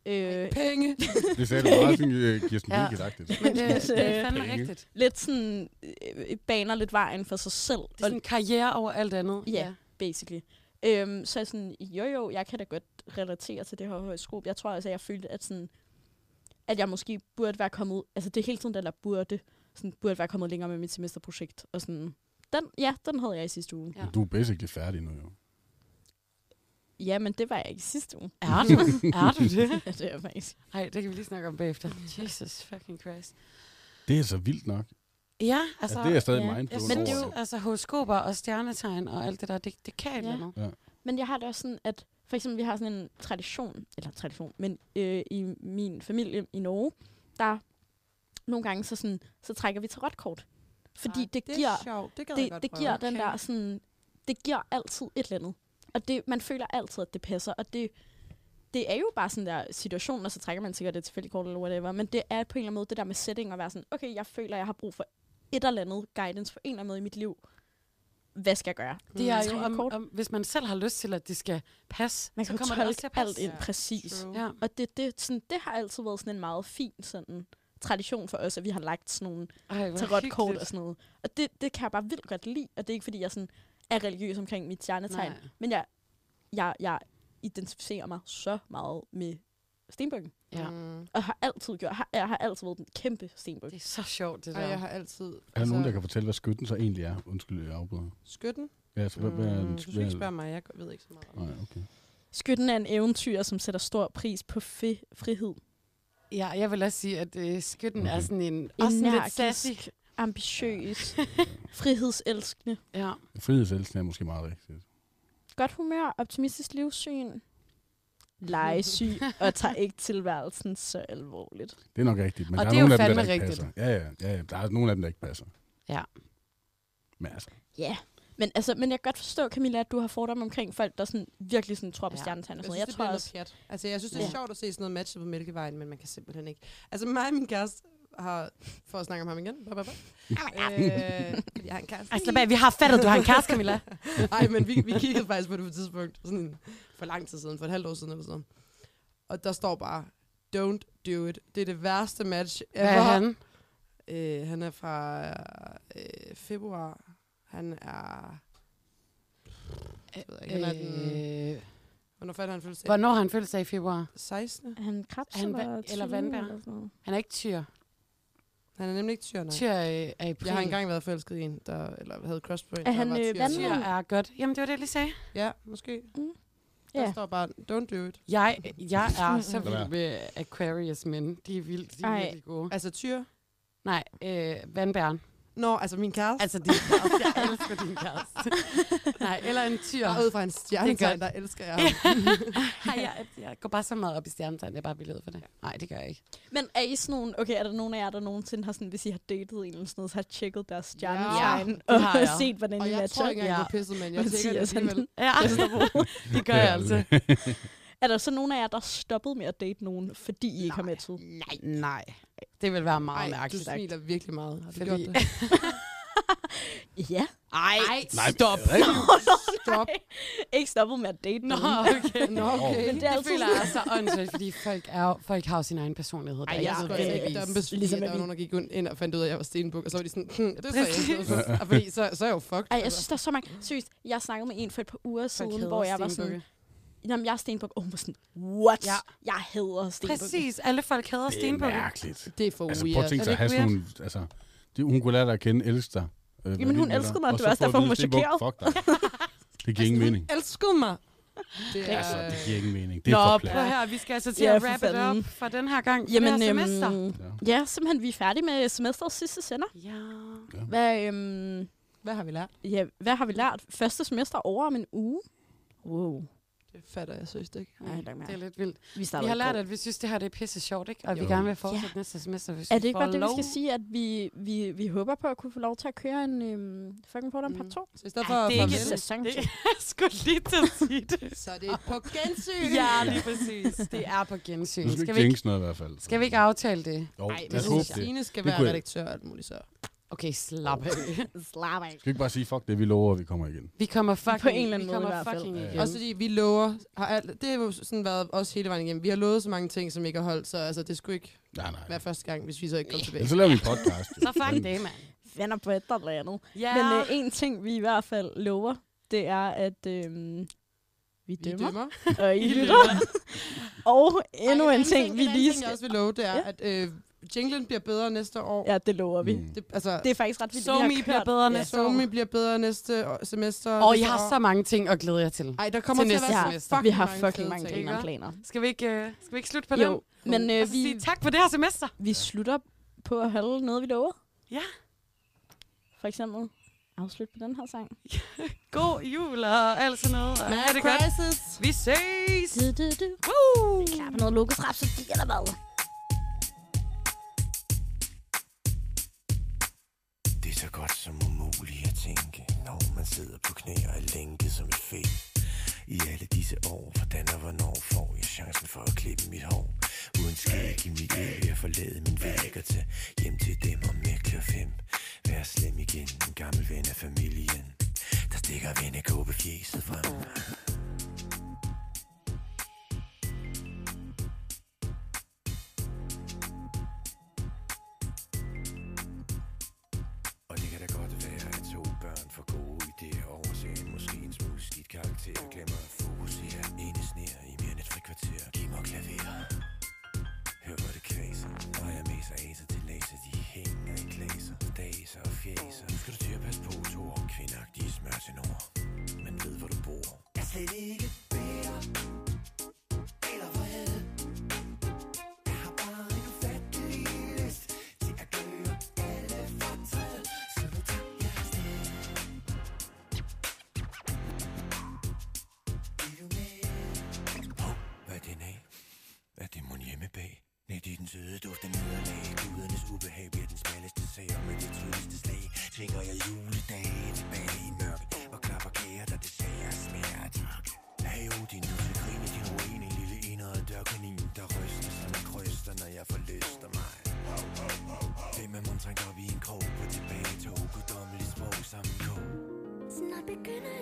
Speaker 7: Øh,
Speaker 3: Penge!
Speaker 4: Det sagde du meget sådan, øh, Kirsten
Speaker 6: Ja.
Speaker 4: Birgit-agtigt.
Speaker 6: Men det, det er fandme
Speaker 4: Penge.
Speaker 6: rigtigt.
Speaker 7: lidt sådan, øh, baner lidt vejen for sig selv,
Speaker 6: Det er sådan karriere over alt andet.
Speaker 7: Ja. basically. Øhm, så er jeg sådan, jo jo, jeg kan da godt relatere til det her højskob. Jeg tror altså, jeg følte, at, sådan, at jeg måske burde være kommet, altså det er hele tiden den der burde, sådan, burde være kommet længere med mit semesterprojekt. Og sådan, den, ja, den havde jeg i sidste uge.
Speaker 4: Men Du er basically færdig nu, jo.
Speaker 7: Ja, men det var jeg ikke i sidste uge.
Speaker 6: Er du? Er du det?
Speaker 7: Ja, det er jeg faktisk.
Speaker 6: Nej, det kan vi lige snakke om bagefter. Jesus fucking Christ.
Speaker 4: Det er så vildt nok.
Speaker 6: Ja,
Speaker 4: Altså,
Speaker 6: altså...
Speaker 4: ja, det er jeg stadig
Speaker 7: ja.
Speaker 4: ja. mindful
Speaker 6: men
Speaker 4: over.
Speaker 6: det er jo, altså, horoskoper og stjernetegn og alt det der, det, det kan
Speaker 7: Ja.
Speaker 6: jeg nu.
Speaker 7: Men jeg har det også sådan, at for eksempel, vi har sådan en tradition, eller tradition, men øh, i min familie i Norge, der nogle gange så, sådan, så trækker vi tarotkort. Fordi Ah, det,
Speaker 3: Ah, det
Speaker 7: giver,
Speaker 3: er sjovt. Det gad jeg
Speaker 7: det,
Speaker 3: godt
Speaker 7: det
Speaker 3: prøve.
Speaker 7: giver den der sådan, det giver altid et eller andet. Og det, man føler altid, at det passer, og det, det er jo bare sådan der situation, og så trækker man sikkert et tilfældigt kort eller whatever, men det er på en eller anden måde det der med setting og være sådan, okay, jeg føler, jeg har brug for et eller andet guidance på en eller anden måde i mit liv. Hvad skal jeg gøre?
Speaker 6: Det er jo,
Speaker 7: Trække
Speaker 6: om,
Speaker 7: kort.
Speaker 6: om, hvis man selv har lyst til, at det skal passe,
Speaker 7: Man
Speaker 6: så
Speaker 7: kan jo
Speaker 6: kommer det også til
Speaker 7: tolke alt
Speaker 6: at passe.
Speaker 7: ind
Speaker 3: Ja,
Speaker 7: præcis.
Speaker 3: true.
Speaker 6: Ja.
Speaker 7: Og det, det, sådan, det har altid været sådan en meget fin sådan, tradition for os, at vi har lagt sådan nogle
Speaker 6: Ej, hvor
Speaker 7: tarotkort
Speaker 6: hyggeligt.
Speaker 7: og sådan noget. Og det, det kan jeg bare vildt godt lide, og det er ikke, fordi jeg sådan er religiøs omkring mit stjernetegn.
Speaker 6: Nej.
Speaker 7: Men jeg, jeg, jeg identificerer mig så meget med stenbukken.
Speaker 6: Ja.
Speaker 3: Mm.
Speaker 7: Og har altid gjort, har, jeg har altid været en kæmpe stenbuk.
Speaker 6: Det er så sjovt, det der.
Speaker 3: Ej, jeg har altid... altså,
Speaker 4: Er der nogen, der kan fortælle, hvad skytten så egentlig er? Undskyld, jeg afbryder.
Speaker 3: Skytten?
Speaker 4: Ja, så hvad, hvad er den?
Speaker 3: Mm, du skal ikke spørge mig, jeg ved ikke så meget. om det.
Speaker 4: Nej, okay.
Speaker 7: Skytten er en eventyr, som sætter stor pris på fe- frihed.
Speaker 6: Ja, jeg vil også sige, at øh, skytten okay. er
Speaker 4: Okay.
Speaker 6: sådan en... Også sådan lidt sassy.
Speaker 7: ambitiøs, frihedselskende,
Speaker 6: Ja.
Speaker 4: Frihedselsen er måske meget rigtigt.
Speaker 7: godt humør, optimistisk livssyn, legesyg og tager ikke tilværelsen så alvorligt.
Speaker 4: Det er nok rigtigt, men
Speaker 6: Og
Speaker 4: der
Speaker 6: det
Speaker 4: er
Speaker 6: er jo
Speaker 4: nogle af dem, der,
Speaker 6: fandme
Speaker 4: der ikke
Speaker 6: rigtigt.
Speaker 4: passer. Ja, ja, ja, ja, der er nogle af dem, der ikke passer.
Speaker 6: Ja.
Speaker 4: Men altså,
Speaker 7: Men, altså, men jeg kan godt forstå, Camilla, at du har fordomme omkring folk, der sådan, virkelig sådan, tror på
Speaker 6: Ja.
Speaker 7: ja. stjernetegn og
Speaker 3: Jeg
Speaker 7: sådan
Speaker 3: synes,
Speaker 7: noget. Jeg, tror
Speaker 3: det bliver
Speaker 7: også,
Speaker 3: noget pjat. Altså, jeg synes, det er
Speaker 7: Ja.
Speaker 3: sjovt at se sådan noget matchet på Mælkevejen, men man kan simpelthen ikke. Altså, mig og min kæreste har... For at snakke om ham igen. Ba, ba, ba. Øh, fordi jeg har en kæreste.
Speaker 6: Ej, slap af, vi har fattet, du har en kæreste, Camilla.
Speaker 3: Nej, men vi, vi kiggede faktisk på det på et tidspunkt, sådan for lang tid siden, for et halvt år siden eller sådan noget. Og der står bare, don't do it. Det er det værste match ever.
Speaker 6: Hvad er han?
Speaker 3: Øh, han er fra øh, februar. Han er... Jeg ved ikke, han er den...
Speaker 6: Øh,
Speaker 3: Hvornår fandt han fødselsdag?
Speaker 6: hvornår har han fødselsdag i februar?
Speaker 3: 16.
Speaker 7: er han krebs han,
Speaker 6: Han va-
Speaker 7: eller,
Speaker 6: eller
Speaker 7: tvilling
Speaker 6: vandbær?
Speaker 7: eller sådan noget?
Speaker 6: Han er ikke tyr.
Speaker 3: Han er nemlig ikke tyr, nej.
Speaker 6: Tyr øh, er i april.
Speaker 3: Jeg har engang været forelsket i en, der, eller havde crush på en,
Speaker 7: Er
Speaker 3: der
Speaker 7: han,
Speaker 3: var
Speaker 7: øh,
Speaker 3: tyr.
Speaker 7: vandmand?
Speaker 6: Tyr er godt. Jamen, det var det, jeg lige sagde.
Speaker 3: Ja, måske.
Speaker 7: Mm.
Speaker 3: Der
Speaker 7: Ja.
Speaker 3: står bare, don't do it.
Speaker 6: Jeg, jeg er så
Speaker 4: Lad
Speaker 6: vild
Speaker 4: være.
Speaker 6: med Aquarius, men de er vildt, de er
Speaker 7: Ej.
Speaker 6: virkelig gode.
Speaker 3: Altså tyr.
Speaker 6: Nej, øh, vandbæren.
Speaker 3: Nå, altså min kæreste.
Speaker 6: Altså din kæreste. Jeg elsker din kæreste. Nej, eller en tyr.
Speaker 3: Bare ud fra en stjernetegn,
Speaker 6: Det
Speaker 3: der elsker jeg.
Speaker 6: Ej, jeg, jeg går bare så meget op i stjernetegn, jeg er bare vildt for det. Nej, det gør jeg ikke.
Speaker 7: Men er I sådan nogen, okay, er der nogen af jer, der nogensinde har sådan, hvis I har datet en eller sådan noget, så har tjekket deres stjernetegn
Speaker 6: Ja, det
Speaker 7: og
Speaker 6: har jeg.
Speaker 7: set, hvordan
Speaker 3: Og
Speaker 7: I
Speaker 3: jeg
Speaker 7: matcher?
Speaker 3: tror ikke engang,
Speaker 6: Ja.
Speaker 3: jeg er pisset, men jeg
Speaker 7: Men
Speaker 3: tænker det
Speaker 7: Sias, han-
Speaker 3: alligevel.
Speaker 6: Ja, det gør jeg altså.
Speaker 7: Er der så nogen af jer, der stoppede med at date nogen, fordi I ikke har matchet?
Speaker 6: Nej, nej. Det vil være meget
Speaker 3: Ej, du
Speaker 6: mærkeligt.
Speaker 3: smiler virkelig meget. Har du
Speaker 6: Fordi-
Speaker 3: gjort det?
Speaker 7: Ja.
Speaker 6: Ej,
Speaker 4: Nej, men-
Speaker 6: stop.
Speaker 7: Stop. ikke stoppet med at date
Speaker 6: Nå,
Speaker 7: nogen.
Speaker 6: okay.
Speaker 3: Nå,
Speaker 7: Men
Speaker 3: okay.
Speaker 7: det er
Speaker 6: Det, det
Speaker 7: altid
Speaker 6: føler
Speaker 7: sådan-
Speaker 6: jeg er så åndssvagt, fordi folk, er, jo- folk har jo sin egen personlighed.
Speaker 3: Ej,
Speaker 6: der
Speaker 3: jeg
Speaker 6: er
Speaker 3: skulle
Speaker 6: ikke
Speaker 3: altså ikke
Speaker 6: nødvendigvis-
Speaker 3: dumpes, fordi
Speaker 7: Ligesom
Speaker 3: ligesom der
Speaker 7: at
Speaker 3: var
Speaker 7: vi-
Speaker 3: nogen, der gik ind og fandt ud af, at jeg var stenbuk, og så var de sådan, hm, det
Speaker 6: Præcis.
Speaker 3: sagde jeg ikke. Og fordi, så, så er jeg jo fucked. altså.
Speaker 7: Ej, jeg synes, der er så mange... Seriøst, jeg snakkede med en for et par uger
Speaker 6: Folk
Speaker 7: siden,
Speaker 6: hader
Speaker 7: hvor jeg var
Speaker 6: stenbukke.
Speaker 7: sådan... Jamen, jeg er stenbuk. Og hun var sådan, what?
Speaker 6: Ja.
Speaker 7: Ja. Jeg hader stenbuk.
Speaker 6: Præcis, alle folk hader
Speaker 4: det er
Speaker 6: stenbukke.
Speaker 4: mærkeligt.
Speaker 3: det Oh, er for
Speaker 4: Altså, prøv at
Speaker 3: weird.
Speaker 4: tænke
Speaker 6: Er
Speaker 4: sig
Speaker 6: det
Speaker 4: at have
Speaker 6: ikke
Speaker 4: sådan nogle... Altså, det, hun kunne lære dig at kende, elske dig. Øh,
Speaker 7: Jamen, hun elskede mig, det var også derfor, hun var chokeret.
Speaker 4: Fuck dig. Det
Speaker 6: Altså,
Speaker 4: giver ingen mening.
Speaker 3: Elsker mig. Det er,
Speaker 4: Altså, det giver ingen mening. Det
Speaker 6: Nå,
Speaker 4: er for
Speaker 6: prøv
Speaker 4: plat.
Speaker 6: her, vi skal altså til
Speaker 7: Ja,
Speaker 6: at
Speaker 7: for
Speaker 6: wrap it
Speaker 7: fanden.
Speaker 6: up for den her gang. for
Speaker 7: Jamen,
Speaker 6: det her semester.
Speaker 7: øhm,
Speaker 4: Ja.
Speaker 7: ja, simpelthen, vi er færdige med semesterets sidste sender.
Speaker 6: Ja.
Speaker 7: Hvad, øhm,
Speaker 3: hvad har vi lært?
Speaker 7: ja, hvad har vi lært? Første semester over om en uge. Wow.
Speaker 3: Det fatter jeg seriøst ikke.
Speaker 7: Ej, langt mere.
Speaker 6: Det er lidt vildt.
Speaker 7: Vi starter
Speaker 6: Vi har
Speaker 7: i
Speaker 6: lært,
Speaker 7: går.
Speaker 6: at vi synes, det her det er pisse sjovt, ikke? Og vi
Speaker 4: Jo.
Speaker 6: gerne vil fortsætte næste semester, hvis
Speaker 7: Er det ikke
Speaker 6: får
Speaker 7: bare det, vi
Speaker 6: lov.
Speaker 7: skal sige, at vi, vi, vi håber på at kunne få lov til at køre en øhm, fucking fordom part
Speaker 3: Mm.
Speaker 7: 2?
Speaker 3: Så i stedet
Speaker 6: Ej,
Speaker 3: for at
Speaker 6: det er ikke
Speaker 3: farvel,
Speaker 6: så-
Speaker 7: Sæson
Speaker 6: Det
Speaker 7: 2.
Speaker 6: jeg skulle lige til at sige det.
Speaker 3: så er det på gensyn.
Speaker 6: Ja, lige præcis. Det er på gensyn.
Speaker 4: Nu
Speaker 6: Skal
Speaker 4: skal
Speaker 6: vi
Speaker 4: vi ikke
Speaker 6: ikke,
Speaker 4: jinx noget i hvert fald.
Speaker 6: skal vi ikke aftale det?
Speaker 4: Jo,
Speaker 3: Ej, men
Speaker 4: lad os
Speaker 3: jeg
Speaker 4: håbe
Speaker 3: synes,
Speaker 4: det.
Speaker 3: Signe skal
Speaker 4: Det
Speaker 3: være
Speaker 4: kunne jeg-
Speaker 3: redaktør og alt muligt så.
Speaker 6: Okay, slap af.
Speaker 7: Slap af.
Speaker 4: Skal vi ikke bare sige, fuck det, vi lover, at vi kommer igen.
Speaker 6: Vi kommer fucking,
Speaker 7: På en eller anden
Speaker 6: vi
Speaker 7: måde
Speaker 6: kommer
Speaker 7: i hvert fald.
Speaker 6: fucking
Speaker 4: Ja.
Speaker 6: igen.
Speaker 3: Også fordi vi lover, har alt, det har jo sådan været os hele vejen igennem. Vi har lovet så mange ting, som ikke har holdt, så altså, det skulle ikke
Speaker 4: Nej, nej.
Speaker 3: være første gang, hvis vi så ikke kom tilbage.
Speaker 4: Ellers så laver vi en podcast. jo.
Speaker 6: Så fuck
Speaker 4: Men-
Speaker 6: det, mand.
Speaker 7: Vender på et eller andet.
Speaker 6: Ja.
Speaker 7: Men øh, en ting, vi i hvert fald lover, det er, at øhm, vi
Speaker 3: Vi
Speaker 7: dømmer,
Speaker 3: dømmer.
Speaker 7: og I lytter. og endnu
Speaker 3: Ej,
Speaker 7: en ting, vi lige
Speaker 3: ting, jeg
Speaker 7: skal...
Speaker 3: også vil love, det er,
Speaker 7: Ja.
Speaker 3: ja. at øh, jinglen bliver bedre næste år.
Speaker 7: Ja, det lover vi.
Speaker 4: Mm.
Speaker 3: Det, altså,
Speaker 7: Det er faktisk ret vildt,
Speaker 6: So
Speaker 7: vi
Speaker 6: Me
Speaker 7: har
Speaker 6: bliver
Speaker 7: kørt.
Speaker 6: bedre
Speaker 7: Ja.
Speaker 6: næste år.
Speaker 3: Somi bliver bedre næste år- semester.
Speaker 6: Og
Speaker 3: næste
Speaker 6: jeg har
Speaker 3: år.
Speaker 6: så mange ting at glæde jer til.
Speaker 3: Ej, der kommer
Speaker 6: til
Speaker 3: til, til at
Speaker 6: næste
Speaker 3: være så
Speaker 6: semester.
Speaker 3: fucking
Speaker 7: Vi har
Speaker 3: mange
Speaker 7: fucking
Speaker 3: fede
Speaker 7: mange
Speaker 3: ting.
Speaker 7: planer
Speaker 6: ikke?
Speaker 7: planer.
Speaker 6: Skal vi ikke, øh, skal vi ikke slutte på den?
Speaker 7: Jo, men
Speaker 6: Og
Speaker 7: øh,
Speaker 6: så sige
Speaker 7: vi,
Speaker 6: tak for det her semester.
Speaker 7: vi slutter på at holde noget, vi lover.
Speaker 6: Ja.
Speaker 7: For eksempel afslut på den her sang.
Speaker 6: God jul og alt sådan noget. Og ha' det godt.
Speaker 3: Crisis.
Speaker 6: Vi ses.
Speaker 7: Du, du, du.
Speaker 6: Woo!
Speaker 7: Klar på noget Lukas Rhapsody, eller hvad?
Speaker 8: Det er så godt som umuligt at tænke, når man sidder på knæ og er lænket som et fæ. I alle disse år, hvordan og hvornår får jeg chancen for at klippe mit hår? Uden skæg i mit æg, jeg forlade min væg og tage hjem til dem og mækler fem. Vær slem igen, en gammel ven af familien, der stikker vennekåbefjeset frem. Og det kan da godt være, at to børn får gode idéer overser måske en smule skidt karakter. Glemmer at fokusere, ene sner i mere end et frikvarter. Giv mig klaver. Hør hvor det kvæser Når jeg mæser aser til laser De hænger i glaser Daser og fjæser Nu skal du til at passe på to år Kvindagtige smør til nord Man ved hvor du bor Jeg er slet ikke bedre Eller hvor hed Jeg har bare en ufattelig lyst Til at gøre alle fortræd
Speaker 9: Fyldt i den søde duft af nederlag Gudernes ubehag bliver den smalleste sag Og med det tydeligste slag Tvinger jeg juledage tilbage i mørk Og klapper kære, der det sager smerte Hey Odin, du skal grine din ruin En lille indre dørkanin, der ryster sig med krøster Når jeg forlyster mig Hvem er mund trængt op i en krog På tilbagetog, guddommelig sprog sammen kog
Speaker 10: Snart begynder